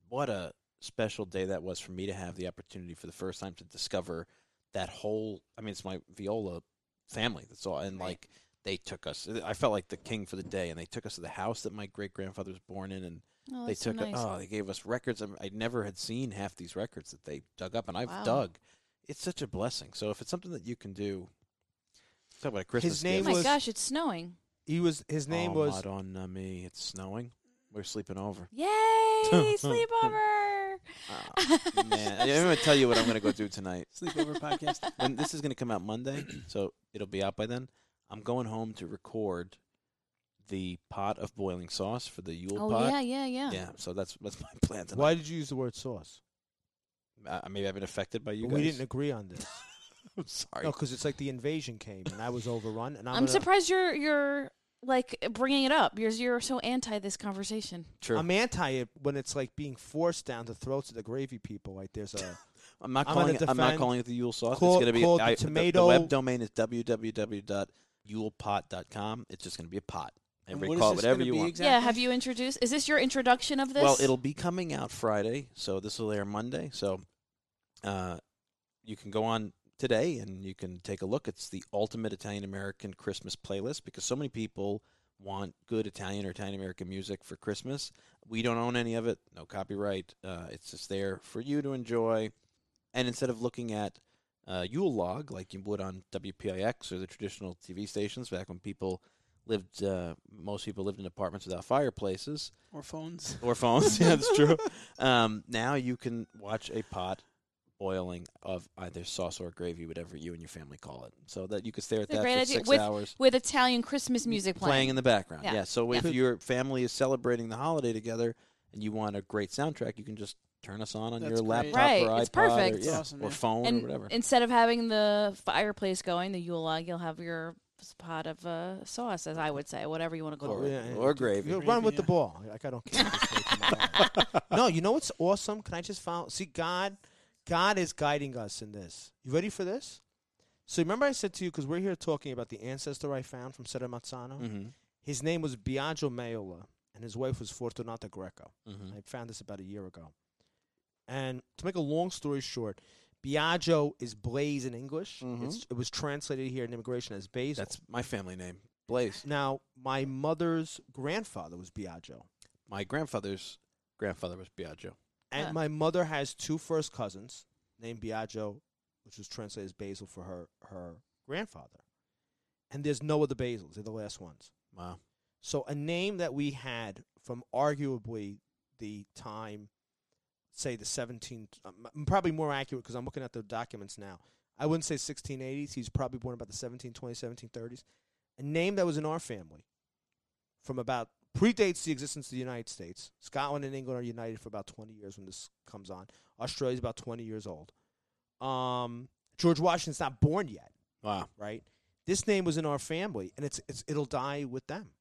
[SPEAKER 1] what a special day that was for me to have the opportunity for the first time to discover that whole i mean it's my viola family that's all and
[SPEAKER 2] Right.
[SPEAKER 1] like they took us i felt like the king for the day and they took us to the house that my great grandfather was born in and
[SPEAKER 2] Oh,
[SPEAKER 1] they
[SPEAKER 2] that's so
[SPEAKER 1] took
[SPEAKER 2] nice.
[SPEAKER 1] oh they gave us records I, I never had seen half these records that they dug up and i've
[SPEAKER 2] Wow.
[SPEAKER 1] dug it's such a blessing so if it's something that you can do talk about a christmas
[SPEAKER 2] oh
[SPEAKER 4] name
[SPEAKER 1] gift.
[SPEAKER 2] my
[SPEAKER 4] was-
[SPEAKER 2] gosh, it's snowing.
[SPEAKER 4] He was his name
[SPEAKER 1] Oh,
[SPEAKER 4] was
[SPEAKER 1] Mud on uh, me. It's snowing. We're sleeping over.
[SPEAKER 2] Yay!
[SPEAKER 1] Oh,
[SPEAKER 2] Sleepover.
[SPEAKER 1] man, I'm going to tell you what I'm going to go do tonight.
[SPEAKER 3] Sleepover podcast.
[SPEAKER 1] When this is going to come out Monday, so it'll be out by then. I'm going home to record the pot of boiling sauce for the Yule
[SPEAKER 2] Oh
[SPEAKER 1] pot.
[SPEAKER 2] yeah, yeah, yeah.
[SPEAKER 1] Yeah, so that's that's my plan tonight.
[SPEAKER 4] Why did you use the word sauce?
[SPEAKER 1] Uh, maybe I've been affected by you
[SPEAKER 4] But
[SPEAKER 1] guys.
[SPEAKER 4] we didn't agree on this.
[SPEAKER 1] I'm sorry.
[SPEAKER 4] no, because it's like the invasion came and I was overrun and I'm,
[SPEAKER 2] I'm
[SPEAKER 4] gonna-
[SPEAKER 2] surprised you're you're like bringing it up. You're you're so anti this conversation.
[SPEAKER 1] True.
[SPEAKER 4] I'm anti it when it's like being forced down the throats of the gravy people. Like there's a
[SPEAKER 1] I'm not
[SPEAKER 4] I'm
[SPEAKER 1] calling.
[SPEAKER 4] gonna
[SPEAKER 1] it, I'm not
[SPEAKER 4] defend-
[SPEAKER 1] calling it the Yule sauce.
[SPEAKER 4] Call-
[SPEAKER 1] it's going to be
[SPEAKER 4] call it the
[SPEAKER 1] I-
[SPEAKER 4] tomato-
[SPEAKER 1] The, web domain is www.yulepot.com. It's just going to be a pot, and,
[SPEAKER 3] And
[SPEAKER 1] we
[SPEAKER 3] what is
[SPEAKER 1] call it
[SPEAKER 3] this
[SPEAKER 1] whatever
[SPEAKER 3] gonna
[SPEAKER 1] you
[SPEAKER 3] be
[SPEAKER 1] want.
[SPEAKER 3] exactly?
[SPEAKER 2] Yeah. Have you introduced? Is this your introduction of this?
[SPEAKER 1] Well, it'll be coming out Friday, so this will air Monday. So, uh, you can go on today and you can take a look. It's the ultimate Italian American Christmas playlist because so many people want good Italian or Italian American music for Christmas. We don't own any of it, no copyright. Uh, it's just there for you to enjoy. And instead of looking at uh, Yule log like you would on WPIX or the traditional TV stations back when people lived, uh, most people lived in apartments without fireplaces
[SPEAKER 3] Or phones.
[SPEAKER 1] or phones. yeah, that's true. Um, now you can watch a pot boiling of either sauce or gravy, whatever you and your family call it, so that you could stare at
[SPEAKER 2] It's a
[SPEAKER 1] that
[SPEAKER 2] great
[SPEAKER 1] for
[SPEAKER 2] idea.
[SPEAKER 1] six
[SPEAKER 2] With-
[SPEAKER 1] hours.
[SPEAKER 2] with Italian Christmas music
[SPEAKER 1] playing.
[SPEAKER 2] playing.
[SPEAKER 1] in the background.
[SPEAKER 2] Yeah.
[SPEAKER 1] Yeah. So if
[SPEAKER 4] Yeah.
[SPEAKER 1] your family is celebrating the holiday together and you want a great soundtrack, you can just turn us on on
[SPEAKER 3] That's
[SPEAKER 1] your
[SPEAKER 3] great.
[SPEAKER 1] laptop
[SPEAKER 2] Right,
[SPEAKER 1] or iPod
[SPEAKER 2] it's
[SPEAKER 1] or,
[SPEAKER 2] perfect.
[SPEAKER 1] yeah,
[SPEAKER 3] Awesome,
[SPEAKER 1] or
[SPEAKER 3] yeah.
[SPEAKER 1] phone
[SPEAKER 2] and
[SPEAKER 1] or whatever.
[SPEAKER 2] instead of having the fireplace going, the Yule log, you'll have your pot of uh, sauce, as I would say, whatever you want to call
[SPEAKER 1] Or-
[SPEAKER 2] it.
[SPEAKER 4] yeah,
[SPEAKER 1] or
[SPEAKER 4] yeah.
[SPEAKER 1] gravy.
[SPEAKER 4] You run with the
[SPEAKER 3] Yeah.
[SPEAKER 4] ball. Like I don't care. Just wait for my ball. no, you know what's awesome? Can I just found see God? God is guiding us in this. You ready for this? So remember I said to you because we're here talking about the ancestor I found from Serra Mazzano.
[SPEAKER 1] hmm
[SPEAKER 4] His name was Biagio Maiola, and his wife was Fortunata Greco.
[SPEAKER 1] hmm
[SPEAKER 4] Mm-hmm. I found this about a year ago. And to make a long story short, Biagio is blaze in English.
[SPEAKER 1] Mhm.
[SPEAKER 4] It's, it was translated here in immigration as basil.
[SPEAKER 1] That's my family name, Blaze.
[SPEAKER 4] now, my mother's grandfather was Biagio.
[SPEAKER 1] My grandfather's grandfather was Biagio.
[SPEAKER 4] And
[SPEAKER 2] Huh.
[SPEAKER 4] my mother has two first cousins named Biagio, which was translated as basil for her, her grandfather. And there's no other basils. They're the last ones.
[SPEAKER 1] Wow.
[SPEAKER 4] So a name that we had from arguably the time, say the 17th, um, m- probably more accurate because I'm looking at the documents now. I wouldn't say 1680s. He's probably born about the 1720s, 1730s. A name that was in our family from about predates the existence of the United States. Scotland and England are united for about 20 years when this comes on. Australia's about 20 years old. Um, George Washington's not born yet,
[SPEAKER 1] Wow.
[SPEAKER 4] right? This name was in our family, and it's, it's it'll die with them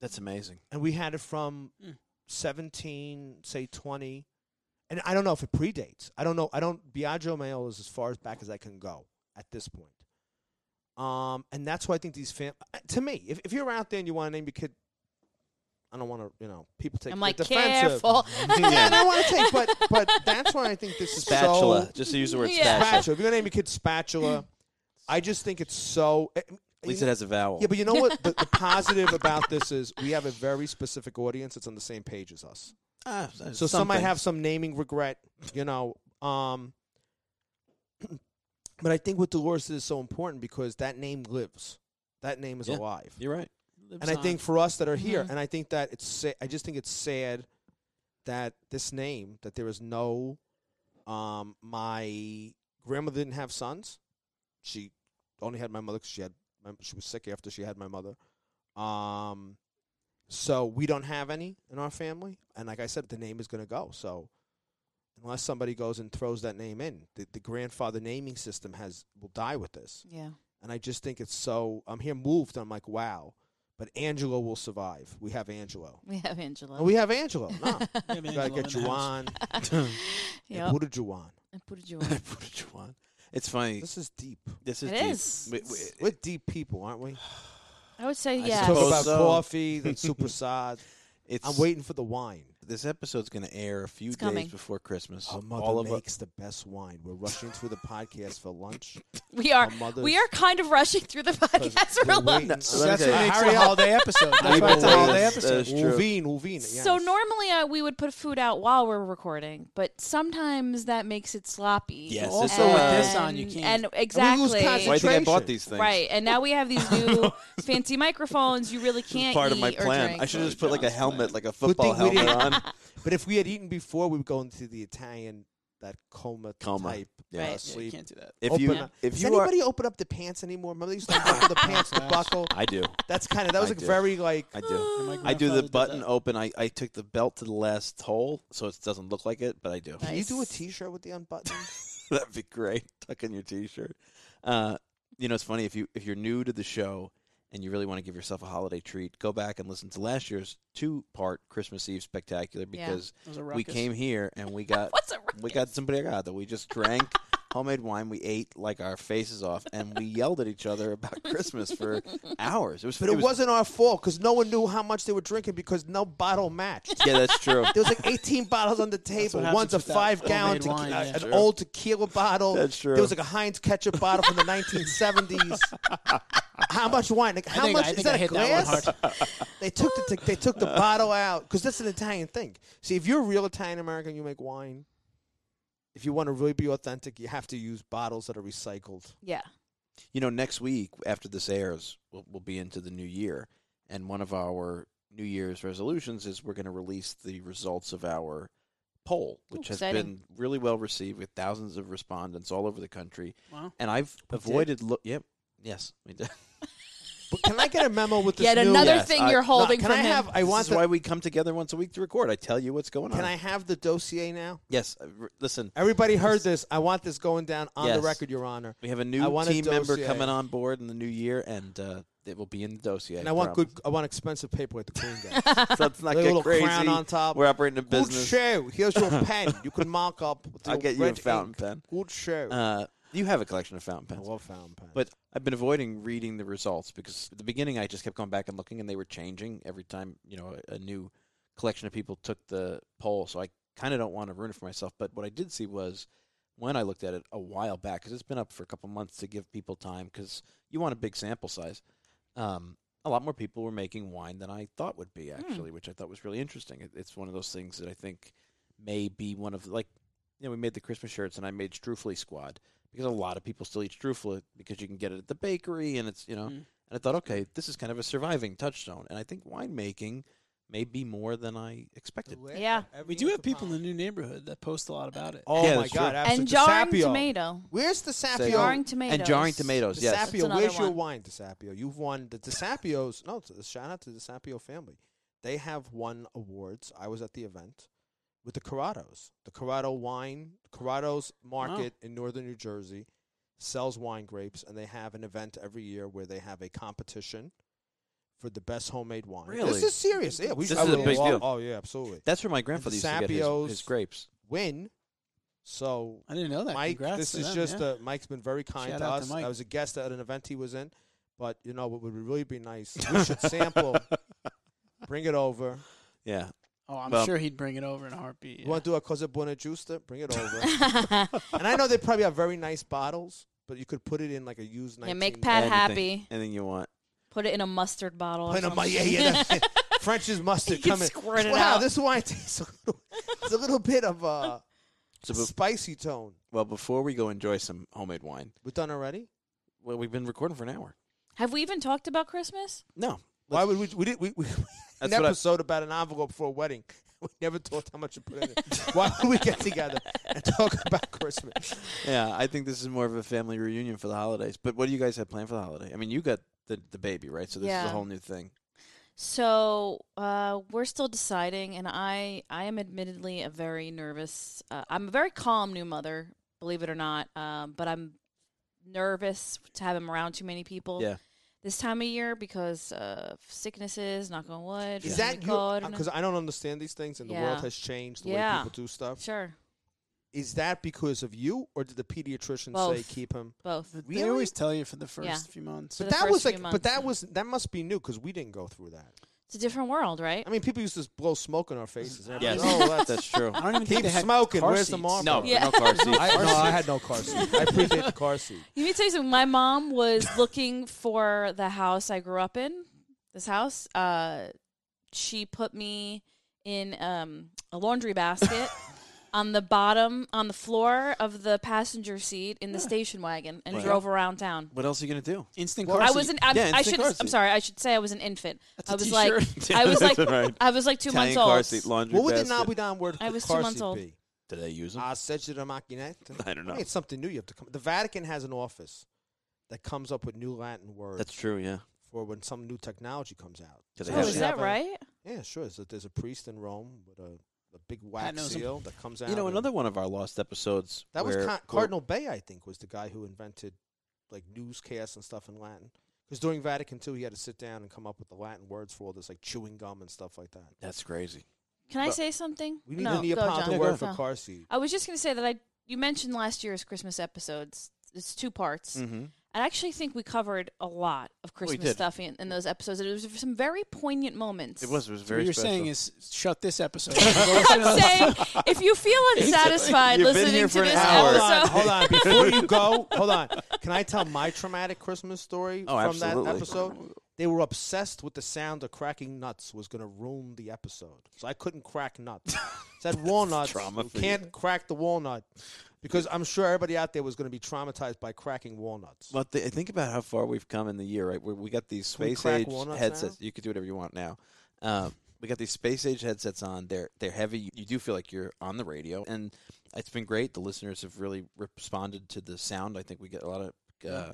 [SPEAKER 1] That's amazing.
[SPEAKER 4] and we had it from
[SPEAKER 2] Hmm.
[SPEAKER 3] Mm.
[SPEAKER 4] 17 say 20 and i don't know if it predates i don't know i don't biagio mail is as far as back as i can go at this point um and that's why i think these fam uh, to me if, if you're out there and you want to name your kid i don't want to you know people take
[SPEAKER 2] I'm
[SPEAKER 4] it
[SPEAKER 2] like,
[SPEAKER 4] defensive
[SPEAKER 2] careful.
[SPEAKER 4] yeah, i don't want to take but but that's why i think this is
[SPEAKER 1] Spatula.
[SPEAKER 4] so
[SPEAKER 1] just to use the word
[SPEAKER 2] Yeah.
[SPEAKER 1] spatula.
[SPEAKER 4] spatula if you're gonna name your kid spatula i just think it's so eh, at
[SPEAKER 1] At least it has a vowel.
[SPEAKER 4] yeah, but you know what? The, the positive about this is we have a very specific audience that's on the same page as us.
[SPEAKER 1] Ah, so
[SPEAKER 4] So some might have some naming regret, you know. Um, but I think what Dolores did is so important because that name lives. That name is
[SPEAKER 1] Yeah.
[SPEAKER 4] alive.
[SPEAKER 1] You're right.
[SPEAKER 4] and I think for us that are here,
[SPEAKER 2] Mhm.
[SPEAKER 4] and I think that it's sa- I just think it's sad that this name that there is no. Um, my grandmother didn't have sons. She only had my mother because she had my, she was sick after she had my mother. Um, so we don't have any in our family, and like I said, the name is going to go. So unless somebody goes and throws that name in, the, the grandfather naming system has will die with this
[SPEAKER 2] yeah.
[SPEAKER 4] and I just think it's so. I'm here moved. I'm like, wow. But Angelo will survive. We have Angelo.
[SPEAKER 2] We have Angela.
[SPEAKER 1] Oh,
[SPEAKER 4] And we have Angelo. No,
[SPEAKER 3] Yeah,
[SPEAKER 4] you gotta
[SPEAKER 3] Angelo
[SPEAKER 4] get
[SPEAKER 3] in the house.
[SPEAKER 4] Juwan.
[SPEAKER 2] yep.
[SPEAKER 4] Buddha Juwan.
[SPEAKER 2] I put it you on.
[SPEAKER 1] Juan. It's funny.
[SPEAKER 4] This is deep.
[SPEAKER 1] This is
[SPEAKER 2] It
[SPEAKER 1] deep.
[SPEAKER 2] is.
[SPEAKER 1] We- we-
[SPEAKER 4] We're deep people, aren't we?
[SPEAKER 2] I would say
[SPEAKER 1] I
[SPEAKER 2] yeah.
[SPEAKER 4] Talk
[SPEAKER 1] suppose
[SPEAKER 4] about
[SPEAKER 1] so.
[SPEAKER 4] coffee, then super sad.
[SPEAKER 1] it's
[SPEAKER 4] I'm waiting for the wine.
[SPEAKER 1] this episode's going to air a few
[SPEAKER 2] It's
[SPEAKER 1] days
[SPEAKER 2] coming.
[SPEAKER 1] before Christmas.
[SPEAKER 4] Her
[SPEAKER 1] All
[SPEAKER 4] mother
[SPEAKER 1] of us.
[SPEAKER 4] makes the best wine. We're rushing through the podcast for lunch.
[SPEAKER 2] We are
[SPEAKER 4] Her
[SPEAKER 1] Um,
[SPEAKER 4] mother's-
[SPEAKER 2] we are kind of rushing through the podcast for
[SPEAKER 4] We're
[SPEAKER 1] Let me
[SPEAKER 2] lunch.
[SPEAKER 4] waiting-
[SPEAKER 3] That's
[SPEAKER 1] tell
[SPEAKER 3] what
[SPEAKER 1] you,
[SPEAKER 3] makes
[SPEAKER 1] Harry
[SPEAKER 3] it a holiday episode. That's
[SPEAKER 1] People
[SPEAKER 3] why it's a holiday
[SPEAKER 1] wins.
[SPEAKER 3] episode.
[SPEAKER 1] That's true.
[SPEAKER 4] Ulvine, Ulvine.
[SPEAKER 2] So
[SPEAKER 4] yes.
[SPEAKER 2] normally uh, we would put food out while we're recording, but sometimes that makes it sloppy.
[SPEAKER 1] Yes,
[SPEAKER 3] Also
[SPEAKER 1] it's
[SPEAKER 3] with
[SPEAKER 1] uh,
[SPEAKER 3] this on, you can't.
[SPEAKER 2] And
[SPEAKER 4] And we lose
[SPEAKER 2] exactly.
[SPEAKER 1] Why do you
[SPEAKER 4] concentration.
[SPEAKER 1] think I bought these things?
[SPEAKER 2] Right, and now we have these new fancy microphones. You really can't.
[SPEAKER 1] Part of
[SPEAKER 2] eat
[SPEAKER 1] my
[SPEAKER 2] or
[SPEAKER 1] plan.
[SPEAKER 2] drink.
[SPEAKER 1] I should have just put like a
[SPEAKER 3] John's plan.
[SPEAKER 1] helmet, like a
[SPEAKER 4] Good
[SPEAKER 1] football
[SPEAKER 4] thing we
[SPEAKER 1] helmet
[SPEAKER 4] didn't-
[SPEAKER 1] on.
[SPEAKER 4] But if we had eaten before, we would go into the Italian that coma,
[SPEAKER 1] Coma.
[SPEAKER 4] type
[SPEAKER 1] Yeah.
[SPEAKER 4] uh,
[SPEAKER 2] Right. Yeah, you
[SPEAKER 3] Yeah, you
[SPEAKER 4] sleep.
[SPEAKER 3] can't do that.
[SPEAKER 1] If
[SPEAKER 4] Open
[SPEAKER 1] you,
[SPEAKER 4] up.
[SPEAKER 1] if
[SPEAKER 4] Does
[SPEAKER 1] you are,
[SPEAKER 4] anybody open up the pants anymore? Remember they used to buckle the pants to
[SPEAKER 3] Gosh.
[SPEAKER 4] buckle.
[SPEAKER 1] I do,
[SPEAKER 4] That's kind of that was
[SPEAKER 1] I
[SPEAKER 4] like
[SPEAKER 1] do.
[SPEAKER 4] very like
[SPEAKER 1] I do.
[SPEAKER 3] And my
[SPEAKER 1] I do
[SPEAKER 3] grandfather
[SPEAKER 1] the
[SPEAKER 3] did
[SPEAKER 1] button
[SPEAKER 3] that.
[SPEAKER 1] open. I, I took the belt to the last hole, so it doesn't look like it, but I do.
[SPEAKER 4] Can you do a
[SPEAKER 2] Nice.
[SPEAKER 4] T-shirt with the unbuttons?
[SPEAKER 1] That'd be great. Tuck in your t-shirt. Uh, you know, it's funny if you if you're new to the show and you really want to give yourself a holiday treat, go back and listen to last year's two-part Christmas Eve spectacular
[SPEAKER 2] Yeah.
[SPEAKER 1] because
[SPEAKER 3] It was a
[SPEAKER 1] we
[SPEAKER 3] ruckus.
[SPEAKER 1] came here and we got
[SPEAKER 2] What's a
[SPEAKER 1] we got some that We just drank homemade wine. We ate like our faces off, and we yelled at each other about Christmas for hours. It was,
[SPEAKER 4] But it, was, not our fault because no one knew how much they were drinking because no bottle matched.
[SPEAKER 1] Yeah, that's true.
[SPEAKER 4] There was like 18 bottles on the table.
[SPEAKER 3] what
[SPEAKER 4] One's
[SPEAKER 3] happens
[SPEAKER 4] a
[SPEAKER 3] with that
[SPEAKER 4] five
[SPEAKER 3] homemade
[SPEAKER 4] gallon, tequila,
[SPEAKER 3] wine, yeah.
[SPEAKER 4] an
[SPEAKER 1] Sure.
[SPEAKER 4] old tequila bottle.
[SPEAKER 1] That's true.
[SPEAKER 4] There was like a Heinz ketchup bottle from the 1970s. How much wine? Like, how
[SPEAKER 3] I think,
[SPEAKER 4] much
[SPEAKER 3] I
[SPEAKER 4] is
[SPEAKER 3] think
[SPEAKER 4] that
[SPEAKER 3] I
[SPEAKER 4] a
[SPEAKER 3] hit
[SPEAKER 4] glass?
[SPEAKER 3] that one hard.
[SPEAKER 4] They took the they took the bottle out because that's an Italian thing. See, if you're a real Italian American, you make wine. If you want to really be authentic, you have to use bottles that are recycled.
[SPEAKER 2] Yeah.
[SPEAKER 1] You know, next week after this airs, we'll, we'll be into the new year, and one of our New Year's resolutions is we're going to release the results of our poll,
[SPEAKER 2] Ooh,
[SPEAKER 1] which has
[SPEAKER 2] exciting.
[SPEAKER 1] been really well received with thousands of respondents all over the country.
[SPEAKER 3] Wow.
[SPEAKER 1] And I've avoided look. Yep. Yes, we did.
[SPEAKER 4] But can I get a memo with this
[SPEAKER 2] Yet
[SPEAKER 4] new-
[SPEAKER 2] another
[SPEAKER 1] Yes,
[SPEAKER 2] thing
[SPEAKER 1] I-
[SPEAKER 2] you're
[SPEAKER 1] no,
[SPEAKER 4] No,
[SPEAKER 2] holding
[SPEAKER 4] can
[SPEAKER 2] from
[SPEAKER 4] I
[SPEAKER 2] him.
[SPEAKER 4] have? I
[SPEAKER 1] this
[SPEAKER 4] want.
[SPEAKER 1] is
[SPEAKER 4] the-
[SPEAKER 1] why we come together once a week to record. I tell you what's going
[SPEAKER 4] can
[SPEAKER 1] on.
[SPEAKER 4] I have the dossier now?
[SPEAKER 1] Yes. uh, r- Listen,
[SPEAKER 4] Everybody heard this. I want this going down on the
[SPEAKER 1] Yes.
[SPEAKER 4] record, Your Honor.
[SPEAKER 1] we have a
[SPEAKER 4] I
[SPEAKER 1] new
[SPEAKER 4] want a
[SPEAKER 1] team member
[SPEAKER 4] dossier.
[SPEAKER 1] coming on board in the new year, and uh, it will be in the dossier.
[SPEAKER 4] And I want good.
[SPEAKER 1] promise.
[SPEAKER 4] I want expensive paper at the Queen Day.
[SPEAKER 1] So let's not
[SPEAKER 4] Like a
[SPEAKER 1] get
[SPEAKER 4] little
[SPEAKER 1] crazy.
[SPEAKER 4] crown on top.
[SPEAKER 1] We're operating a
[SPEAKER 4] Good
[SPEAKER 1] business.
[SPEAKER 4] show. Here's your pen. You can mark up. with
[SPEAKER 1] I'll
[SPEAKER 4] your
[SPEAKER 1] get you a
[SPEAKER 4] red
[SPEAKER 1] fountain
[SPEAKER 4] ink.
[SPEAKER 1] pen.
[SPEAKER 4] Good show.
[SPEAKER 1] Uh, you have a collection of fountain
[SPEAKER 4] I
[SPEAKER 1] pens.
[SPEAKER 4] love fountain pen.
[SPEAKER 1] But I've been avoiding reading the results because at the beginning I just kept going back and looking, and they were changing every time. You know, a, a new collection of people took the poll, so I kind of don't want to ruin it for myself. But what I did see was when I looked at it a while back, because it's been up for a couple months to give people time, because you want a big sample size. Um, a lot more people were making wine than I thought would
[SPEAKER 2] Hmm.
[SPEAKER 1] be actually, which I thought was really interesting. It, it's one of those things that I think may be one of like you know, we made the Christmas shirts and I made Strufoli Squad because a lot of people still eat Strufoli because you can get it at the bakery and it's, you
[SPEAKER 2] Hmm.
[SPEAKER 1] know,
[SPEAKER 3] Mm.
[SPEAKER 1] and I thought, okay, this is kind of a surviving touchstone. And I think winemaking may be more than I expected.
[SPEAKER 2] Yeah.
[SPEAKER 3] We do have people in the new neighborhood that post a lot about it.
[SPEAKER 4] Oh
[SPEAKER 1] Yeah,
[SPEAKER 4] my
[SPEAKER 1] that's true.
[SPEAKER 4] God! Absolutely.
[SPEAKER 2] and jarring
[SPEAKER 4] DiSapio.
[SPEAKER 2] tomato.
[SPEAKER 4] Where's the
[SPEAKER 1] Say- "Oh,
[SPEAKER 4] Sapio?
[SPEAKER 2] Jarring tomatoes.
[SPEAKER 1] And jarring tomatoes, yes.
[SPEAKER 2] That's
[SPEAKER 4] DiSapio,
[SPEAKER 2] another
[SPEAKER 4] where's your
[SPEAKER 2] one.
[SPEAKER 4] wine, DiSapio? You've won the DiSapios. No, it's a shout out to the DiSapio family. They have won awards. I was at the event with the Corrados. The Corrado wine, Corrado's market in northern New Jersey sells wine grapes, and they have an event every year where they have a competition for the best homemade wine.
[SPEAKER 1] Really?
[SPEAKER 4] This is serious. Yeah, we
[SPEAKER 1] This
[SPEAKER 4] I
[SPEAKER 1] is a
[SPEAKER 4] would
[SPEAKER 1] big deal.
[SPEAKER 4] love- Oh yeah, absolutely.
[SPEAKER 1] That's where my grandfather used to get his, his
[SPEAKER 4] Sapios.
[SPEAKER 1] grapes.
[SPEAKER 4] Win. So
[SPEAKER 3] I didn't know that.
[SPEAKER 4] Mike,
[SPEAKER 3] Congrats
[SPEAKER 4] this
[SPEAKER 3] to
[SPEAKER 4] is
[SPEAKER 3] them,
[SPEAKER 4] just
[SPEAKER 3] yeah.
[SPEAKER 4] uh, Mike's been very kind
[SPEAKER 3] Shout
[SPEAKER 4] to
[SPEAKER 3] out to
[SPEAKER 4] us.
[SPEAKER 3] Mike.
[SPEAKER 4] I was a guest at an event he was in, but you know what would really be nice? We should sample, bring it over.
[SPEAKER 1] Yeah.
[SPEAKER 3] Oh, I'm
[SPEAKER 1] Well-
[SPEAKER 3] sure he'd bring it over in a heartbeat.
[SPEAKER 4] You
[SPEAKER 3] yeah.
[SPEAKER 4] want to do a cosa buona giusta? Bring it over. and I know they probably have very nice bottles, but you could put it in like a used.
[SPEAKER 2] Yeah, make
[SPEAKER 4] 19
[SPEAKER 2] Pat
[SPEAKER 1] anything,
[SPEAKER 2] happy.
[SPEAKER 1] Anything you want.
[SPEAKER 2] Put it in a mustard bottle. or
[SPEAKER 4] Put 'em-
[SPEAKER 2] something.
[SPEAKER 4] yeah, yeah, that- French's mustard
[SPEAKER 2] You can
[SPEAKER 4] coming.
[SPEAKER 2] squirt it
[SPEAKER 4] wow,
[SPEAKER 2] out.
[SPEAKER 4] this wine tastes a little, it's a little bit of a
[SPEAKER 1] So, be-
[SPEAKER 4] spicy tone.
[SPEAKER 1] well, before we go enjoy some homemade wine,
[SPEAKER 4] We're done already.
[SPEAKER 1] well, we've been recording for an hour.
[SPEAKER 2] Have we even talked about Christmas?
[SPEAKER 1] No.
[SPEAKER 4] Why would we? We did. We, we,
[SPEAKER 1] That's
[SPEAKER 4] an
[SPEAKER 1] what I-
[SPEAKER 4] episode about an envelope for a wedding. We never talked how much to put in it. Why would we get together and talk about Christmas?
[SPEAKER 1] Yeah, I think this is more of a family reunion for the holidays. But what do you guys have planned for the holiday? I mean, you got the, the baby, right? So this is
[SPEAKER 2] Yeah.
[SPEAKER 1] a whole new thing.
[SPEAKER 2] So uh, we're still deciding, and I I am admittedly a very nervous. Uh, I'm a very calm new mother, believe it or not. Um, but I'm nervous to have him around too many people.
[SPEAKER 1] Yeah.
[SPEAKER 2] This time of year because uh, sicknesses, knock on wood.
[SPEAKER 4] Is
[SPEAKER 2] family
[SPEAKER 4] that you? Uh,
[SPEAKER 2] code, and-
[SPEAKER 4] Because I don't understand these things, and the
[SPEAKER 2] Yeah.
[SPEAKER 4] world has changed the
[SPEAKER 2] Yeah.
[SPEAKER 4] way people do stuff.
[SPEAKER 2] Sure,
[SPEAKER 4] Is that because of you, or did the pediatrician say
[SPEAKER 2] Both.
[SPEAKER 4] keep him?
[SPEAKER 2] both.
[SPEAKER 3] But They
[SPEAKER 4] Really?
[SPEAKER 3] always tell you for the first
[SPEAKER 2] Yeah.
[SPEAKER 3] few months.
[SPEAKER 2] For
[SPEAKER 4] But
[SPEAKER 2] the
[SPEAKER 4] that was
[SPEAKER 2] first few
[SPEAKER 4] like,
[SPEAKER 2] months.
[SPEAKER 4] but that was that must be new because we didn't go through that.
[SPEAKER 2] It's a different world, right?
[SPEAKER 4] I mean, people used to blow smoke in our faces. and
[SPEAKER 1] Yes,
[SPEAKER 4] everything. Oh, that's-
[SPEAKER 1] that's true.
[SPEAKER 3] I don't even think
[SPEAKER 4] Keep
[SPEAKER 3] they had
[SPEAKER 4] smoking.
[SPEAKER 3] car
[SPEAKER 4] Where's
[SPEAKER 3] seats.
[SPEAKER 4] the Marlboro?
[SPEAKER 1] No,
[SPEAKER 2] Yeah.
[SPEAKER 1] no car seats.
[SPEAKER 4] I, no, I had no car seat. I appreciate the car seat.
[SPEAKER 2] You mean to tell you something? My mom was looking for the house I grew up in. This house, uh, she put me in um, a laundry basket on the bottom on the floor of the passenger seat in the station wagon and
[SPEAKER 1] Right.
[SPEAKER 2] drove around town.
[SPEAKER 1] What else are you gonna do?
[SPEAKER 3] instant
[SPEAKER 2] I
[SPEAKER 3] car
[SPEAKER 2] was
[SPEAKER 3] seat.
[SPEAKER 2] an. I'm,
[SPEAKER 1] Yeah,
[SPEAKER 2] I
[SPEAKER 1] instant
[SPEAKER 2] should.
[SPEAKER 1] car seat.
[SPEAKER 2] I'm sorry. I should say I was an infant.
[SPEAKER 3] That's a
[SPEAKER 2] I was like.
[SPEAKER 3] t-shirt.
[SPEAKER 2] I was like.
[SPEAKER 1] Right.
[SPEAKER 2] I was like two
[SPEAKER 1] Italian
[SPEAKER 2] months old.
[SPEAKER 1] car seat, laundry
[SPEAKER 4] What would the
[SPEAKER 1] basket.
[SPEAKER 4] Nabudan word
[SPEAKER 2] I
[SPEAKER 4] for
[SPEAKER 2] was two
[SPEAKER 4] car
[SPEAKER 2] months
[SPEAKER 4] seat
[SPEAKER 2] old.
[SPEAKER 4] be?
[SPEAKER 1] Do they use them?
[SPEAKER 4] I said you the macchinetta.
[SPEAKER 1] I don't know.
[SPEAKER 4] think It's something new you have to come. The Vatican has an office that comes up with new Latin words
[SPEAKER 1] That's true. Yeah.
[SPEAKER 4] for when some new technology comes out.
[SPEAKER 1] Do they
[SPEAKER 2] Oh,
[SPEAKER 1] have
[SPEAKER 2] is
[SPEAKER 1] it?
[SPEAKER 2] that
[SPEAKER 4] Yeah.
[SPEAKER 2] right?
[SPEAKER 4] Yeah, sure. So there's a priest in Rome with a, a big wax
[SPEAKER 3] know some-
[SPEAKER 4] seal that comes out.
[SPEAKER 1] You know,
[SPEAKER 4] and-
[SPEAKER 1] another one of our lost episodes.
[SPEAKER 4] That was
[SPEAKER 1] where-
[SPEAKER 4] Con-
[SPEAKER 1] where-
[SPEAKER 4] Cardinal Bay, I think, was the guy who invented like newscasts and stuff in Latin. Because during Vatican II, he had to sit down and come up with the Latin words for all this, like chewing gum and stuff like that.
[SPEAKER 1] That's crazy.
[SPEAKER 2] Can I
[SPEAKER 1] But-
[SPEAKER 2] say something?
[SPEAKER 4] We need
[SPEAKER 2] no,
[SPEAKER 4] a
[SPEAKER 2] go, John.
[SPEAKER 4] Neapolitan word for
[SPEAKER 2] No.
[SPEAKER 4] car seat.
[SPEAKER 2] I was just going to say that I you mentioned last year's Christmas episodes. It's two parts.
[SPEAKER 1] Mm-hmm.
[SPEAKER 2] I actually think we covered a lot of
[SPEAKER 1] We
[SPEAKER 2] Christmas
[SPEAKER 1] did.
[SPEAKER 2] stuff in, in those episodes. There was some very poignant moments.
[SPEAKER 1] It was. It was
[SPEAKER 3] what
[SPEAKER 1] very.
[SPEAKER 3] you're
[SPEAKER 1] special.
[SPEAKER 3] saying is shut this episode.
[SPEAKER 2] I'm saying if you feel unsatisfied
[SPEAKER 1] You've been
[SPEAKER 2] listening
[SPEAKER 1] here
[SPEAKER 2] to
[SPEAKER 1] for an
[SPEAKER 2] this
[SPEAKER 1] hour.
[SPEAKER 4] Hold
[SPEAKER 2] episode,
[SPEAKER 4] on, hold on. Before you go, hold on. Can I tell my traumatic Christmas story
[SPEAKER 1] Oh,
[SPEAKER 4] from
[SPEAKER 1] absolutely.
[SPEAKER 4] that episode? They were obsessed with the sound of cracking nuts was going to ruin the episode, so I couldn't crack nuts. Said walnuts,
[SPEAKER 1] trauma
[SPEAKER 4] you
[SPEAKER 1] for you.
[SPEAKER 4] can't crack the walnut because I'm sure everybody out there was going to be traumatized by cracking walnuts.
[SPEAKER 1] But th- think about how far we've come in the year, right? Where we got these
[SPEAKER 4] Can we
[SPEAKER 1] space
[SPEAKER 4] crack
[SPEAKER 1] age
[SPEAKER 4] walnuts
[SPEAKER 1] headsets. You could do whatever you want now. Um, we got these space age headsets on. They're they're heavy. You- You do feel like you're on the radio, and it's been great. The listeners have really responded to the sound. I think we get a lot of uh,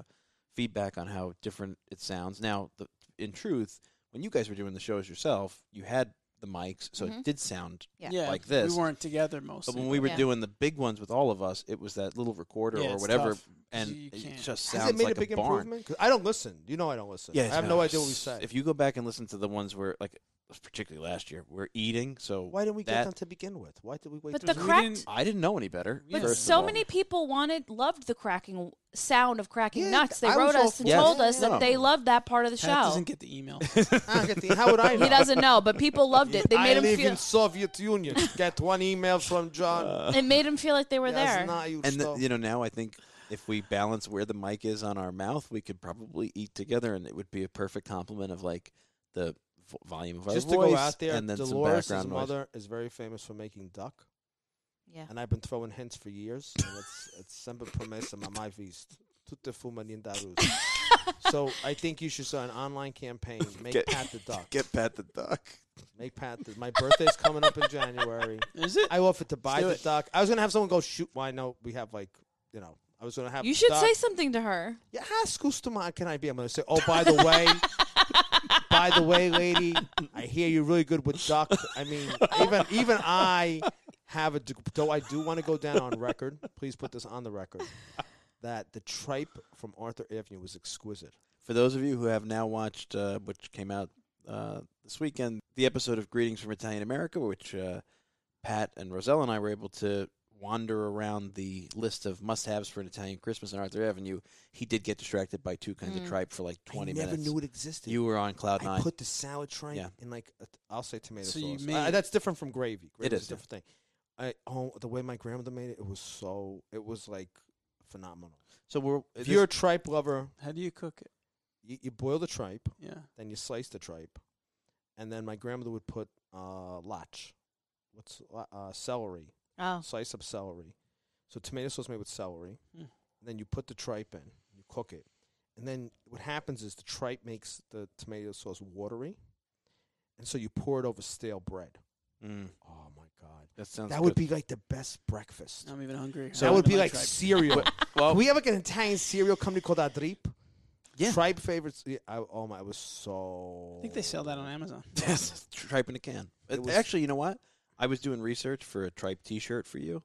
[SPEAKER 1] feedback on how different it sounds. Now, the, in truth, when you guys were doing the shows yourself, you had the mics, so it did sound
[SPEAKER 2] Yeah.
[SPEAKER 3] yeah,
[SPEAKER 1] like this.
[SPEAKER 3] We weren't together Mm-hmm. mostly.
[SPEAKER 1] But when we were
[SPEAKER 2] Yeah.
[SPEAKER 1] doing the big ones with all of us, it was that little recorder
[SPEAKER 3] Yeah,
[SPEAKER 1] or
[SPEAKER 3] it's
[SPEAKER 1] whatever,
[SPEAKER 3] tough, 'cause
[SPEAKER 1] and
[SPEAKER 3] you
[SPEAKER 1] it
[SPEAKER 3] can't-
[SPEAKER 1] just
[SPEAKER 4] Has
[SPEAKER 1] sounds
[SPEAKER 4] it made
[SPEAKER 1] like
[SPEAKER 4] a big
[SPEAKER 1] barn.
[SPEAKER 4] improvement? 'Cause I don't listen. You know I don't listen.
[SPEAKER 1] Yeah,
[SPEAKER 4] I have no idea what we say.
[SPEAKER 1] If you go back and listen to the ones where, like, particularly last year, we're eating. So
[SPEAKER 4] Why didn't we
[SPEAKER 1] that-
[SPEAKER 4] get them to begin with? Why did we wait?
[SPEAKER 2] but
[SPEAKER 4] till
[SPEAKER 2] the
[SPEAKER 3] We
[SPEAKER 2] cracked.
[SPEAKER 3] didn't-
[SPEAKER 1] I didn't know any better.
[SPEAKER 3] But
[SPEAKER 1] first of
[SPEAKER 2] So
[SPEAKER 1] all.
[SPEAKER 2] many people wanted, loved the cracking sound of cracking
[SPEAKER 4] Yeah,
[SPEAKER 2] nuts. They
[SPEAKER 4] I was
[SPEAKER 2] wrote
[SPEAKER 4] all
[SPEAKER 2] us and
[SPEAKER 1] for it.
[SPEAKER 2] told
[SPEAKER 1] Yeah,
[SPEAKER 2] us
[SPEAKER 1] yeah.
[SPEAKER 2] that they loved that part of the
[SPEAKER 3] Pat
[SPEAKER 2] show.
[SPEAKER 3] doesn't get the email.
[SPEAKER 4] Ah, I get the- How would I know?
[SPEAKER 2] He doesn't know, but people loved it. They made
[SPEAKER 4] I
[SPEAKER 2] him
[SPEAKER 4] live
[SPEAKER 2] feel.
[SPEAKER 4] in Soviet Union. Get one email from John.
[SPEAKER 2] It made him feel like they were there.
[SPEAKER 1] Uh, and the, you know, now I think if we balance where the mic is on our mouth, we could probably eat together, and it would be a perfect complement of like the vo- volume of our
[SPEAKER 4] just to
[SPEAKER 1] voice
[SPEAKER 4] go out there,
[SPEAKER 1] and then
[SPEAKER 4] Dolores'
[SPEAKER 1] some background noise.
[SPEAKER 4] mother is very famous for making duck,
[SPEAKER 2] yeah.
[SPEAKER 4] and I've been throwing hints for years. and it's it's sempre promessa ma mai vist. Tutte fumani in da rus. So I think you should start an online campaign. Make
[SPEAKER 1] Get-
[SPEAKER 4] Pat the duck.
[SPEAKER 1] Get Pat the Duck.
[SPEAKER 4] Make Pat. The, my birthday's coming up in January.
[SPEAKER 3] Is it?
[SPEAKER 4] I offered to buy
[SPEAKER 3] do
[SPEAKER 4] the
[SPEAKER 3] it.
[SPEAKER 4] duck. I was gonna have someone go shoot. Why no? We have like you know. I was gonna have.
[SPEAKER 2] You should
[SPEAKER 4] duck.
[SPEAKER 2] say something to her.
[SPEAKER 4] Yeah, how scustaman can I be? I'm gonna say, oh, by the way, by the way, lady, I hear you're really good with duck. I mean, even even I have a. d- Though I do want to go down on record. Please put this on the record. That the tripe from Arthur Avenue was exquisite.
[SPEAKER 1] For those of you who have now watched, uh, which came out uh, this weekend, the episode of Greetings from Italian America, which uh, Pat and Rosella and I were able to wander around the list of must-haves for an Italian Christmas on Arthur Avenue, he did get distracted by two kinds of tripe for like 20
[SPEAKER 4] Mm. I never
[SPEAKER 1] minutes.
[SPEAKER 4] knew it existed.
[SPEAKER 1] you were on cloud
[SPEAKER 4] I
[SPEAKER 1] nine.
[SPEAKER 4] put the salad tripe
[SPEAKER 1] Yeah.
[SPEAKER 4] in like a, I'll say tomato
[SPEAKER 3] So you
[SPEAKER 4] sauce.
[SPEAKER 3] made
[SPEAKER 4] Uh,
[SPEAKER 3] it.
[SPEAKER 4] that's different from gravy. Gravy
[SPEAKER 1] is,
[SPEAKER 4] a
[SPEAKER 1] yeah.
[SPEAKER 4] different thing. I oh the way my grandmother made it, it was so it was like phenomenal.
[SPEAKER 1] so we're
[SPEAKER 4] If
[SPEAKER 1] this-
[SPEAKER 4] you're a tripe lover,
[SPEAKER 3] How do you cook it?
[SPEAKER 4] you, you boil the tripe,
[SPEAKER 3] Yeah.
[SPEAKER 4] then you slice the tripe, and then my grandmother would put uh, lach, what's la- uh, celery,
[SPEAKER 2] Oh.
[SPEAKER 4] slice up celery. So tomato sauce made with celery.
[SPEAKER 3] Mm.
[SPEAKER 4] And then you put the tripe in, you cook it, and then what happens is the tripe makes the tomato sauce watery, and so you pour it over stale bread.
[SPEAKER 1] Mm,
[SPEAKER 4] Oh my god,
[SPEAKER 1] that sounds
[SPEAKER 4] that would be like the best breakfast.
[SPEAKER 3] I'm even hungry.
[SPEAKER 4] that would be
[SPEAKER 3] My
[SPEAKER 4] like
[SPEAKER 3] tribe.
[SPEAKER 4] cereal.
[SPEAKER 1] well,
[SPEAKER 4] Can we have like an Italian cereal company called Adrip?
[SPEAKER 1] Yeah.
[SPEAKER 4] Tribe favorites. yeah, I, oh my, I was so.
[SPEAKER 3] I think they sell that on Amazon.
[SPEAKER 1] Yes, tripe in a can. Uh,
[SPEAKER 4] was-
[SPEAKER 1] Actually, you know what? I was doing research for a tripe T-shirt for you.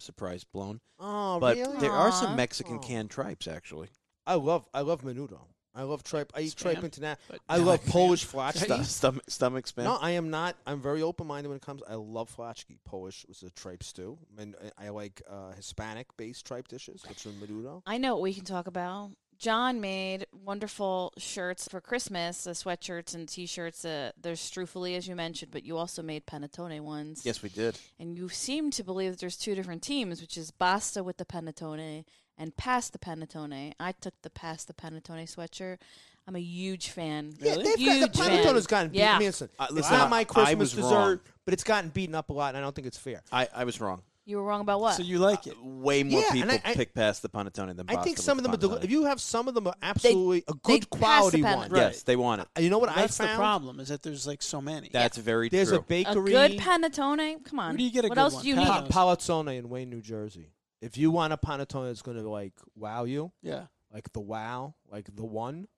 [SPEAKER 1] Surprise blown.
[SPEAKER 4] Oh,
[SPEAKER 1] but
[SPEAKER 4] really?
[SPEAKER 1] there are
[SPEAKER 2] Aw.
[SPEAKER 1] some Mexican
[SPEAKER 4] Oh.
[SPEAKER 1] canned tripes actually.
[SPEAKER 4] I love, I love menudo. I love tripe. I eat tripe
[SPEAKER 3] Spam.
[SPEAKER 4] internet.
[SPEAKER 3] But
[SPEAKER 4] I
[SPEAKER 3] now
[SPEAKER 4] love
[SPEAKER 3] can't.
[SPEAKER 4] Polish flatchki.
[SPEAKER 1] Stom- stomach, stomach spam.
[SPEAKER 4] No, I am not. I'm very open minded when it comes. I love flatchki. Polish was a tripe stew, and I I like uh, Hispanic based tripe dishes, which are menudo.
[SPEAKER 2] I know what we can talk about. John made wonderful shirts for Christmas, the sweatshirts and t-shirts. Uh, there's Strufoli, as you mentioned, but you also made Panettone ones.
[SPEAKER 1] Yes, we did.
[SPEAKER 2] And you seem to believe that there's two different teams, which is Basta with the Panettone and Pass the Panettone. I took the Pass the Panettone sweatshirt. I'm a huge fan.
[SPEAKER 4] Yeah, they've got,
[SPEAKER 2] Huge
[SPEAKER 4] the
[SPEAKER 2] fan.
[SPEAKER 4] Panettone's gotten beaten.
[SPEAKER 2] Yeah.
[SPEAKER 4] I mean, listen,
[SPEAKER 1] Uh,
[SPEAKER 4] it's
[SPEAKER 1] listen,
[SPEAKER 4] not
[SPEAKER 1] I- I
[SPEAKER 4] my Christmas
[SPEAKER 1] was
[SPEAKER 4] dessert,
[SPEAKER 1] wrong.
[SPEAKER 4] but it's gotten beaten up a lot, and I don't think it's fair.
[SPEAKER 1] I, I was wrong. Uh,
[SPEAKER 2] You were wrong about what?
[SPEAKER 3] So you like it?
[SPEAKER 1] Way more
[SPEAKER 4] Yeah, and
[SPEAKER 1] people
[SPEAKER 4] I- I-
[SPEAKER 1] pick past the panettone than
[SPEAKER 4] I
[SPEAKER 1] Boston
[SPEAKER 4] think some
[SPEAKER 1] with
[SPEAKER 4] of them, are
[SPEAKER 1] the
[SPEAKER 4] deli-
[SPEAKER 1] panettone.
[SPEAKER 4] if you have some of them, are absolutely a
[SPEAKER 2] they pass
[SPEAKER 4] good
[SPEAKER 2] the
[SPEAKER 4] quality
[SPEAKER 2] pan-
[SPEAKER 4] one.
[SPEAKER 2] Right.
[SPEAKER 1] yes, they want it.
[SPEAKER 4] Uh, You know what
[SPEAKER 3] That's
[SPEAKER 4] I
[SPEAKER 3] the
[SPEAKER 4] found?
[SPEAKER 3] problem is that there's like so many.
[SPEAKER 1] That's very
[SPEAKER 4] There's
[SPEAKER 1] true.
[SPEAKER 4] a bakery.
[SPEAKER 2] a good panettone? Come on.
[SPEAKER 3] Where do you get a
[SPEAKER 2] what
[SPEAKER 3] good
[SPEAKER 2] else
[SPEAKER 3] one?
[SPEAKER 2] do you
[SPEAKER 3] Pan-
[SPEAKER 2] need?
[SPEAKER 4] Pa-
[SPEAKER 3] Domino's.
[SPEAKER 4] Palazzone in Wayne, New Jersey. If you want a panettone that's going to like wow you,
[SPEAKER 3] yeah.
[SPEAKER 4] like the wow, like the one,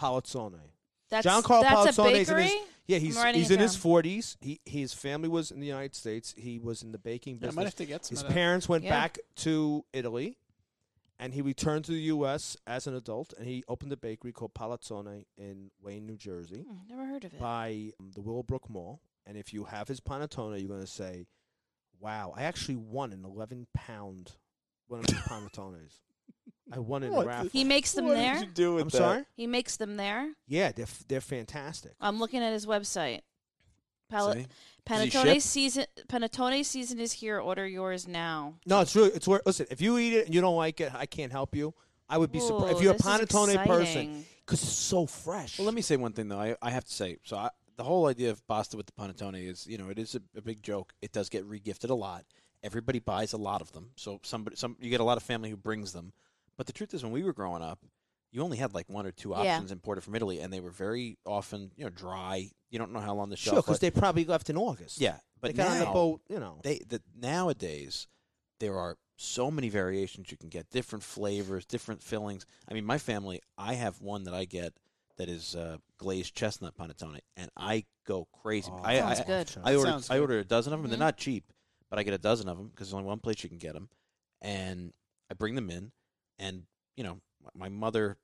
[SPEAKER 4] Palazzone.
[SPEAKER 2] That's,
[SPEAKER 4] John Carl
[SPEAKER 2] that's a
[SPEAKER 4] Palazzone is in
[SPEAKER 2] bakery?
[SPEAKER 4] his yeah he's
[SPEAKER 2] I'm writing
[SPEAKER 4] he's
[SPEAKER 2] it
[SPEAKER 4] in his
[SPEAKER 2] down.
[SPEAKER 4] forties. He his family was in the United States. He was in the baking
[SPEAKER 3] Yeah, I
[SPEAKER 4] business.
[SPEAKER 3] might have to get some
[SPEAKER 4] his
[SPEAKER 3] of that.
[SPEAKER 4] parents went
[SPEAKER 2] Yeah.
[SPEAKER 4] back to Italy, and he returned to the U.S. as an adult, and he opened a bakery called Palazzone in Wayne, New Jersey,
[SPEAKER 2] Hmm, Never heard of it.
[SPEAKER 4] by um, the Willowbrook Mall. And if you have his panettone, you're going to say, "Wow, I actually won an 11 pound one of these panettones. I won in a
[SPEAKER 1] What
[SPEAKER 4] raffle."
[SPEAKER 2] He makes them
[SPEAKER 1] what
[SPEAKER 2] there.
[SPEAKER 1] did you do with
[SPEAKER 4] I'm
[SPEAKER 1] that?
[SPEAKER 4] sorry.
[SPEAKER 2] He makes them there.
[SPEAKER 4] Yeah, they're f- they're fantastic.
[SPEAKER 1] Oh.
[SPEAKER 2] I'm looking at his website. Pal-
[SPEAKER 3] See?
[SPEAKER 1] Does he
[SPEAKER 2] Panettone
[SPEAKER 1] ship?
[SPEAKER 2] season. Panettone season is here. Order yours now.
[SPEAKER 4] No, it's really it's worth. Listen, if you eat it and you don't like it, I can't help you. I would be surprised
[SPEAKER 2] Whoa,
[SPEAKER 4] if you're a
[SPEAKER 2] this is
[SPEAKER 4] panettone person
[SPEAKER 2] exciting.
[SPEAKER 4] because it's so fresh.
[SPEAKER 1] Well, let me say one thing though. I, I have to say, so I, the whole idea of pasta with the panettone is, you know, it is a, a big joke. It does get regifted a lot. Everybody buys a lot of them, so somebody, some you get a lot of family who brings them. But the truth is, when we were growing up, you only had like one or two
[SPEAKER 2] Yeah.
[SPEAKER 1] options imported from Italy, and they were very often, you know, dry. You don't know how long the
[SPEAKER 4] sure,
[SPEAKER 1] shelf.
[SPEAKER 4] because
[SPEAKER 1] life-
[SPEAKER 4] they probably left in August.
[SPEAKER 1] yeah, but
[SPEAKER 4] they got on the
[SPEAKER 1] now-
[SPEAKER 4] boat. You know,
[SPEAKER 1] they that nowadays there are so many variations you can get different flavors different fillings i mean my family i have one that i get that is uh, glazed chestnut panettone and i go crazy
[SPEAKER 4] Oh,
[SPEAKER 1] i
[SPEAKER 2] Sounds
[SPEAKER 1] I,
[SPEAKER 2] good.
[SPEAKER 1] I
[SPEAKER 3] That
[SPEAKER 1] ordered
[SPEAKER 3] sounds
[SPEAKER 1] i
[SPEAKER 3] good.
[SPEAKER 1] ordered a dozen of them
[SPEAKER 2] Mhm.
[SPEAKER 1] they're not cheap but i get a dozen of them because there's only one place you can get them and i bring them in and you know my- my mother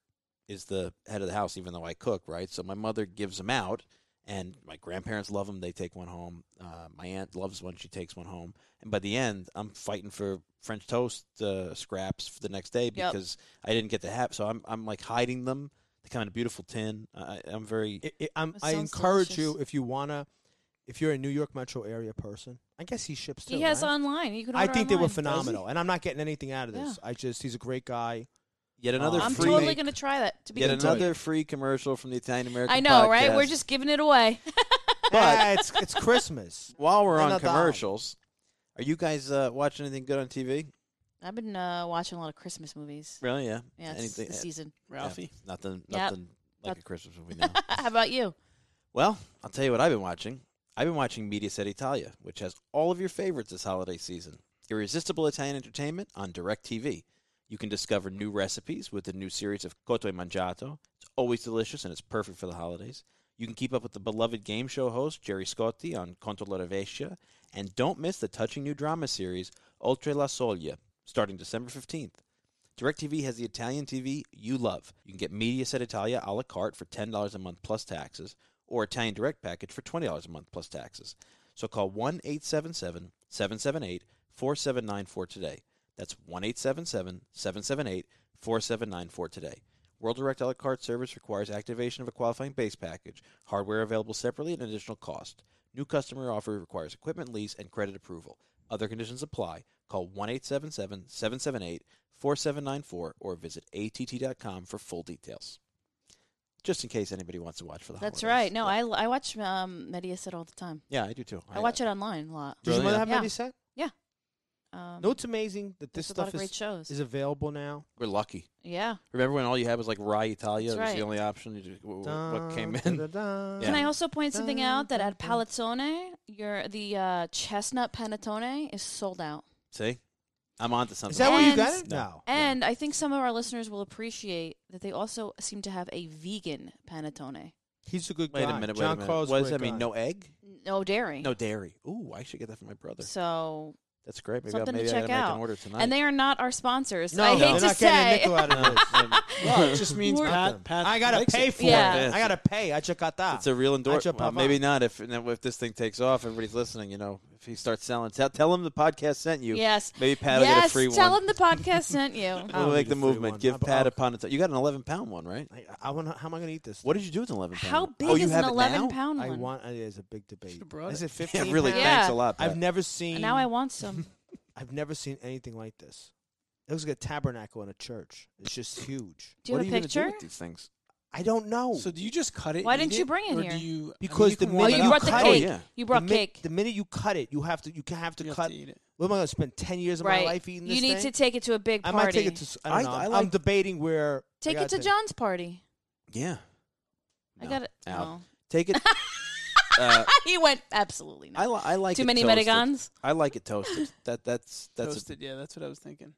[SPEAKER 1] is the head of the house even though i cook right so my mother gives them out and my grandparents love them. They take one home. Uh, my aunt loves one. She takes one home. And by the end, I'm fighting for French toast uh, scraps for the next day
[SPEAKER 2] Yep.
[SPEAKER 1] because I didn't get to have. So I'm I'm like hiding them. They come in a beautiful tin. I, I- I'm very
[SPEAKER 4] I- I- I'm-
[SPEAKER 2] That
[SPEAKER 4] I
[SPEAKER 2] sounds
[SPEAKER 4] encourage you
[SPEAKER 2] delicious.
[SPEAKER 4] if you wanna, if you're a New York metro area person. I guess he ships too.
[SPEAKER 2] He has
[SPEAKER 4] right?
[SPEAKER 2] online. You can.
[SPEAKER 4] I
[SPEAKER 2] order
[SPEAKER 4] think they were
[SPEAKER 2] online.
[SPEAKER 4] phenomenal, and I'm not getting anything out of this.
[SPEAKER 2] Yeah.
[SPEAKER 4] I just he's a great guy.
[SPEAKER 1] yet another
[SPEAKER 2] I'm
[SPEAKER 1] free
[SPEAKER 2] totally going to try that. To be
[SPEAKER 1] yet
[SPEAKER 2] continued.
[SPEAKER 1] another free commercial from the Italian American.
[SPEAKER 2] I know, right? We're just giving it away.
[SPEAKER 4] But it's it's Christmas.
[SPEAKER 1] while we're on
[SPEAKER 4] Another dollar.
[SPEAKER 1] commercials. Are you guys uh, watching anything good on TV?
[SPEAKER 2] I've been uh, watching a lot of Christmas movies.
[SPEAKER 1] Really? Yeah.
[SPEAKER 2] Yeah, it's the season.
[SPEAKER 1] uh, yeah,
[SPEAKER 3] Ralphie.
[SPEAKER 1] nothing.
[SPEAKER 2] Yep.
[SPEAKER 1] Nothing like
[SPEAKER 2] Not-
[SPEAKER 1] a Christmas movie now.
[SPEAKER 2] How about you?
[SPEAKER 1] Well, I'll tell you what I've been watching. I've been watching Mediaset Italia, which has all of your favorites this holiday season. Irresistible Italian entertainment on DirecTV. You can discover new recipes with the new series of Cotto e Mangiato. It's always delicious and it's perfect for the holidays. You can keep up with the beloved game show host Jerry Scotti on Conto la Rovescia. And don't miss the touching new drama series Oltre la Soglia, starting December 15th. DirecTV has the Italian TV you love. You can get Mediaset Italia a la carte for $10 a month plus taxes, or Italian Direct package for $20 a month plus taxes. So call 1 877 778 4794 today. That's 1 877 778 4794 today. World Direct a la carte service requires activation of a qualifying base package, hardware available separately at an additional cost. New customer offer requires equipment lease and credit approval. Other conditions apply. Call 1 877 778 4794 or visit att.com for full details. Just in case anybody wants to watch for the
[SPEAKER 2] That's
[SPEAKER 1] holidays.
[SPEAKER 2] right. No,
[SPEAKER 1] yeah.
[SPEAKER 2] I I watch um, Mediaset all the time.
[SPEAKER 1] Oh, Yeah, I do too. uh,
[SPEAKER 2] I watch it online a lot.
[SPEAKER 4] Did you
[SPEAKER 1] Really?
[SPEAKER 4] want to have
[SPEAKER 2] Yeah.
[SPEAKER 4] any set?
[SPEAKER 2] Um,
[SPEAKER 4] No, it's amazing that this
[SPEAKER 2] there's a lot
[SPEAKER 4] stuff
[SPEAKER 2] of great
[SPEAKER 4] is,
[SPEAKER 2] shows.
[SPEAKER 4] is available now.
[SPEAKER 1] We're lucky.
[SPEAKER 2] yeah.
[SPEAKER 1] Remember when all you had was like Rye Italia?
[SPEAKER 2] That's
[SPEAKER 1] It was
[SPEAKER 2] right.
[SPEAKER 1] the only option. You just, wh- wh-
[SPEAKER 4] Dun,
[SPEAKER 1] what came
[SPEAKER 4] dun,
[SPEAKER 1] in?
[SPEAKER 4] dun, dun.
[SPEAKER 1] Yeah.
[SPEAKER 2] Can I also point something out that
[SPEAKER 4] Dun,
[SPEAKER 2] at
[SPEAKER 4] dun,
[SPEAKER 2] Palazzone, your the uh, chestnut panettone is sold out,
[SPEAKER 1] See, I'm onto something.
[SPEAKER 4] Is that where you got
[SPEAKER 2] And-
[SPEAKER 4] it? No.
[SPEAKER 2] and I think some of our listeners will appreciate that they also seem to have a vegan panettone,
[SPEAKER 4] He's a good
[SPEAKER 1] Wait
[SPEAKER 4] guy.
[SPEAKER 1] a minute. Wait
[SPEAKER 4] John
[SPEAKER 1] a minute.
[SPEAKER 4] Carl's
[SPEAKER 1] what
[SPEAKER 4] a
[SPEAKER 1] does that
[SPEAKER 4] great
[SPEAKER 1] mean?
[SPEAKER 4] guy.
[SPEAKER 1] No egg?
[SPEAKER 2] no dairy.
[SPEAKER 1] No dairy. Ooh, I should get that for my brother.
[SPEAKER 2] So
[SPEAKER 1] That's great. Maybe, I'll,
[SPEAKER 2] something
[SPEAKER 1] maybe
[SPEAKER 2] to
[SPEAKER 1] I
[SPEAKER 2] check
[SPEAKER 1] gotta make
[SPEAKER 2] out.
[SPEAKER 1] an order tonight.
[SPEAKER 2] And they are not our sponsors.
[SPEAKER 4] No,
[SPEAKER 2] I
[SPEAKER 4] they're
[SPEAKER 2] hate to
[SPEAKER 4] not getting
[SPEAKER 2] say.
[SPEAKER 4] a nickel out of this.
[SPEAKER 3] Well, it just means
[SPEAKER 2] We're-
[SPEAKER 3] Pat. Pat.
[SPEAKER 4] I gotta
[SPEAKER 3] likes
[SPEAKER 4] pay
[SPEAKER 3] it.
[SPEAKER 4] for
[SPEAKER 2] Yeah.
[SPEAKER 4] it. I gotta pay. I check out that.
[SPEAKER 1] It's a real endorsement.
[SPEAKER 4] Jump
[SPEAKER 1] Well,
[SPEAKER 4] up
[SPEAKER 1] maybe
[SPEAKER 4] on.
[SPEAKER 1] not. If and if this thing takes off, everybody's listening. You know, if he starts selling, tell, tell him the podcast sent you.
[SPEAKER 2] Yes.
[SPEAKER 1] Maybe Pat will get a
[SPEAKER 2] yes.
[SPEAKER 1] free
[SPEAKER 2] tell
[SPEAKER 1] one.
[SPEAKER 2] him the podcast sent you.
[SPEAKER 1] We'll
[SPEAKER 4] I'll
[SPEAKER 1] make
[SPEAKER 4] need
[SPEAKER 1] the
[SPEAKER 4] a free
[SPEAKER 1] movement.
[SPEAKER 4] one.
[SPEAKER 1] Give
[SPEAKER 4] I'll-
[SPEAKER 1] Pat
[SPEAKER 4] I'll-
[SPEAKER 1] a pound. You got an eleven pound one, right?
[SPEAKER 4] I, I want. How am I gonna eat this?
[SPEAKER 1] What did you do with an eleven pound?
[SPEAKER 2] How
[SPEAKER 1] one?
[SPEAKER 2] big
[SPEAKER 1] oh, you
[SPEAKER 2] is an
[SPEAKER 1] have it now?
[SPEAKER 2] eleven pound
[SPEAKER 4] I
[SPEAKER 2] one?
[SPEAKER 4] want. It is a big debate.
[SPEAKER 3] Should've brought
[SPEAKER 4] Is
[SPEAKER 3] it.
[SPEAKER 4] it
[SPEAKER 1] Yeah,
[SPEAKER 4] fifteen?
[SPEAKER 1] really.
[SPEAKER 2] pounds?
[SPEAKER 1] Thanks a
[SPEAKER 2] Yeah.
[SPEAKER 1] lot.
[SPEAKER 4] I've
[SPEAKER 1] Pat.
[SPEAKER 4] never seen.
[SPEAKER 2] And now I want some.
[SPEAKER 4] I've never seen anything like this. It looks like a tabernacle in a church. It's just huge.
[SPEAKER 2] Do
[SPEAKER 1] what
[SPEAKER 2] you have
[SPEAKER 1] are
[SPEAKER 2] a
[SPEAKER 1] you gonna
[SPEAKER 2] picture?
[SPEAKER 1] do with these things?
[SPEAKER 4] I don't know.
[SPEAKER 3] So do you just cut it?
[SPEAKER 2] Why
[SPEAKER 3] and
[SPEAKER 2] didn't
[SPEAKER 3] eat
[SPEAKER 2] you bring it
[SPEAKER 3] or
[SPEAKER 2] here?
[SPEAKER 3] Do you, I mean,
[SPEAKER 4] Because
[SPEAKER 3] you can
[SPEAKER 4] the
[SPEAKER 3] warm
[SPEAKER 2] Oh,
[SPEAKER 4] minute
[SPEAKER 3] it
[SPEAKER 2] you
[SPEAKER 3] up.
[SPEAKER 2] brought the
[SPEAKER 4] cut
[SPEAKER 1] it. Oh,
[SPEAKER 2] cake.
[SPEAKER 1] yeah.
[SPEAKER 2] You
[SPEAKER 4] the,
[SPEAKER 2] brought
[SPEAKER 4] mi-
[SPEAKER 2] cake.
[SPEAKER 4] the minute you cut it, you have to. You ca- have to
[SPEAKER 3] You have
[SPEAKER 4] cut.
[SPEAKER 3] to eat it.
[SPEAKER 4] What am I going to spend ten years of
[SPEAKER 2] right.
[SPEAKER 4] my life eating this
[SPEAKER 2] you need to
[SPEAKER 4] thing?
[SPEAKER 2] take it to a big
[SPEAKER 4] I
[SPEAKER 2] party.
[SPEAKER 4] might take it to. s- I, don't
[SPEAKER 1] I-
[SPEAKER 4] know.
[SPEAKER 1] I
[SPEAKER 4] I'm- I'm
[SPEAKER 1] like-
[SPEAKER 4] debating where. I
[SPEAKER 2] Take it
[SPEAKER 4] gotta
[SPEAKER 2] to John's party.
[SPEAKER 1] Yeah.
[SPEAKER 2] I
[SPEAKER 1] No.
[SPEAKER 2] got it.
[SPEAKER 1] Out.
[SPEAKER 2] No.
[SPEAKER 1] Take it. uh,
[SPEAKER 2] he went absolutely
[SPEAKER 1] I,
[SPEAKER 2] not.
[SPEAKER 1] li- I like
[SPEAKER 2] Too
[SPEAKER 1] it
[SPEAKER 2] many
[SPEAKER 1] toasted.
[SPEAKER 2] Medigons.
[SPEAKER 1] I like it toasted. That that's that's a
[SPEAKER 3] toasted. yeah, that's what I was thinking.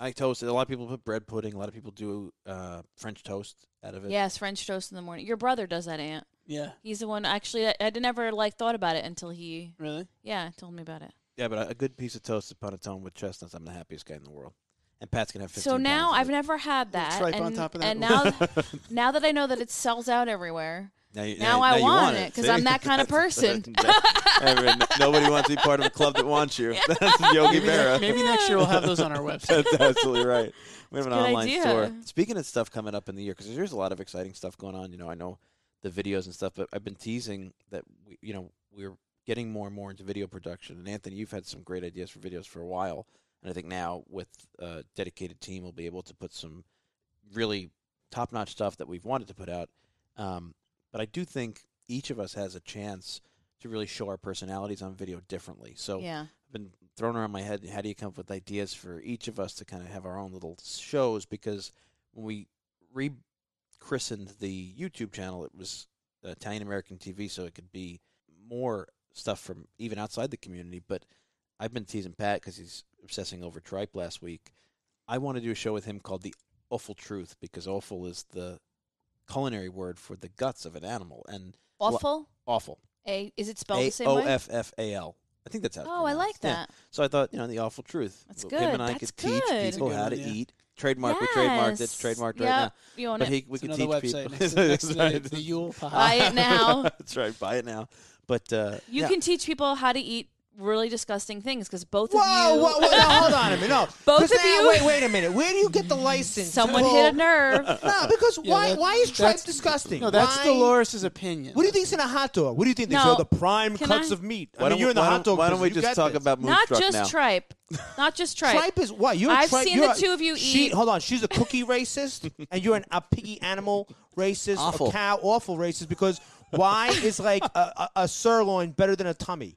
[SPEAKER 1] I toast it. A lot of people put bread pudding. A lot of people do uh, French toast out of it.
[SPEAKER 2] Yes, French toast in the morning. Your brother does that, Aunt.
[SPEAKER 3] Yeah,
[SPEAKER 2] He's the one. Actually, I, I never like thought about it until he,
[SPEAKER 3] really.
[SPEAKER 2] yeah, told me about it.
[SPEAKER 1] Yeah, but a- a good piece of toasted panettone with chestnuts. I'm the happiest guy in the world. And Pat's gonna have 15
[SPEAKER 2] So now
[SPEAKER 1] pounds of
[SPEAKER 2] I've
[SPEAKER 1] it.
[SPEAKER 2] never had
[SPEAKER 3] Little
[SPEAKER 2] that,
[SPEAKER 3] tripe
[SPEAKER 2] and,
[SPEAKER 3] on top of that.
[SPEAKER 2] and now now that I know that it sells out everywhere,
[SPEAKER 1] now, you,
[SPEAKER 2] now
[SPEAKER 1] now,
[SPEAKER 2] I
[SPEAKER 1] you
[SPEAKER 2] want
[SPEAKER 1] want
[SPEAKER 2] it,
[SPEAKER 1] it
[SPEAKER 2] 'cause
[SPEAKER 1] see?
[SPEAKER 2] I'm that kind of
[SPEAKER 1] That's-
[SPEAKER 2] person.
[SPEAKER 1] Everyone- Nobody wants to be part of a club that wants you. That's Yogi
[SPEAKER 3] Maybe, ne-
[SPEAKER 1] Berra.
[SPEAKER 3] maybe next year we'll have those on our website.
[SPEAKER 1] That's absolutely right. We have an
[SPEAKER 2] a good
[SPEAKER 1] online
[SPEAKER 2] idea.
[SPEAKER 1] store. Speaking of stuff coming up in the year, because there's a lot of exciting stuff going on. You know, I know the videos and stuff, but I've been teasing that we, you know we're getting more and more into video production. And Anthony, you've had some great ideas for videos for a while, and I think now with a dedicated team, we'll be able to put some really top-notch stuff that we've wanted to put out. Um, but I do think each of us has a chance to really show our personalities on video differently. So
[SPEAKER 2] yeah,
[SPEAKER 1] been thrown around my head. How do you come up with ideas for each of us to kind of have our own little shows? Because when we rechristened the YouTube channel, it was Italian American TV, so it could be more stuff from even outside the community. But I've been teasing Pat because he's obsessing over tripe last week. I want to do a show with him called The Awful Truth because awful is the culinary word for the guts of an animal and
[SPEAKER 2] awful.
[SPEAKER 1] awful.
[SPEAKER 2] A is it spelled the
[SPEAKER 1] A
[SPEAKER 2] same
[SPEAKER 1] O
[SPEAKER 2] way?
[SPEAKER 1] F F A L. I think that's how. it's
[SPEAKER 2] Oh, I
[SPEAKER 1] pronounced.
[SPEAKER 2] like
[SPEAKER 1] Yeah.
[SPEAKER 2] that.
[SPEAKER 1] So I thought, you know, the awful truth.
[SPEAKER 2] That's
[SPEAKER 1] Him
[SPEAKER 2] good.
[SPEAKER 1] and I
[SPEAKER 2] That's
[SPEAKER 1] could teach
[SPEAKER 2] good.
[SPEAKER 1] people
[SPEAKER 3] That's a
[SPEAKER 1] how to
[SPEAKER 3] good idea.
[SPEAKER 1] eat. Trademark. We trademarked. It's
[SPEAKER 2] Yes.
[SPEAKER 1] trademarked
[SPEAKER 2] Yep.
[SPEAKER 1] right now.
[SPEAKER 2] You own
[SPEAKER 1] But
[SPEAKER 2] it.
[SPEAKER 1] he, we
[SPEAKER 3] It's
[SPEAKER 1] could
[SPEAKER 3] another
[SPEAKER 1] teach
[SPEAKER 3] website.
[SPEAKER 1] people.
[SPEAKER 3] Next to, next to the,
[SPEAKER 1] Right.
[SPEAKER 3] the Yule Paha.
[SPEAKER 2] Buy it now.
[SPEAKER 1] that's right. Buy it now. But uh,
[SPEAKER 2] You
[SPEAKER 1] yeah.
[SPEAKER 2] can teach people how to eat really disgusting things because both
[SPEAKER 4] Whoa,
[SPEAKER 2] of you,
[SPEAKER 4] whoa, whoa, no, hold on a minute. No.
[SPEAKER 2] Both
[SPEAKER 4] 'Cause
[SPEAKER 2] of
[SPEAKER 4] now-
[SPEAKER 2] you-
[SPEAKER 4] Wait, wait a minute. Where do you get the license?
[SPEAKER 2] someone
[SPEAKER 4] to-
[SPEAKER 2] hit a nerve.
[SPEAKER 4] No, because
[SPEAKER 3] Yeah,
[SPEAKER 4] why?
[SPEAKER 3] that-
[SPEAKER 4] why is tripe
[SPEAKER 3] that's-
[SPEAKER 4] disgusting?
[SPEAKER 3] No, that's
[SPEAKER 4] why?
[SPEAKER 3] Dolores' opinion.
[SPEAKER 4] What do you think's in a hot dog? What do you think they
[SPEAKER 2] No.
[SPEAKER 4] show the prime
[SPEAKER 2] Can
[SPEAKER 4] cuts
[SPEAKER 2] I-
[SPEAKER 4] of meat?
[SPEAKER 1] Why
[SPEAKER 4] I mean,
[SPEAKER 1] don't
[SPEAKER 4] you're
[SPEAKER 1] we-
[SPEAKER 4] in the
[SPEAKER 1] why
[SPEAKER 4] hot
[SPEAKER 1] don't-
[SPEAKER 4] dog.
[SPEAKER 1] Why don't we
[SPEAKER 4] business. You
[SPEAKER 1] just
[SPEAKER 4] got
[SPEAKER 1] talk
[SPEAKER 4] this.
[SPEAKER 1] about
[SPEAKER 2] Not
[SPEAKER 1] Moonstruck
[SPEAKER 2] just
[SPEAKER 1] now?
[SPEAKER 2] tripe. Not just tripe.
[SPEAKER 4] Tripe is what you're. a
[SPEAKER 2] I've
[SPEAKER 4] tripe-
[SPEAKER 2] seen
[SPEAKER 4] you're
[SPEAKER 2] the
[SPEAKER 4] a-
[SPEAKER 2] two of you
[SPEAKER 4] she,
[SPEAKER 2] eat-
[SPEAKER 4] Hold on, she's a cookie racist, and you're an, a piggy animal racist,
[SPEAKER 1] Awful.
[SPEAKER 4] a cow awful racist. Because why is like a, a, a sirloin better than a tummy?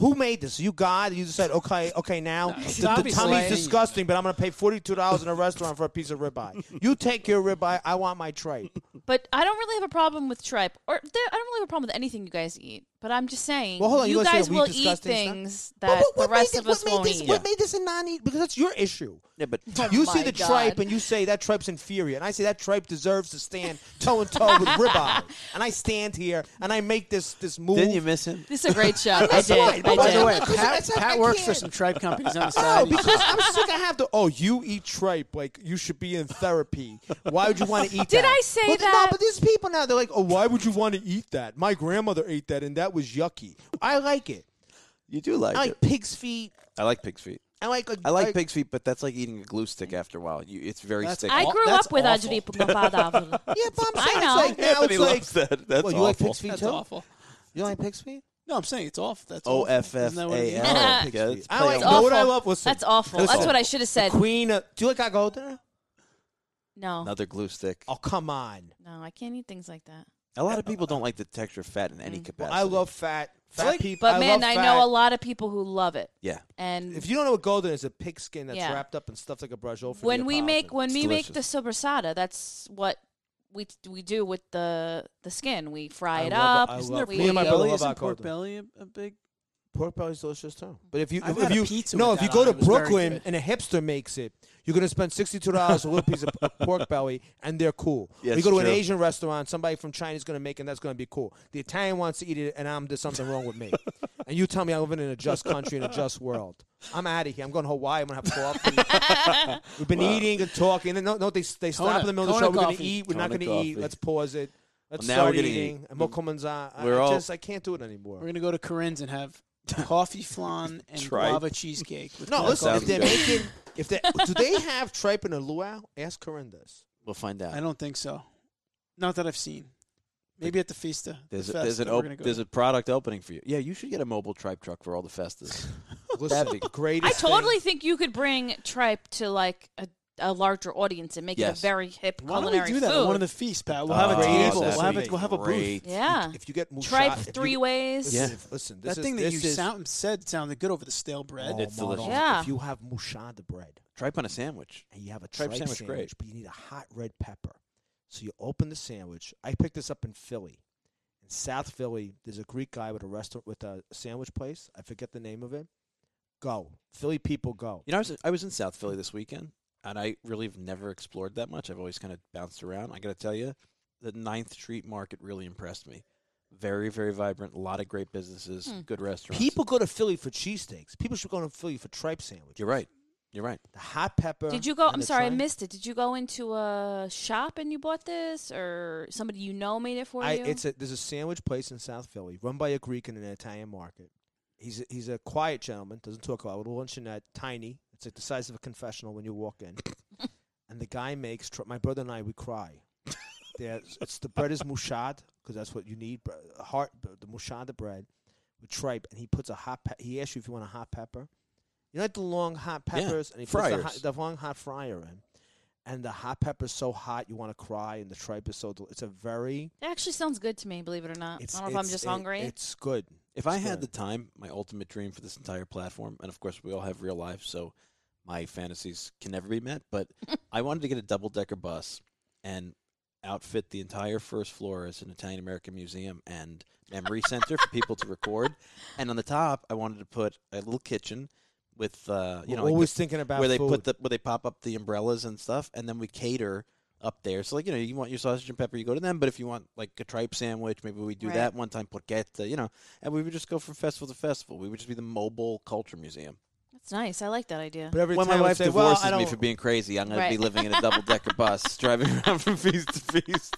[SPEAKER 4] Who made this? You God? You just said okay, okay. Now the, the
[SPEAKER 3] obviously-
[SPEAKER 4] tummy's disgusting, but I'm gonna pay forty two dollars in a restaurant for a piece of ribeye. You take your ribeye. I want my tripe.
[SPEAKER 2] But I don't really have a problem with tripe, or there, I don't really have a problem with anything you guys eat. But I'm just saying,
[SPEAKER 4] Well, hold on,
[SPEAKER 2] you
[SPEAKER 4] you gonna say
[SPEAKER 2] guys
[SPEAKER 4] that we
[SPEAKER 2] will
[SPEAKER 4] disgusting
[SPEAKER 2] eat
[SPEAKER 4] stuff?
[SPEAKER 2] things
[SPEAKER 4] But
[SPEAKER 2] that the
[SPEAKER 4] made
[SPEAKER 2] rest
[SPEAKER 4] thi-
[SPEAKER 2] of us
[SPEAKER 4] what made
[SPEAKER 2] won't
[SPEAKER 4] this,
[SPEAKER 2] eat. Oh
[SPEAKER 4] What made this a non-eat? Because that's your issue.
[SPEAKER 1] Yeah, but
[SPEAKER 4] You see
[SPEAKER 2] my
[SPEAKER 4] the
[SPEAKER 2] God.
[SPEAKER 4] tripe and you say that tripe's inferior, and I say that tripe deserves to stand toe and toe with ribeye. And I stand here and I make this this move.
[SPEAKER 1] didn't you miss him?
[SPEAKER 2] This is a great show. I
[SPEAKER 4] That's
[SPEAKER 2] did.
[SPEAKER 4] why, but
[SPEAKER 2] I
[SPEAKER 3] By
[SPEAKER 2] did.
[SPEAKER 3] the way,
[SPEAKER 4] Because
[SPEAKER 3] Pat,
[SPEAKER 4] that's how
[SPEAKER 3] Pat
[SPEAKER 4] I
[SPEAKER 3] works for
[SPEAKER 4] can.
[SPEAKER 3] some tribe companies on the
[SPEAKER 4] no,
[SPEAKER 3] side. He's-
[SPEAKER 4] because I'm sick. I have to. Oh, you eat tripe like you should be in therapy. Why would you want to eat?
[SPEAKER 2] Did
[SPEAKER 4] that?
[SPEAKER 2] I say
[SPEAKER 4] But
[SPEAKER 2] that?
[SPEAKER 4] No, but there's people now. They're like, oh, why would you want to eat that? My grandmother ate that, and that was yucky. I like it.
[SPEAKER 1] You do like
[SPEAKER 4] I like
[SPEAKER 1] it.
[SPEAKER 4] pig's feet.
[SPEAKER 1] I like pig's feet.
[SPEAKER 4] I like.
[SPEAKER 1] I like pig's feet, but that's like eating a glue stick after a while. You, it's very
[SPEAKER 3] That's
[SPEAKER 1] sticky.
[SPEAKER 2] I
[SPEAKER 3] aw-
[SPEAKER 2] grew
[SPEAKER 3] that's
[SPEAKER 2] up with
[SPEAKER 3] awful.
[SPEAKER 2] Ajri Pumapadav.
[SPEAKER 4] Yeah, but I'm saying
[SPEAKER 2] know.
[SPEAKER 4] it's like now
[SPEAKER 1] Anthony
[SPEAKER 4] it's like.
[SPEAKER 1] loves that. That's
[SPEAKER 4] well, you
[SPEAKER 1] awful.
[SPEAKER 4] like pig's feet
[SPEAKER 3] That's
[SPEAKER 4] too.
[SPEAKER 3] awful.
[SPEAKER 1] You like pig's feet?
[SPEAKER 3] No, I'm saying it's awful. That's
[SPEAKER 1] O
[SPEAKER 3] awful.
[SPEAKER 1] F F
[SPEAKER 3] Isn't that what it
[SPEAKER 1] A
[SPEAKER 3] means?
[SPEAKER 1] L.
[SPEAKER 4] Pig's
[SPEAKER 1] Yeah,
[SPEAKER 4] feet.
[SPEAKER 1] it's
[SPEAKER 4] I
[SPEAKER 1] play
[SPEAKER 4] like-
[SPEAKER 1] on
[SPEAKER 4] know
[SPEAKER 2] awful.
[SPEAKER 4] what I love? Listen,
[SPEAKER 2] That's awful.
[SPEAKER 4] listen.
[SPEAKER 2] That's what I should have said.
[SPEAKER 4] Queen, of, do you like agota?
[SPEAKER 2] No,
[SPEAKER 1] Another glue stick.
[SPEAKER 4] Oh, come on.
[SPEAKER 2] no, I can't eat things like that.
[SPEAKER 1] A lot of people don't like the texture of fat in any
[SPEAKER 4] Well,
[SPEAKER 1] capacity.
[SPEAKER 4] I love fat. Fat
[SPEAKER 3] like-
[SPEAKER 4] people.
[SPEAKER 2] But
[SPEAKER 4] I
[SPEAKER 2] man,
[SPEAKER 4] love
[SPEAKER 2] I
[SPEAKER 4] fat.
[SPEAKER 2] know a lot of people who love it.
[SPEAKER 1] Yeah.
[SPEAKER 2] And
[SPEAKER 4] If you don't know what golden is, a pig skin that's
[SPEAKER 2] Yeah.
[SPEAKER 4] wrapped up and stuffed like a bruschetta. for
[SPEAKER 2] when we make
[SPEAKER 4] Neapolitan.
[SPEAKER 2] when
[SPEAKER 1] It's
[SPEAKER 2] we make the
[SPEAKER 1] delicious.
[SPEAKER 2] sobrasada, that's what we we do with the the skin. We fry
[SPEAKER 4] I
[SPEAKER 2] it up.
[SPEAKER 4] love- I
[SPEAKER 3] Isn't
[SPEAKER 4] love
[SPEAKER 3] there
[SPEAKER 2] we,
[SPEAKER 4] Me and my
[SPEAKER 3] pork
[SPEAKER 4] brother
[SPEAKER 3] belly?
[SPEAKER 4] love
[SPEAKER 3] Isn't
[SPEAKER 4] avocado.
[SPEAKER 3] pork belly a, a big
[SPEAKER 4] Pork belly's delicious too. But if you
[SPEAKER 3] I've
[SPEAKER 4] if
[SPEAKER 3] had a
[SPEAKER 4] you
[SPEAKER 3] pizza
[SPEAKER 4] no,
[SPEAKER 3] with
[SPEAKER 4] if you
[SPEAKER 3] that
[SPEAKER 4] go
[SPEAKER 3] on
[SPEAKER 4] to
[SPEAKER 3] it, it was very
[SPEAKER 4] Brooklyn
[SPEAKER 3] good.
[SPEAKER 4] and a hipster makes it, you're gonna spend sixty two dollars a little piece of p- pork belly, and they're cool.
[SPEAKER 1] Yeah,
[SPEAKER 4] we go to
[SPEAKER 1] it's
[SPEAKER 4] an
[SPEAKER 1] true.
[SPEAKER 4] Asian restaurant, somebody from China's gonna make it, and that's gonna be cool. The Italian wants to eat it, and I'm there's something wrong with me. and you tell me I'm living in a just country in a just world. I'm out of here. I'm going to Hawaii. I'm gonna have coffee. We've been eating and talking. And no, no, they they stop
[SPEAKER 3] Kona-
[SPEAKER 4] in the middle of the
[SPEAKER 3] Kona
[SPEAKER 4] show. We're gonna
[SPEAKER 3] coffee.
[SPEAKER 4] eat. We're not
[SPEAKER 1] Kona
[SPEAKER 4] gonna eat.
[SPEAKER 1] coffee.
[SPEAKER 4] Let's pause it. Let's
[SPEAKER 1] Now we're
[SPEAKER 4] start
[SPEAKER 1] gonna
[SPEAKER 4] eating.
[SPEAKER 1] eat.
[SPEAKER 4] And we'll come and I, I
[SPEAKER 1] We're all-
[SPEAKER 4] just I can't do it anymore.
[SPEAKER 3] We're gonna go to Corinne's and have coffee flan and
[SPEAKER 1] Tripe.
[SPEAKER 3] guava cheesecake. With
[SPEAKER 4] No,
[SPEAKER 3] black
[SPEAKER 4] listen. If
[SPEAKER 1] sounds
[SPEAKER 3] coffee.
[SPEAKER 4] they're
[SPEAKER 1] good.
[SPEAKER 4] making, if they do they have tripe in a luau? Ask Corinda's.
[SPEAKER 1] We'll find
[SPEAKER 3] I
[SPEAKER 1] out.
[SPEAKER 3] don't think so. Not that I've seen. Maybe at the fiesta.
[SPEAKER 1] There's
[SPEAKER 3] the
[SPEAKER 1] a,
[SPEAKER 3] fest
[SPEAKER 1] there's an
[SPEAKER 3] that we're gonna
[SPEAKER 1] op-
[SPEAKER 3] go
[SPEAKER 1] there's
[SPEAKER 3] to.
[SPEAKER 1] a product opening for you. Yeah, you should get a mobile tribe truck for all the festas.
[SPEAKER 4] Listen,
[SPEAKER 1] be-
[SPEAKER 4] greatest.
[SPEAKER 2] I totally
[SPEAKER 4] thing-
[SPEAKER 2] think you could bring tripe to like a, a larger audience and make it
[SPEAKER 1] Yes.
[SPEAKER 2] a very hip
[SPEAKER 3] Why don't
[SPEAKER 2] culinary
[SPEAKER 3] we do that
[SPEAKER 2] food.
[SPEAKER 3] at one of the feasts, Pat? We'll
[SPEAKER 1] Oh,
[SPEAKER 3] have a
[SPEAKER 1] that'd
[SPEAKER 3] table.
[SPEAKER 1] be
[SPEAKER 3] We'll have a, we'll have a booth.
[SPEAKER 1] great.
[SPEAKER 2] yeah,
[SPEAKER 4] If you get mushata-
[SPEAKER 2] tripe
[SPEAKER 4] if you-
[SPEAKER 2] three ways.
[SPEAKER 4] Listen,
[SPEAKER 1] Yeah.
[SPEAKER 4] Listen, this
[SPEAKER 3] That thing
[SPEAKER 4] is,
[SPEAKER 3] that you
[SPEAKER 4] this is,
[SPEAKER 3] sound, said sounded good over the stale bread.
[SPEAKER 4] Oh,
[SPEAKER 1] It's
[SPEAKER 4] Marlo,
[SPEAKER 1] delicious.
[SPEAKER 2] Yeah.
[SPEAKER 4] If you have mushada bread
[SPEAKER 1] Tripe on a sandwich.
[SPEAKER 4] and you have a
[SPEAKER 1] Tripe
[SPEAKER 4] tripe,
[SPEAKER 1] sandwich,
[SPEAKER 4] sandwich,
[SPEAKER 1] great.
[SPEAKER 4] but you need a hot red pepper, so you open the sandwich. I picked this up in Philly, in South Philly. There's a Greek guy with a restaurant with a sandwich place. I forget the name of it. Go, Philly people, go.
[SPEAKER 1] You know, I was I was in South Philly this weekend, and I really have never explored that much. I've always kind of bounced around. I got to tell you, the Ninth Street Market really impressed me. Very, very vibrant. A lot of great businesses, good restaurants.
[SPEAKER 4] People go to Philly for cheesesteaks. People should go to Philly for tripe sandwiches.
[SPEAKER 1] You're right. You're right.
[SPEAKER 4] The hot pepper.
[SPEAKER 2] Did you go?
[SPEAKER 4] and
[SPEAKER 2] I'm
[SPEAKER 4] the
[SPEAKER 2] sorry, I
[SPEAKER 4] tripe.
[SPEAKER 2] missed it. Did you go into a shop and you bought this, or somebody you know made it for
[SPEAKER 4] I,
[SPEAKER 2] you?
[SPEAKER 4] It's a there's a sandwich place in South Philly run by a Greek and an Italian market. He's a, he's a quiet gentleman, doesn't talk a lot. We'll lunch in that tiny. It's like the size of a confessional when you walk in. and the guy makes tr- my brother and I we cry. There's, it's the bread is mushad because that's what you need. br- Heart the mushada bread with tripe, and he puts a hot. Pe- he asks you if you want a hot pepper. You like the long hot
[SPEAKER 1] Yeah,
[SPEAKER 4] peppers, and he puts the, hot,
[SPEAKER 1] fryers.
[SPEAKER 4] the long hot fryer in, and the hot pepper's so hot you want to cry, and the tripe is so. Del- it's a very
[SPEAKER 2] It actually sounds good to me, believe it or not. I don't know if I'm just
[SPEAKER 4] it-
[SPEAKER 2] hungry.
[SPEAKER 4] It's good.
[SPEAKER 1] If I had the time, my ultimate dream for this entire platform, and of course we all have real life, so my fantasies can never be met, but I wanted to get a double decker bus and outfit the entire first floor as an Italian American museum and memory center for people to record. And on the top, I wanted to put a little kitchen with uh, you
[SPEAKER 4] We're
[SPEAKER 1] know like the-
[SPEAKER 4] always thinking about
[SPEAKER 1] where they put
[SPEAKER 4] food.
[SPEAKER 1] the where they pop up the umbrellas and stuff, and then we cater up there. So like you know, you want your sausage and pepper, you go to them. But if you want like a tripe sandwich, maybe we do
[SPEAKER 2] Right.
[SPEAKER 1] that one time porchetta, you know. And we would just go from festival to festival. We would just be the mobile culture museum.
[SPEAKER 2] That's nice. I like that idea.
[SPEAKER 4] But every
[SPEAKER 1] when my
[SPEAKER 4] time I
[SPEAKER 1] wife
[SPEAKER 4] say, well,
[SPEAKER 1] divorces
[SPEAKER 4] I
[SPEAKER 1] me
[SPEAKER 4] don't-
[SPEAKER 1] for being crazy, I'm going to be
[SPEAKER 2] Right.
[SPEAKER 1] living in a double decker bus, driving around from feast to feast.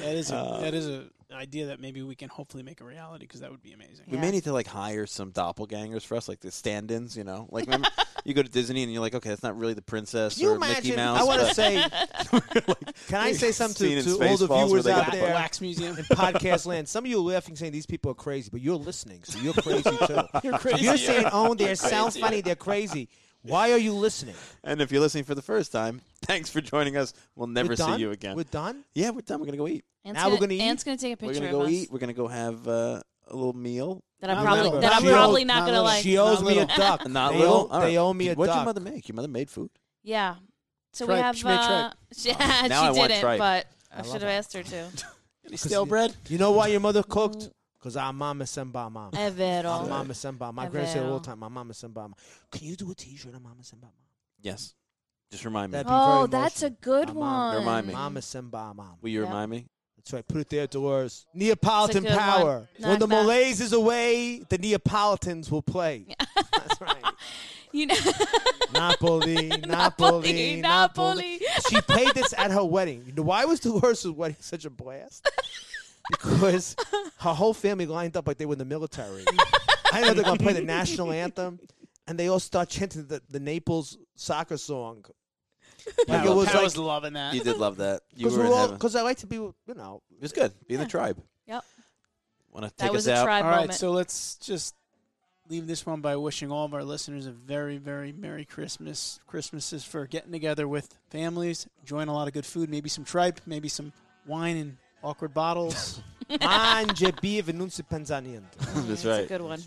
[SPEAKER 3] That is a,
[SPEAKER 1] Uh,
[SPEAKER 3] that is a an idea that maybe we can hopefully make a reality because that would be amazing.
[SPEAKER 1] We
[SPEAKER 2] Yeah.
[SPEAKER 1] may need to like hire some doppelgangers for us, like the stand-ins. You know, like remember, you go to Disney and you're like, okay, that's not really the princess
[SPEAKER 4] Can you
[SPEAKER 1] or Mickey
[SPEAKER 4] imagine?
[SPEAKER 1] Mouse.
[SPEAKER 4] I want to
[SPEAKER 1] but-
[SPEAKER 4] say, can I
[SPEAKER 1] You've
[SPEAKER 4] say something
[SPEAKER 1] seen
[SPEAKER 4] to,
[SPEAKER 1] in
[SPEAKER 4] to all the
[SPEAKER 1] Spaceballs where
[SPEAKER 4] viewers
[SPEAKER 1] they
[SPEAKER 4] out
[SPEAKER 1] put-
[SPEAKER 4] there
[SPEAKER 3] Wax museum.
[SPEAKER 4] in podcast land? Some of you are laughing, saying these people are crazy, but you're listening, so you're crazy too.
[SPEAKER 3] You're crazy.
[SPEAKER 4] You're saying, oh, they sound funny, they're crazy. Why are you listening?
[SPEAKER 1] And if you're listening for the first time, thanks for joining us. We'll never
[SPEAKER 4] We're
[SPEAKER 1] see
[SPEAKER 4] done?
[SPEAKER 1] you again.
[SPEAKER 4] We're done.
[SPEAKER 1] yeah, we're done. We're gonna go eat.
[SPEAKER 2] Ant's
[SPEAKER 4] now we're gonna eat?
[SPEAKER 2] Ant's gonna take a
[SPEAKER 1] We're
[SPEAKER 2] picture
[SPEAKER 1] gonna go
[SPEAKER 2] of us
[SPEAKER 1] eat. We're gonna go have uh, a little meal.
[SPEAKER 2] that I'm
[SPEAKER 3] Not
[SPEAKER 2] probably
[SPEAKER 3] little.
[SPEAKER 2] that I'm
[SPEAKER 4] Not
[SPEAKER 2] probably
[SPEAKER 3] little.
[SPEAKER 2] not
[SPEAKER 3] Not
[SPEAKER 2] gonna
[SPEAKER 3] little.
[SPEAKER 2] like.
[SPEAKER 4] She owes
[SPEAKER 3] Not
[SPEAKER 4] me a
[SPEAKER 3] little.
[SPEAKER 4] duck.
[SPEAKER 1] Not
[SPEAKER 4] they
[SPEAKER 1] little.
[SPEAKER 4] Owe,
[SPEAKER 1] All
[SPEAKER 4] They
[SPEAKER 1] right.
[SPEAKER 4] owe me a
[SPEAKER 1] What'd
[SPEAKER 4] duck.
[SPEAKER 1] your mother make? Your mother made food.
[SPEAKER 2] Yeah. So we
[SPEAKER 3] Tripe.
[SPEAKER 2] have.
[SPEAKER 3] She made
[SPEAKER 2] Uh,
[SPEAKER 3] tripe.
[SPEAKER 2] yeah,
[SPEAKER 1] Now I
[SPEAKER 2] she
[SPEAKER 1] want
[SPEAKER 2] didn't,
[SPEAKER 1] tripe.
[SPEAKER 2] but I,
[SPEAKER 4] love
[SPEAKER 2] should have
[SPEAKER 4] it.
[SPEAKER 2] asked her to.
[SPEAKER 3] Any stale bread.
[SPEAKER 4] You know why your mother cooked?
[SPEAKER 2] Mm.
[SPEAKER 4] Because our mama sent by mom. My
[SPEAKER 2] Evero.
[SPEAKER 4] mama sent by my
[SPEAKER 2] A
[SPEAKER 4] grandma said it all
[SPEAKER 2] veil.
[SPEAKER 4] the time. My mama sent by mom. Can you do a T-shirt on mama sent by mom?
[SPEAKER 1] Yes. Just remind me.
[SPEAKER 4] That'd be very
[SPEAKER 2] Oh, that's a
[SPEAKER 4] emotional.
[SPEAKER 2] good
[SPEAKER 4] My
[SPEAKER 2] one.
[SPEAKER 4] mom-
[SPEAKER 1] Remind me.
[SPEAKER 4] Mama sent by mom.
[SPEAKER 1] Will you
[SPEAKER 2] Yeah.
[SPEAKER 1] remind me?
[SPEAKER 4] That's right. Put it there, Dolores. Neapolitan
[SPEAKER 2] It's a good
[SPEAKER 4] power.
[SPEAKER 2] one.
[SPEAKER 4] When the
[SPEAKER 2] Knock knock.
[SPEAKER 4] Malays is away, the Neapolitans will play. That's right.
[SPEAKER 2] You know.
[SPEAKER 4] Napoli, Napoli, Napoli.
[SPEAKER 2] Napoli.
[SPEAKER 4] She played this at her wedding. You know why was Dolores' wedding such a blast? Because her whole family lined up like they were in the military. I know they're gonna play the national anthem, and they all start chanting the, the Naples soccer song. Like
[SPEAKER 1] Pat
[SPEAKER 4] it
[SPEAKER 1] was-
[SPEAKER 4] was
[SPEAKER 3] Pat
[SPEAKER 4] like
[SPEAKER 3] was loving that.
[SPEAKER 1] You did love that. You
[SPEAKER 4] because
[SPEAKER 1] were
[SPEAKER 4] we're
[SPEAKER 1] in
[SPEAKER 4] all
[SPEAKER 1] heaven.
[SPEAKER 4] because I like to be you know
[SPEAKER 1] It was good. Be in the tribe.
[SPEAKER 2] Yep.
[SPEAKER 1] Want to
[SPEAKER 2] That
[SPEAKER 1] take
[SPEAKER 2] was
[SPEAKER 1] us
[SPEAKER 2] a
[SPEAKER 1] out?
[SPEAKER 2] tribe
[SPEAKER 3] All right,
[SPEAKER 2] moment.
[SPEAKER 3] so let's just leave this one by wishing all of our listeners a very, very Merry Christmas. Christmases for getting together with families, enjoying a lot of good food, maybe some tripe, maybe some wine and awkward bottles,
[SPEAKER 4] Mange beef non si pensa niente.
[SPEAKER 1] That's
[SPEAKER 2] That's a
[SPEAKER 1] right.
[SPEAKER 2] good one.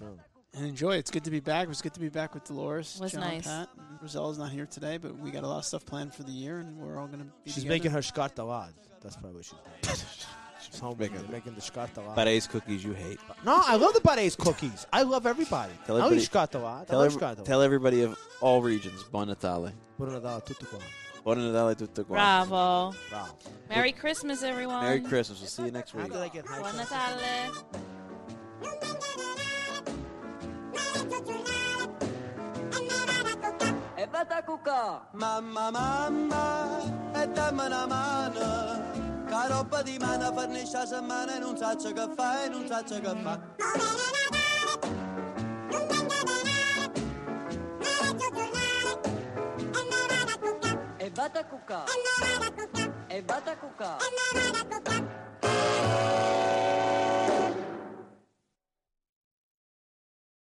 [SPEAKER 3] and enjoy. It's good to be back. It was good to be back with Dolores.
[SPEAKER 2] Was
[SPEAKER 3] John,
[SPEAKER 2] nice.
[SPEAKER 3] Pat. Rosella's not here today, but we got a lot of stuff planned for the year, and we're all going to be
[SPEAKER 4] She's
[SPEAKER 3] together.
[SPEAKER 4] making her scarta lot. That's probably what she's doing. It's home
[SPEAKER 1] Making
[SPEAKER 4] making, making the shkatala.
[SPEAKER 1] Butt's cookies you hate.
[SPEAKER 4] No, I love the Butt's cookies. I love everybody.
[SPEAKER 1] Tell
[SPEAKER 4] I
[SPEAKER 1] everybody-
[SPEAKER 4] love shkatala. I
[SPEAKER 1] Tell,
[SPEAKER 4] love
[SPEAKER 1] ev-
[SPEAKER 4] shkatala.
[SPEAKER 1] tell everybody of all regions, buon Natale.
[SPEAKER 4] Put it on tutto qua.
[SPEAKER 1] Buon Natale tutto quanto.
[SPEAKER 2] Bravo.
[SPEAKER 4] Wow.
[SPEAKER 2] Merry Christmas, everyone.
[SPEAKER 1] Merry Christmas. We'll see you next
[SPEAKER 4] How
[SPEAKER 1] week.
[SPEAKER 4] did I get high?
[SPEAKER 2] Buon
[SPEAKER 4] class?
[SPEAKER 2] Natale.
[SPEAKER 5] E vada cucà,
[SPEAKER 6] Mamma, mamma, e dammi una mano. Che roba di mano per questa settimana non saccio che fai, non saccio che fa.
[SPEAKER 5] e vada cucà, e vada cucà.
[SPEAKER 7] Thank you.